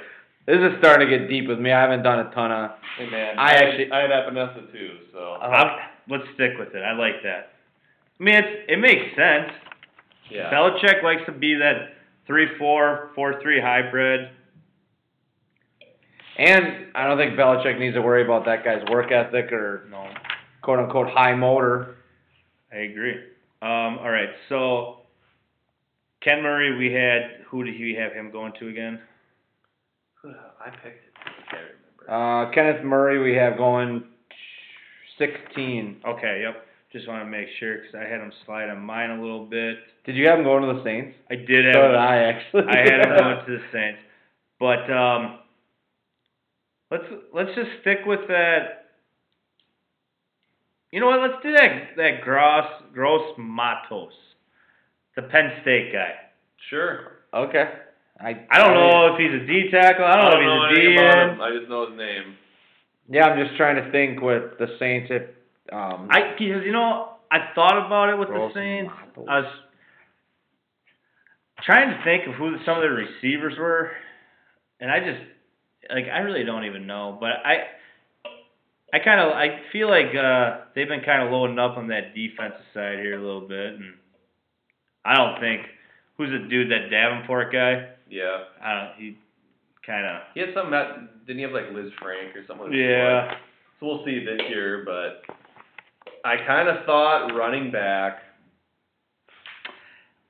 [SPEAKER 1] This is starting to get deep with me. I haven't done a ton of.
[SPEAKER 5] Hey man,
[SPEAKER 1] I
[SPEAKER 5] had-
[SPEAKER 1] actually-
[SPEAKER 5] I had Epinesa too. So
[SPEAKER 3] I'm- let's stick with it. I like that. I mean, it's, it makes sense.
[SPEAKER 5] yeah.
[SPEAKER 3] Belichick likes to be that 3 4, 4 3 hybrid.
[SPEAKER 1] And I don't think Belichick needs to worry about that guy's work ethic or
[SPEAKER 3] No,
[SPEAKER 1] quote unquote high motor.
[SPEAKER 3] I agree. Um, all right, so Ken Murray, we had, who did he have him going to again?
[SPEAKER 5] I picked it. I can't
[SPEAKER 1] Uh,
[SPEAKER 5] remember.
[SPEAKER 1] Kenneth Murray, we have going 16.
[SPEAKER 3] Okay, yep. Just want to make sure because I had him slide on mine a little bit.
[SPEAKER 1] Did you have him going to the Saints?
[SPEAKER 3] I did have
[SPEAKER 1] So did I actually.
[SPEAKER 3] I had him going to the Saints. But um, let's let's just stick with that. You know what? Let's do that that Gross Gross Matos, the Penn State guy.
[SPEAKER 5] Sure.
[SPEAKER 1] Okay. I
[SPEAKER 3] I don't know if he's a D tackle. I don't, know if he's a D
[SPEAKER 5] anything about
[SPEAKER 3] end.
[SPEAKER 5] him. I just know his name.
[SPEAKER 1] Yeah, I'm just trying to think with the Saints if um
[SPEAKER 3] I because you know I thought about it with
[SPEAKER 1] Gross
[SPEAKER 3] the Saints. uh,
[SPEAKER 1] Matos.
[SPEAKER 3] I was trying to think of who some of the receivers were, and I just like I really don't even know. But I, I kind of I feel like uh, they've been kind of loading up on that defensive side here a little bit, and I don't think who's the dude that Davenport guy.
[SPEAKER 5] Yeah.
[SPEAKER 3] I don't. He kind of
[SPEAKER 5] He had some. That, didn't he have like Liz Frank or something?
[SPEAKER 3] yeah.
[SPEAKER 5] So we'll see this year, but I kind of thought running back,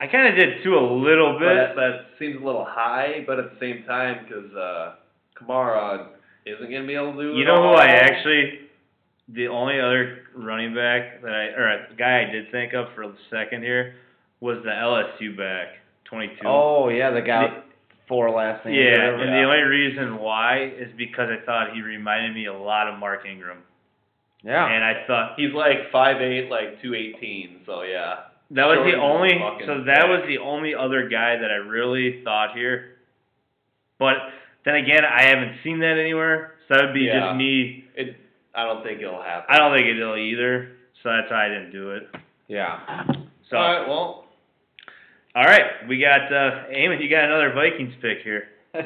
[SPEAKER 3] I kind of did too a little
[SPEAKER 5] but
[SPEAKER 3] bit.
[SPEAKER 5] that, seems a little high. But at the same time, because uh, Kamara isn't gonna be able to do.
[SPEAKER 3] You
[SPEAKER 5] it
[SPEAKER 3] know who
[SPEAKER 5] all.
[SPEAKER 3] I actually, the only other running back that I, or guy I did think of for a second here was the LSU back, 22.
[SPEAKER 1] Oh yeah, the guy with four last
[SPEAKER 3] yeah,
[SPEAKER 1] names. or whatever.
[SPEAKER 3] and the only reason why is because I thought he reminded me a lot of Mark Ingram.
[SPEAKER 1] Yeah.
[SPEAKER 3] And I thought
[SPEAKER 5] He's like five eight, like two eighteen. So yeah.
[SPEAKER 3] that was the
[SPEAKER 5] Jordan's
[SPEAKER 3] only,
[SPEAKER 5] fucking
[SPEAKER 3] so that
[SPEAKER 5] back.
[SPEAKER 3] was the only other guy that I really thought here. But then again, I haven't seen that anywhere, so that would be
[SPEAKER 5] Yeah.
[SPEAKER 3] just me.
[SPEAKER 5] It. I don't think it'll happen.
[SPEAKER 3] I don't think it'll either, so that's why I didn't do it.
[SPEAKER 1] Yeah.
[SPEAKER 3] So.
[SPEAKER 5] All right. Well.
[SPEAKER 3] All right, we got uh, Eamon. You got another Vikings pick here. Uh,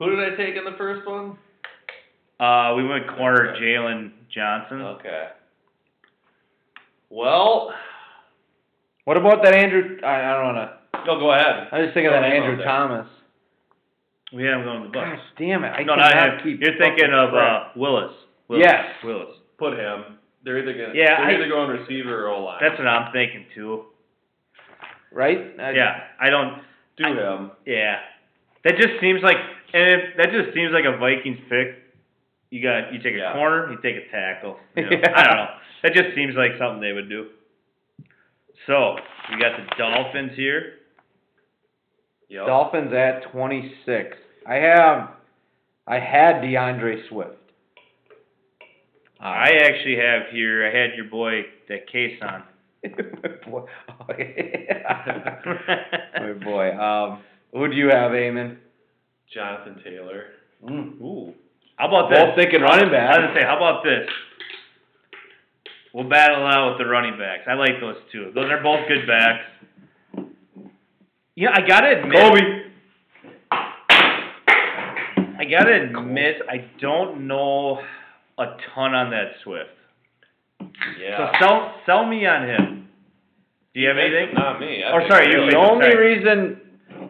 [SPEAKER 5] Who did I take in the first one?
[SPEAKER 3] uh, we went corner
[SPEAKER 5] Okay.
[SPEAKER 3] Jalen Johnson.
[SPEAKER 1] Uh,
[SPEAKER 5] Okay. Well,
[SPEAKER 1] What about that Andrew I, I don't know.
[SPEAKER 5] no, go ahead.
[SPEAKER 1] I was just thinking of that
[SPEAKER 5] Oh,
[SPEAKER 1] Andrew
[SPEAKER 5] okay.
[SPEAKER 1] Thomas.
[SPEAKER 3] We had him going to the
[SPEAKER 1] Gosh
[SPEAKER 3] Bucks.
[SPEAKER 1] damn it. I
[SPEAKER 3] no, not
[SPEAKER 1] cannot
[SPEAKER 3] him.
[SPEAKER 1] keep
[SPEAKER 3] You're thinking
[SPEAKER 1] fucking
[SPEAKER 3] of
[SPEAKER 1] track.
[SPEAKER 3] uh, Willis. Willis.
[SPEAKER 1] Yes.
[SPEAKER 3] Willis.
[SPEAKER 5] Put him. They're either gonna.
[SPEAKER 3] Yeah,
[SPEAKER 5] They're
[SPEAKER 3] I-
[SPEAKER 5] either going receiver or O line.
[SPEAKER 3] That's what I'm thinking too.
[SPEAKER 1] right? Uh, I-
[SPEAKER 3] yeah, I don't.
[SPEAKER 5] do
[SPEAKER 3] I-
[SPEAKER 5] him.
[SPEAKER 3] Yeah, that just seems like, and it, that just seems like a Vikings pick. You got you take a
[SPEAKER 5] Yeah.
[SPEAKER 3] corner, you take a tackle. you know.
[SPEAKER 1] Yeah.
[SPEAKER 3] I don't know. That just seems like something they would do. So we got the Dolphins here.
[SPEAKER 5] Yep.
[SPEAKER 1] Dolphins at 26. I have, I had DeAndre Swift.
[SPEAKER 3] Uh, I actually have here. I had your boy that case on.
[SPEAKER 1] boy. My boy. Um, who do you have, Eamon?
[SPEAKER 5] Jonathan Taylor.
[SPEAKER 1] Mm,
[SPEAKER 3] Ooh. How about this?
[SPEAKER 1] Both thinking running
[SPEAKER 3] I was gonna
[SPEAKER 1] back.
[SPEAKER 3] say, how about this? We'll battle it out with the running backs. I like those two. Those are both good backs. Yeah, I gotta admit. I gotta admit, I don't know a ton on that Swift.
[SPEAKER 5] Yeah.
[SPEAKER 3] So sell sell me on him. Do you have anything?
[SPEAKER 5] Not me. I
[SPEAKER 3] Or
[SPEAKER 5] think
[SPEAKER 3] sorry,
[SPEAKER 5] I
[SPEAKER 3] you-
[SPEAKER 5] really-
[SPEAKER 1] The
[SPEAKER 3] you-
[SPEAKER 1] only
[SPEAKER 3] sorry.
[SPEAKER 1] reason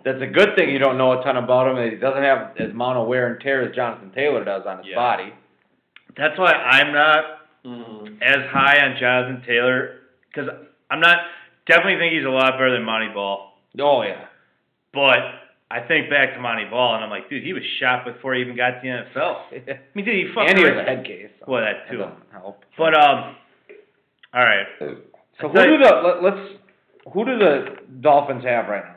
[SPEAKER 1] that's a good thing you don't know a ton about him is he doesn't have as amount of wear and tear as Jonathan Taylor does on his
[SPEAKER 5] Yeah.
[SPEAKER 1] body.
[SPEAKER 3] That's why I'm not
[SPEAKER 5] Mm.
[SPEAKER 3] as high on Jonathan Taylor because I'm not definitely think he's a lot better than Monty Ball,
[SPEAKER 1] Oh yeah.
[SPEAKER 3] but I think back to Monty Ball and I'm like, dude, he was shot before he even got to the NFL. I
[SPEAKER 1] and
[SPEAKER 3] mean, dude, he fucking
[SPEAKER 1] he was a head case. So
[SPEAKER 3] Well, that too.
[SPEAKER 1] doesn't help.
[SPEAKER 3] But um, all right,
[SPEAKER 1] So
[SPEAKER 3] I
[SPEAKER 1] who
[SPEAKER 3] tell you-
[SPEAKER 1] do the let, let's who do the Dolphins have right now?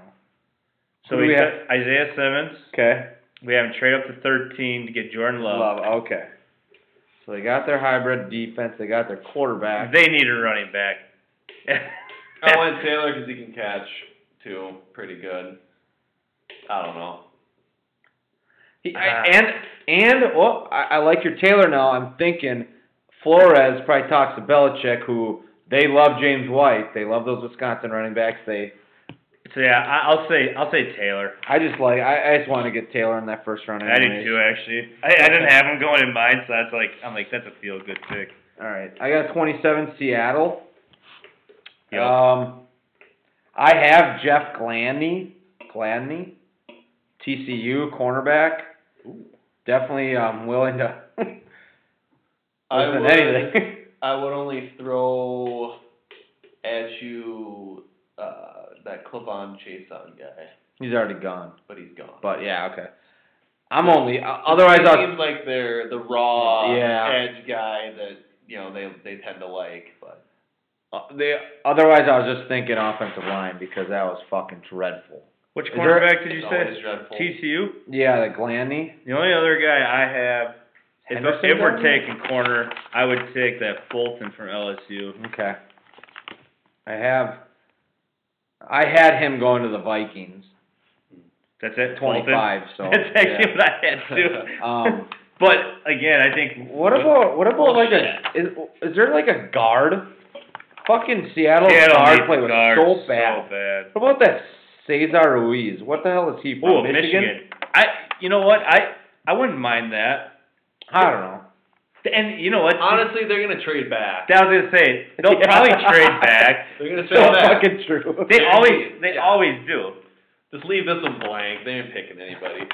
[SPEAKER 3] so
[SPEAKER 1] Who
[SPEAKER 3] we
[SPEAKER 1] do we
[SPEAKER 3] got Isaiah Simmons.
[SPEAKER 1] Okay.
[SPEAKER 3] We have him trade up to 13 to get Jordan Love.
[SPEAKER 1] Love. Okay. So they got their hybrid defense. They got their quarterback.
[SPEAKER 3] They need a running back.
[SPEAKER 1] Oh,
[SPEAKER 5] I went Taylor because he can catch too, pretty good. I don't know.
[SPEAKER 1] He, I,
[SPEAKER 3] Uh-huh.
[SPEAKER 1] and and oh, I, I like your Taylor now. I'm thinking Flores probably talks to Belichick, who they love James White. They love those Wisconsin running backs. They
[SPEAKER 3] so yeah, I, I'll say I'll say Taylor.
[SPEAKER 1] I just like I, I just want to get Taylor in that first round.
[SPEAKER 3] I did
[SPEAKER 1] anyways.
[SPEAKER 3] too actually. I, I didn't have him going in mine, so that's like I'm like that's a feel good pick.
[SPEAKER 1] All right, I got 27 Seattle.
[SPEAKER 3] Yep.
[SPEAKER 1] Um, I have Jeff Gladney, Gladney, TCU cornerback. Definitely um, willing to listen
[SPEAKER 5] I
[SPEAKER 1] to
[SPEAKER 5] would,
[SPEAKER 1] anything.
[SPEAKER 5] I would only throw at you uh, that clip on Chase on guy,
[SPEAKER 1] He's already gone.
[SPEAKER 5] but he's gone.
[SPEAKER 1] But yeah, okay. I'm only. Uh, otherwise,
[SPEAKER 5] it
[SPEAKER 1] I'll,
[SPEAKER 5] seems like they're the raw
[SPEAKER 1] Yeah.
[SPEAKER 5] edge guy that you know they they tend to like, but
[SPEAKER 1] uh, they, otherwise I was just thinking offensive line because that was fucking dreadful.
[SPEAKER 3] Which
[SPEAKER 1] Is there-
[SPEAKER 3] cornerback did you
[SPEAKER 5] it's always
[SPEAKER 3] say?
[SPEAKER 5] dreadful.
[SPEAKER 3] TCU.
[SPEAKER 1] Yeah, the Glandy.
[SPEAKER 3] The only other guy I have, if,
[SPEAKER 1] Henderson
[SPEAKER 3] if we're
[SPEAKER 1] down there?
[SPEAKER 3] taking corner, I would take that Fulton from LSU.
[SPEAKER 1] Okay. I have. I had him going to the Vikings.
[SPEAKER 3] That's it. Fulton.
[SPEAKER 1] 25. So.
[SPEAKER 3] That's actually what I had too.
[SPEAKER 1] yeah. Um.
[SPEAKER 3] but again, I think
[SPEAKER 1] What about what about like a is is there like a guard? Fucking Seattle,
[SPEAKER 3] Seattle
[SPEAKER 1] guard
[SPEAKER 3] needs
[SPEAKER 1] play was
[SPEAKER 3] guards
[SPEAKER 1] so bad.
[SPEAKER 3] So bad.
[SPEAKER 1] What about that Cesar Ruiz? What the hell is he from?
[SPEAKER 3] Oh, Michigan. I. You know what? I. I wouldn't mind that.
[SPEAKER 1] I don't know.
[SPEAKER 3] And you know what?
[SPEAKER 5] honestly, they're gonna trade back.
[SPEAKER 3] that was gonna say they'll
[SPEAKER 1] Yeah.
[SPEAKER 3] probably trade back.
[SPEAKER 5] They're gonna
[SPEAKER 1] So
[SPEAKER 5] trade back.
[SPEAKER 1] fucking true.
[SPEAKER 3] They always. They always do.
[SPEAKER 5] Just leave this one blank. They ain't picking anybody.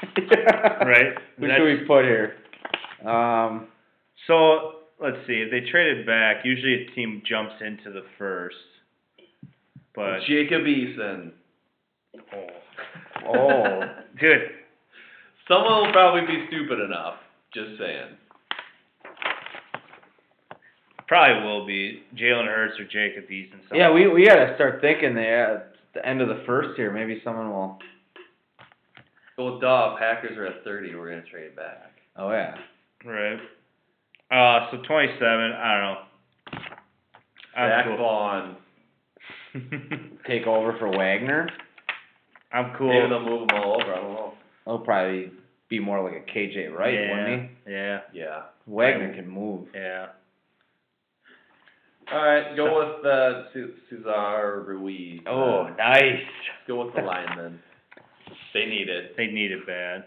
[SPEAKER 3] Right.
[SPEAKER 1] Who
[SPEAKER 3] That's-
[SPEAKER 1] should we put here? Um,
[SPEAKER 3] So let's see. If they traded back, usually a team jumps into the first. But
[SPEAKER 5] Jacob Eason.
[SPEAKER 1] oh,
[SPEAKER 3] dude,
[SPEAKER 5] Someone will probably be stupid enough. Just saying.
[SPEAKER 3] probably will be Jalen Hurts or Jacob Eason. something.
[SPEAKER 1] yeah, we we gotta start thinking there at the end of the first here. Maybe someone will.
[SPEAKER 5] Well, duh. Packers are at 30. We're gonna trade back.
[SPEAKER 1] Oh yeah.
[SPEAKER 3] right. Uh, so twenty-seven. I don't know. I'm
[SPEAKER 5] Zach
[SPEAKER 3] cool.
[SPEAKER 5] Vaughn.
[SPEAKER 1] Take over for Wagner.
[SPEAKER 3] I'm
[SPEAKER 5] Maybe
[SPEAKER 3] cool.
[SPEAKER 5] they'll move them all over. I don't know.
[SPEAKER 1] He'll probably be more like a KJ Wright,
[SPEAKER 3] yeah,
[SPEAKER 1] wouldn't he?
[SPEAKER 3] Yeah.
[SPEAKER 5] Yeah.
[SPEAKER 1] Wagner can move.
[SPEAKER 3] Yeah.
[SPEAKER 5] All right. Go with uh, Cu- Cesar Ruiz. Uh,
[SPEAKER 1] Oh, nice.
[SPEAKER 5] let's go with the lineman. They need it.
[SPEAKER 3] They need it bad.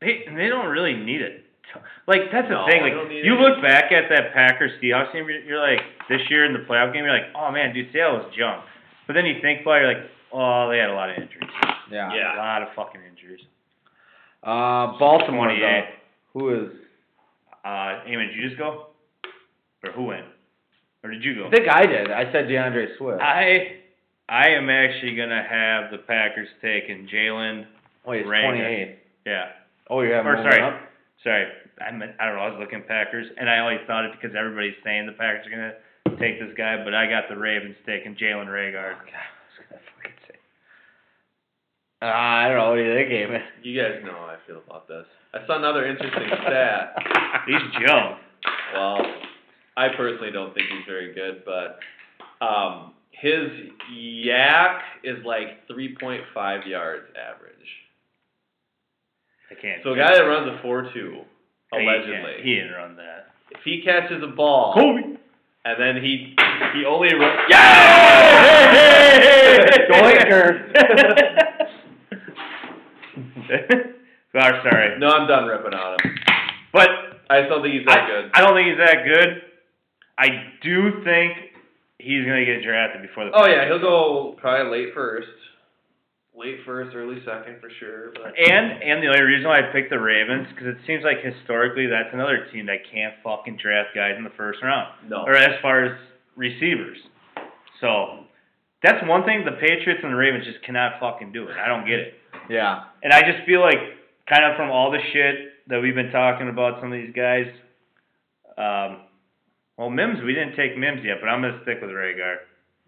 [SPEAKER 3] They they don't really need it. t- Like that's the
[SPEAKER 5] No,
[SPEAKER 3] thing.
[SPEAKER 5] they
[SPEAKER 3] Like
[SPEAKER 5] don't need
[SPEAKER 3] you
[SPEAKER 5] it.
[SPEAKER 3] look back at that Packers Seahawks game, you're, you're like this year in the playoff game, you're like, oh man, dude, Seattle was junk. But then you think about it, you're like, oh, they had a lot of injuries.
[SPEAKER 1] Yeah.
[SPEAKER 5] Yeah.
[SPEAKER 3] A lot of fucking injuries.
[SPEAKER 1] Uh, Baltimore.
[SPEAKER 3] 28.
[SPEAKER 1] Who is?
[SPEAKER 3] Uh, Eamon, did you just go? Or who went? Or did you go?
[SPEAKER 1] I think I did. I said DeAndre Swift.
[SPEAKER 3] I I am actually gonna have the Packers taking Jalen.
[SPEAKER 1] Wait, it's
[SPEAKER 3] Ranger.
[SPEAKER 1] 28.
[SPEAKER 3] Yeah.
[SPEAKER 1] Oh, you have
[SPEAKER 3] Or,
[SPEAKER 1] him
[SPEAKER 3] sorry.
[SPEAKER 1] up.
[SPEAKER 3] Sorry, I meant, I don't know. I was looking Packers, and I only thought it because everybody's saying the Packers are gonna take this guy, but I got the Ravens taking Jalen Rager.
[SPEAKER 1] God, I was gonna fucking say. Uh, I don't know what do you think, Eamon?
[SPEAKER 5] You guys know how I feel about this. I saw another interesting stat.
[SPEAKER 3] He's junk.
[SPEAKER 5] Well, I personally don't think he's very good, but um, his yak is like 3.5 yards average.
[SPEAKER 3] I can't.
[SPEAKER 5] So a guy that runs a
[SPEAKER 3] He
[SPEAKER 5] 4.2
[SPEAKER 3] can't-
[SPEAKER 5] allegedly,
[SPEAKER 3] he didn't run that.
[SPEAKER 5] if he catches a ball and then he he only runs,
[SPEAKER 3] oh, sorry,
[SPEAKER 5] no, I'm done ripping on him.
[SPEAKER 3] but
[SPEAKER 5] I still think he's that
[SPEAKER 3] I,
[SPEAKER 5] good.
[SPEAKER 3] I don't think he's that good. I do think he's gonna get drafted before the.
[SPEAKER 5] Oh yeah, he'll go probably late first. late first, early second for sure. But
[SPEAKER 3] And and the only reason why I picked the Ravens because it seems like historically that's another team that can't fucking draft guys in the first round
[SPEAKER 5] no,
[SPEAKER 3] or as far as receivers. So that's one thing the Patriots and the Ravens just cannot fucking do it. I don't get it.
[SPEAKER 1] Yeah.
[SPEAKER 3] And I just feel like kind of from all the shit that we've been talking about some of these guys. Um, well, Mims, we didn't take Mims yet, but I'm gonna stick with Rhaegar.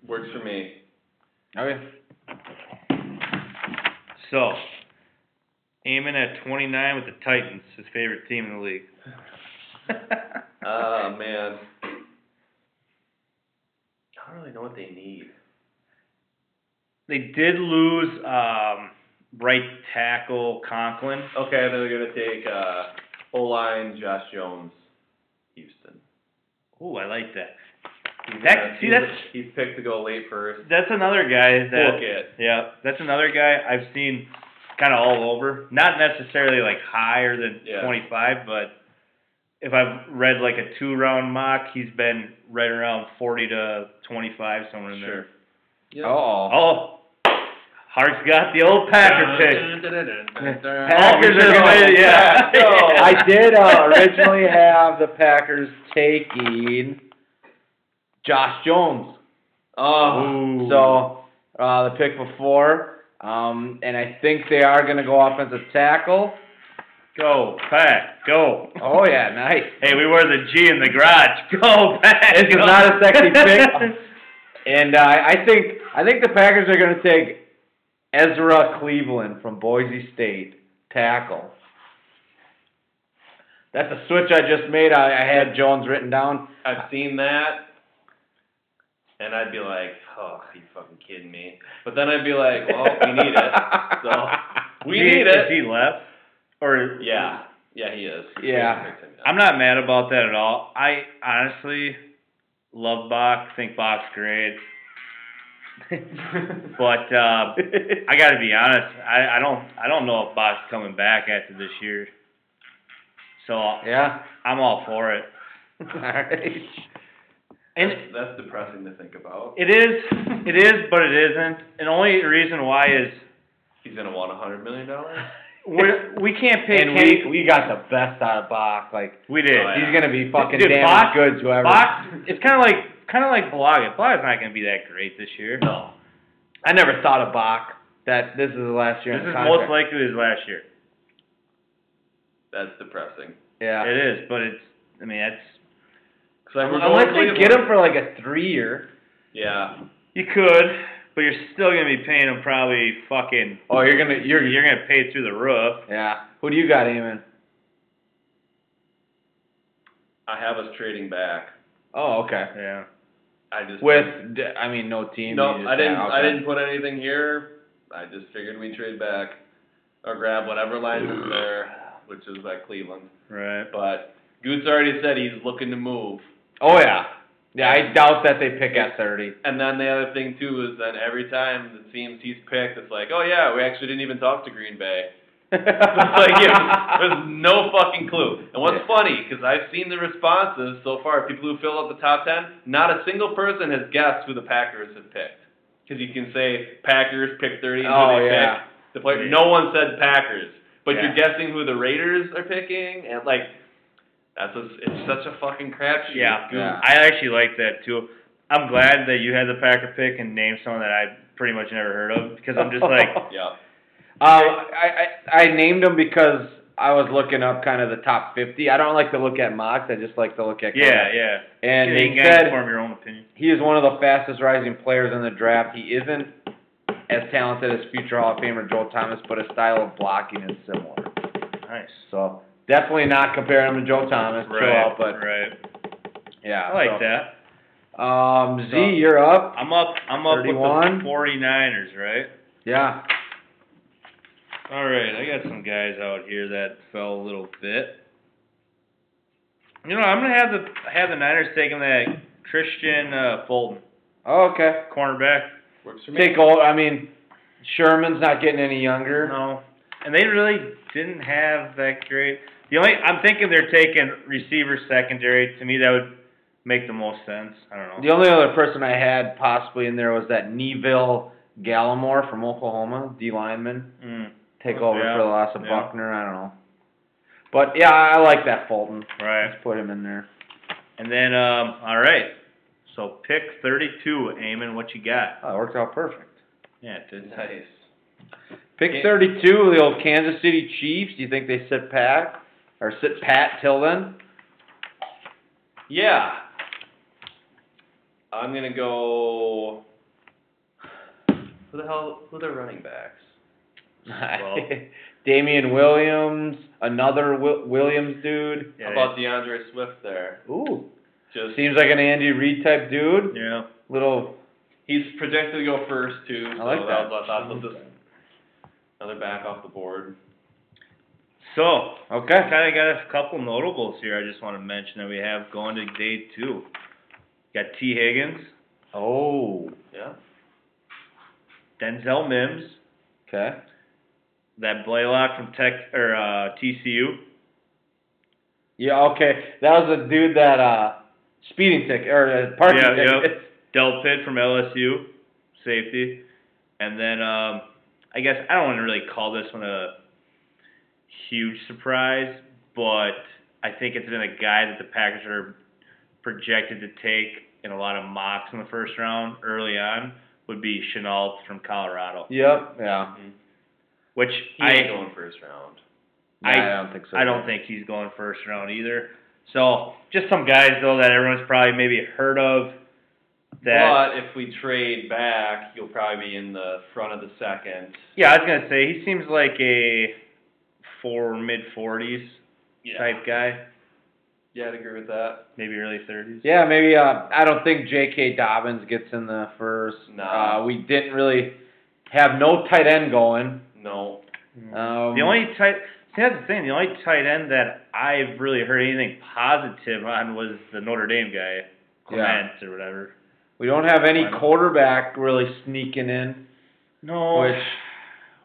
[SPEAKER 5] works for me.
[SPEAKER 1] Okay.
[SPEAKER 3] So, Eamon at 29 with the Titans, his favorite team in the league.
[SPEAKER 5] Ah man, I don't really know what they need.
[SPEAKER 3] they did lose um, right tackle Conklin.
[SPEAKER 5] Okay, then they're gonna take uh, O line Josh Jones, Houston.
[SPEAKER 3] Ooh, I like that.
[SPEAKER 5] He's
[SPEAKER 3] That-
[SPEAKER 5] gonna-
[SPEAKER 3] see,
[SPEAKER 5] he's-
[SPEAKER 3] that's-
[SPEAKER 5] he's picked to go late first.
[SPEAKER 3] That's another guy that.
[SPEAKER 5] Book it.
[SPEAKER 3] Yeah, that's another guy I've seen kind of all over. Not necessarily like higher than
[SPEAKER 5] Yeah.
[SPEAKER 3] 25, but if I've read like a two round mock, he's been right around 40 to 25, somewhere in
[SPEAKER 5] Sure.
[SPEAKER 3] there.
[SPEAKER 5] Yeah.
[SPEAKER 1] Oh.
[SPEAKER 3] Oh, Hart's got the old Packer pick. Packers
[SPEAKER 1] are
[SPEAKER 3] gonna- yeah.
[SPEAKER 1] So, I did uh, originally have the Packers taking Josh Jones.
[SPEAKER 5] Oh.
[SPEAKER 3] Ooh.
[SPEAKER 1] So uh, the pick before, um, and I think they are going to go offensive tackle.
[SPEAKER 3] go Pack, go.
[SPEAKER 1] Oh yeah, nice.
[SPEAKER 3] Hey, we were the G in the garage. Go Pack.
[SPEAKER 1] This is
[SPEAKER 3] go.
[SPEAKER 1] not a sexy pick. And uh, I think I think the Packers are going to take Ezra Cleveland from Boise State tackle. That's a switch I just made. I, I had Jones written down.
[SPEAKER 5] I've seen that, and I'd be like, "Oh, are you fucking kidding me?" But then I'd be like, "Well, we need it, so we
[SPEAKER 3] Is he-
[SPEAKER 5] need
[SPEAKER 3] Is
[SPEAKER 5] it."
[SPEAKER 3] he left? Or
[SPEAKER 5] Yeah, yeah, he is.
[SPEAKER 1] Yeah.
[SPEAKER 3] I'm not mad about that at all. I honestly love Bach. Think Bach's great. but uh, I got to be honest. I, I don't I don't know if Bach's coming back after this year. So
[SPEAKER 1] Yeah.
[SPEAKER 3] I'm all for it.
[SPEAKER 1] All right.
[SPEAKER 3] And
[SPEAKER 5] That's- that's depressing to think about.
[SPEAKER 3] it is it is, but it isn't. And only reason why is
[SPEAKER 5] He's gonna want a hundred million dollars.
[SPEAKER 3] we're, we can't pay.
[SPEAKER 1] And
[SPEAKER 3] Kenny-
[SPEAKER 1] we we got the best out of Bach. Like
[SPEAKER 3] we did.
[SPEAKER 5] Oh, yeah.
[SPEAKER 1] he's gonna be fucking
[SPEAKER 3] Dude,
[SPEAKER 1] damn
[SPEAKER 3] Bach-
[SPEAKER 1] good. Whoever.
[SPEAKER 3] Bach, it's kind of like kind of like Blaga. Blaga's not going to be that great this year.
[SPEAKER 5] No.
[SPEAKER 1] I never thought of Bach. That this is the last year.
[SPEAKER 3] This
[SPEAKER 1] in
[SPEAKER 3] is
[SPEAKER 1] the
[SPEAKER 3] most
[SPEAKER 1] contract.
[SPEAKER 3] likely his last year.
[SPEAKER 5] That's depressing.
[SPEAKER 1] Yeah.
[SPEAKER 3] It is, but it's. I mean, that's.
[SPEAKER 5] Cause like, we're
[SPEAKER 1] Unless
[SPEAKER 5] going
[SPEAKER 1] they
[SPEAKER 5] Cleveland.
[SPEAKER 1] get him for like a three year.
[SPEAKER 5] Yeah.
[SPEAKER 3] You could, but you're still gonna be paying him probably fucking.
[SPEAKER 1] Oh, you're gonna
[SPEAKER 3] You're you're gonna pay through the roof.
[SPEAKER 1] yeah. Who do you got, Eamon?
[SPEAKER 5] I have us trading back.
[SPEAKER 1] Oh, okay.
[SPEAKER 3] Yeah.
[SPEAKER 5] I just
[SPEAKER 1] With d- I mean no team.
[SPEAKER 5] no.
[SPEAKER 1] you just
[SPEAKER 5] I didn't.
[SPEAKER 1] have-
[SPEAKER 5] I didn't put anything here. I just figured we trade back or grab whatever line is there, which is at Cleveland.
[SPEAKER 3] Right.
[SPEAKER 5] But Goots already said he's looking to move.
[SPEAKER 1] Oh yeah. Yeah, I doubt that they pick at thirty.
[SPEAKER 5] And then the other thing too is then every time the teams he's picked, it's like, oh yeah, we actually didn't even talk to Green Bay. It's like yeah, there's no fucking clue. And what's
[SPEAKER 1] Yeah.
[SPEAKER 5] funny, because I've seen the responses so far, people who fill out the top ten, not a single person has guessed who the Packers have picked. Because you can say Packers pick thirty, and
[SPEAKER 1] Oh,
[SPEAKER 5] who they
[SPEAKER 1] yeah.
[SPEAKER 5] pick. The player,
[SPEAKER 3] Yeah.
[SPEAKER 5] no one said Packers, but
[SPEAKER 1] Yeah.
[SPEAKER 5] you're guessing who the Raiders are picking, and like, that's a, it's such a fucking crapshoot.
[SPEAKER 3] Yeah.
[SPEAKER 5] Dude,
[SPEAKER 1] Yeah.
[SPEAKER 3] I actually like that too. I'm glad that you had the Packer pick and named someone that I pretty much never heard of because I'm just like,
[SPEAKER 5] Yeah.
[SPEAKER 1] Um, I, I I named them because I was looking up kind of the top fifty. I don't like to look at mocks. I just like to look at
[SPEAKER 3] yeah,
[SPEAKER 1] kinda-
[SPEAKER 3] yeah.
[SPEAKER 1] And
[SPEAKER 3] you
[SPEAKER 1] they
[SPEAKER 3] guys
[SPEAKER 1] said
[SPEAKER 3] form your own opinion.
[SPEAKER 1] he is one of the fastest rising players in the draft. He isn't as talented as future Hall of Famer Joel Thomas, but his style of blocking is similar.
[SPEAKER 3] Nice.
[SPEAKER 1] So definitely not comparing him to Joe Thomas, chill
[SPEAKER 3] Right.
[SPEAKER 1] out, but
[SPEAKER 3] right.
[SPEAKER 1] yeah.
[SPEAKER 3] I like that.
[SPEAKER 1] that. Um, Z,
[SPEAKER 3] So-
[SPEAKER 1] you're up.
[SPEAKER 3] I'm up. I'm up with
[SPEAKER 1] 31.
[SPEAKER 3] the 49ers, right?
[SPEAKER 1] Yeah.
[SPEAKER 3] All right, I got some guys out here that fell a little bit. You know, I'm gonna have the have the Niners taking that Christian uh, Fulton
[SPEAKER 1] Oh, okay.
[SPEAKER 3] cornerback.
[SPEAKER 5] Works for me.
[SPEAKER 1] Take old. I mean, Sherman's not getting any younger.
[SPEAKER 3] No, and they really didn't have that great. The only I'm thinking they're taking receiver secondary. To me, that would make the most sense. I don't know.
[SPEAKER 1] The only other person I had possibly in there was that Neville Gallimore from Oklahoma, D lineman,
[SPEAKER 3] Mm,
[SPEAKER 1] take
[SPEAKER 3] Oh,
[SPEAKER 1] over
[SPEAKER 3] yeah,
[SPEAKER 1] for the loss of
[SPEAKER 3] yeah.
[SPEAKER 1] Buckner. I don't know. But yeah, I like that Fulton.
[SPEAKER 3] right.
[SPEAKER 1] Let's put him in there.
[SPEAKER 3] And then, um, all right. So pick 32, Eamon. What you got?
[SPEAKER 1] Oh, it worked out perfect.
[SPEAKER 3] Yeah, it did.
[SPEAKER 5] Nice.
[SPEAKER 1] Pick
[SPEAKER 5] Yeah.
[SPEAKER 1] 32, the old Kansas City Chiefs. Do you think they sit pat or sit pat till then?
[SPEAKER 5] Yeah. I'm gonna go. Who the hell? Who are their running backs?
[SPEAKER 3] Well-
[SPEAKER 1] Damian Williams, another Wi- Williams dude.
[SPEAKER 3] Yeah,
[SPEAKER 5] How about DeAndre Swift there?
[SPEAKER 1] Ooh,
[SPEAKER 5] Just
[SPEAKER 1] seems like an Andy Reid type dude.
[SPEAKER 3] yeah.
[SPEAKER 1] Little
[SPEAKER 5] he's projected to go first too. So
[SPEAKER 1] I like that.
[SPEAKER 5] was- I thought was just another back off the board.
[SPEAKER 3] So I
[SPEAKER 1] okay.
[SPEAKER 3] kind of got a couple notables here. I just want to mention that we have going to day two. Got T. Higgins,
[SPEAKER 1] Oh,
[SPEAKER 5] Yeah.
[SPEAKER 3] Denzel Mims,
[SPEAKER 1] okay.
[SPEAKER 3] that Blaylock from Tech or uh, TCU.
[SPEAKER 1] Yeah, okay. That was a dude that uh speeding ticket or uh, parking
[SPEAKER 3] Yeah, yeah.
[SPEAKER 1] ticket.
[SPEAKER 3] Del Pitt from LSU, safety. And then um, I guess I don't want to really call this one a huge surprise, but I think it's been a guy that the Packers are projected to take in a lot of mocks in the first round early on would be Chenault from Colorado,
[SPEAKER 1] Yep. Yeah.
[SPEAKER 3] which
[SPEAKER 5] He ain't
[SPEAKER 3] I
[SPEAKER 5] going first round.
[SPEAKER 1] Nah,
[SPEAKER 3] I-
[SPEAKER 1] don't think so.
[SPEAKER 3] I don't think he's going first round either. So just some guys though that everyone's probably maybe heard of that
[SPEAKER 5] But if we trade back, you'll probably be in the front of the second.
[SPEAKER 3] Yeah, I was gonna say he seems like a four mid forties type guy,
[SPEAKER 5] Yeah, I'd agree with that.
[SPEAKER 3] maybe early thirties.
[SPEAKER 1] Yeah, maybe. Uh, I don't think J.K. Dobbins gets in the first.
[SPEAKER 5] Nah.
[SPEAKER 1] Uh, we didn't really have no tight end going.
[SPEAKER 5] No.
[SPEAKER 1] Um,
[SPEAKER 3] Mm. The only tight see that's the thing. The only tight end that I've really heard anything positive on was the Notre Dame guy, Clement or whatever.
[SPEAKER 1] we don't have any quarterback really sneaking in.
[SPEAKER 3] No,
[SPEAKER 1] Which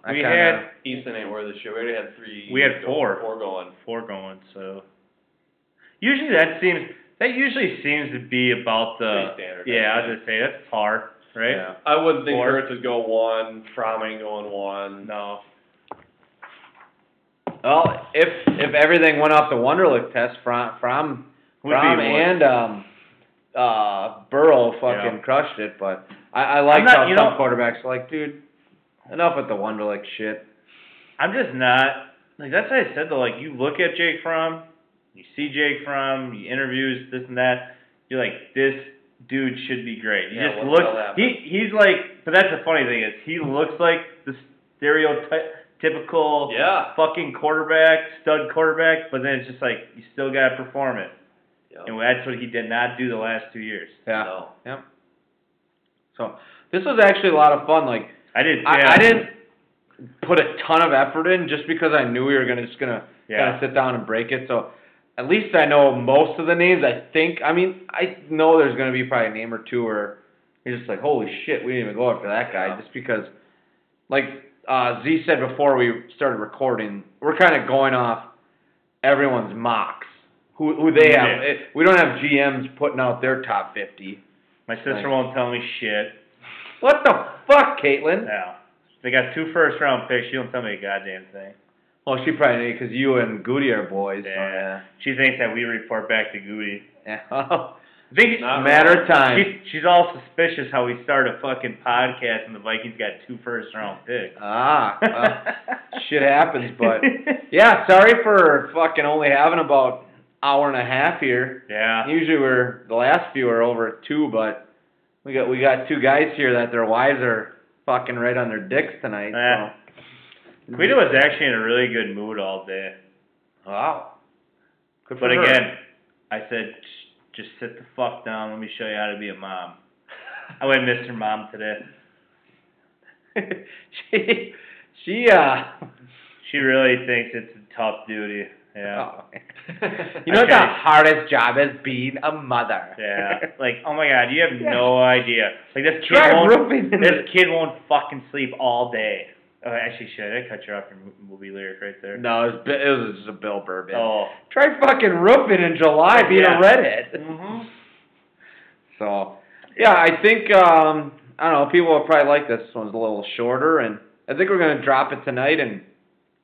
[SPEAKER 1] I
[SPEAKER 3] Oh, we
[SPEAKER 1] kinda,
[SPEAKER 3] had
[SPEAKER 5] Easton ain't worth a shit. We already had three.
[SPEAKER 3] We had
[SPEAKER 5] go-
[SPEAKER 3] four.
[SPEAKER 5] Four going.
[SPEAKER 3] four going. So usually that seems that usually seems to be about the
[SPEAKER 5] Pretty standard,
[SPEAKER 3] yeah. I
[SPEAKER 5] I'd
[SPEAKER 3] was gonna say that's par, right?
[SPEAKER 1] Yeah.
[SPEAKER 5] I wouldn't think
[SPEAKER 3] Four.
[SPEAKER 5] Hurts would go one. Fromm ain't going one.
[SPEAKER 3] No.
[SPEAKER 1] Well, if if everything went off the Wonderlic test, from from
[SPEAKER 3] Would be
[SPEAKER 1] Fromm
[SPEAKER 3] one.
[SPEAKER 1] and um, uh, Burrow fucking
[SPEAKER 3] Yeah.
[SPEAKER 1] crushed it. But I, I like
[SPEAKER 3] I'm not-
[SPEAKER 1] how
[SPEAKER 3] you
[SPEAKER 1] some
[SPEAKER 3] know-
[SPEAKER 1] quarterbacks are like, dude, enough with the Wonderlic shit.
[SPEAKER 3] I'm just not like that's what I said though. Like you look at Jake Fromm, you see Jake Fromm, he interviews this and that. You're like, this dude should be great. You
[SPEAKER 5] Yeah,
[SPEAKER 3] just
[SPEAKER 5] what the
[SPEAKER 3] look.
[SPEAKER 5] hell happened?
[SPEAKER 3] He he's like, but that's the funny thing is he looks like the stereotypical
[SPEAKER 5] Yeah.
[SPEAKER 3] fucking quarterback, stud quarterback. But then it's just like you still gotta perform it,
[SPEAKER 5] Yep.
[SPEAKER 3] and that's what he did not do the last two years.
[SPEAKER 1] Yeah.
[SPEAKER 5] No.
[SPEAKER 1] Yep. So this was actually a lot of fun. Like
[SPEAKER 3] I didn't. yeah.
[SPEAKER 1] I, I didn't put a ton of effort in just because I knew we were gonna just gonna kind
[SPEAKER 3] Yeah.
[SPEAKER 1] of sit down and break it. So at least I know most of the names. I think. I mean, I know there's gonna be probably a name or two where you're just like, holy shit, we didn't even go after that guy
[SPEAKER 5] Yeah.
[SPEAKER 1] just because. Like uh, Z said before we started recording, we're kind of going off everyone's mocks. Who, who they have?
[SPEAKER 3] Yeah.
[SPEAKER 1] It- we don't have GMs putting out their top fifty.
[SPEAKER 3] My
[SPEAKER 1] Like-
[SPEAKER 3] sister won't tell me shit.
[SPEAKER 1] What the fuck, Caitlin?
[SPEAKER 3] No. They got two first round picks. She don't tell me a goddamn thing.
[SPEAKER 1] Well, she probably knew because you and Goody are boys. so,
[SPEAKER 3] Yeah. She thinks that we report back to Goody.
[SPEAKER 1] Yeah. yeah.
[SPEAKER 3] I think
[SPEAKER 5] Not
[SPEAKER 1] Matter of time.
[SPEAKER 3] she's, she's all suspicious how we start a fucking podcast and the Vikings got two first round picks.
[SPEAKER 1] ah. well, shit happens, but yeah. Sorry for fucking only having about hour and a half here.
[SPEAKER 3] yeah.
[SPEAKER 1] Usually we're the last few are over two, but we got we got two guys here that their wives are fucking right on their dicks tonight.
[SPEAKER 3] Yeah.
[SPEAKER 1] So.
[SPEAKER 3] Guido was actually in a really good mood all day.
[SPEAKER 1] Wow. Good for
[SPEAKER 3] But
[SPEAKER 1] her.
[SPEAKER 3] again, I said, "Shh, just sit the fuck down. Let me show you how to be a mom. I went Mr. Mom today.
[SPEAKER 1] she she uh.
[SPEAKER 3] She really thinks it's a tough duty. Yeah.
[SPEAKER 1] Oh. You know what the
[SPEAKER 3] Okay.
[SPEAKER 1] hardest job is being a mother.
[SPEAKER 3] Yeah. Like, oh my god, you have no idea. Like this kid
[SPEAKER 1] Try
[SPEAKER 3] won't
[SPEAKER 1] roofing in
[SPEAKER 3] this kid won't fucking sleep all day. Oh, actually, shit, I cut you off your mo- movie lyric right there.
[SPEAKER 1] No, it was, Bi- it was just a Bill Bourbon.
[SPEAKER 3] Oh.
[SPEAKER 1] Try fucking roofing in July being
[SPEAKER 3] Yeah.
[SPEAKER 1] Mm-hmm. a redhead.
[SPEAKER 3] Mhm.
[SPEAKER 1] So, yeah, I think um, I don't know. People will probably like this one's a little shorter, and I think we're gonna drop it tonight. And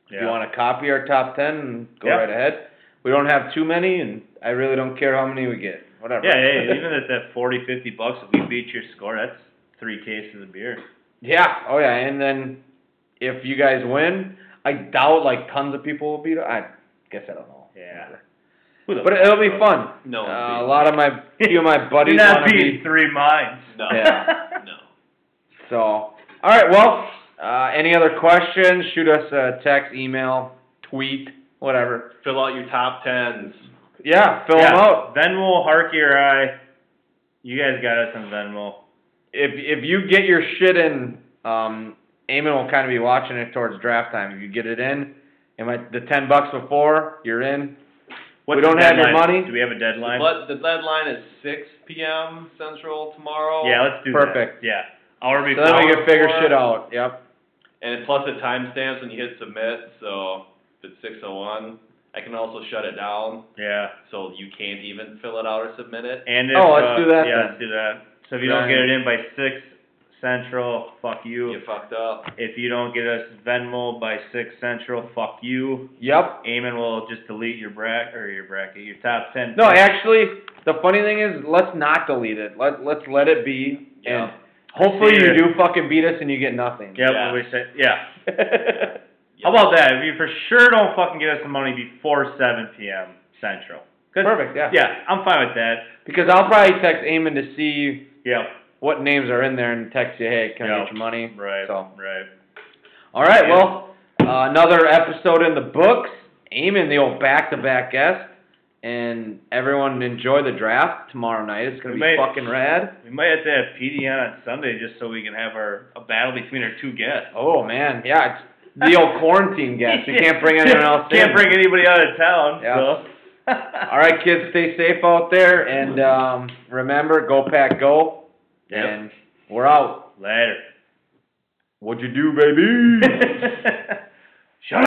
[SPEAKER 1] if you
[SPEAKER 3] Yeah.
[SPEAKER 1] want to copy our top ten, go
[SPEAKER 3] Yeah.
[SPEAKER 1] right ahead. We don't have too many, and I really don't care how many we get. Whatever.
[SPEAKER 3] Yeah, hey, even at that 40, 50 bucks, if we beat your score, that's three cases of beer.
[SPEAKER 1] yeah. Oh yeah, and then if you guys win, I doubt like tons of people will beat. I guess I don't know.
[SPEAKER 3] Yeah.
[SPEAKER 1] But it'll be fun.
[SPEAKER 5] No,
[SPEAKER 1] Uh, a lot of my few of my buddies
[SPEAKER 3] You're not
[SPEAKER 1] want to be.
[SPEAKER 3] beating three minds.
[SPEAKER 5] no,
[SPEAKER 1] Yeah.
[SPEAKER 5] no.
[SPEAKER 1] So, all right. Well, uh, any other questions? Shoot us a text, email, tweet, whatever.
[SPEAKER 5] Fill out your top tens.
[SPEAKER 1] Yeah, fill them
[SPEAKER 3] Yeah,
[SPEAKER 1] out.
[SPEAKER 3] Venmo, Harky or I, you guys got us on Venmo.
[SPEAKER 1] If if you get your shit in, um, Eamon will kind of be watching it towards draft time. If you get it in, and my, the ten bucks before you're in.
[SPEAKER 3] What's
[SPEAKER 1] don't
[SPEAKER 3] the
[SPEAKER 1] have your
[SPEAKER 3] deadline?
[SPEAKER 1] money?
[SPEAKER 3] Do we have a deadline?
[SPEAKER 5] But the deadline is 6 p.m. Central tomorrow.
[SPEAKER 3] Yeah, let's do
[SPEAKER 1] Perfect.
[SPEAKER 3] that. Yeah, hour
[SPEAKER 1] So
[SPEAKER 3] before.
[SPEAKER 1] then we can figure
[SPEAKER 5] before.
[SPEAKER 1] shit out. Yep.
[SPEAKER 5] And plus it timestamps when you hit submit, so if it's 6:01, I can also shut it down,
[SPEAKER 3] yeah,
[SPEAKER 5] so you can't even fill it out or submit it.
[SPEAKER 3] and if,
[SPEAKER 1] Oh, let's
[SPEAKER 3] uh,
[SPEAKER 1] do that
[SPEAKER 3] Yeah,
[SPEAKER 1] then.
[SPEAKER 3] let's do that. So if you don't
[SPEAKER 1] Right.
[SPEAKER 3] get it in by six central, fuck you.
[SPEAKER 5] You fucked up.
[SPEAKER 3] If you don't get us Venmo by six central, fuck you.
[SPEAKER 1] Yep.
[SPEAKER 3] Eamon will just delete your bracket or your bracket, your top ten.
[SPEAKER 1] No, actually, the funny thing is, let's not delete it. Let let's let it be,
[SPEAKER 5] Yeah.
[SPEAKER 1] and hopefully you
[SPEAKER 3] Yeah.
[SPEAKER 1] do fucking beat us and you get nothing.
[SPEAKER 3] Yep,
[SPEAKER 5] yeah.
[SPEAKER 3] we said yeah.
[SPEAKER 5] Yeah.
[SPEAKER 3] How about that? If you for sure don't fucking get us the money before 7 p.m. Central. 'Cause-
[SPEAKER 1] Perfect. Yeah.
[SPEAKER 3] Yeah, I'm fine with that.
[SPEAKER 1] Because I'll probably text Eamon to see
[SPEAKER 3] Yeah.
[SPEAKER 1] what names are in there and text you, hey, can I
[SPEAKER 3] Yeah.
[SPEAKER 1] get your money?
[SPEAKER 3] Right.
[SPEAKER 1] So.
[SPEAKER 3] Right.
[SPEAKER 1] All right. Well, uh, another episode in the books. Eamon, the old back-to-back guest, and everyone enjoy the draft tomorrow night. It's gonna
[SPEAKER 3] We
[SPEAKER 1] be
[SPEAKER 3] may-
[SPEAKER 1] fucking rad.
[SPEAKER 3] We might have to have PDN on Sunday just so we can have our a battle between our two guests.
[SPEAKER 1] Oh man, yeah. It's the old quarantine guest. You can't bring anyone else.
[SPEAKER 3] Can't
[SPEAKER 1] in.
[SPEAKER 3] bring anybody out of town.
[SPEAKER 1] Yeah.
[SPEAKER 3] So.
[SPEAKER 1] All right, kids, stay safe out there, and um, remember, go pack, go,
[SPEAKER 3] Yep.
[SPEAKER 1] and we're out.
[SPEAKER 3] Later.
[SPEAKER 1] What'd you do, baby?
[SPEAKER 3] Later.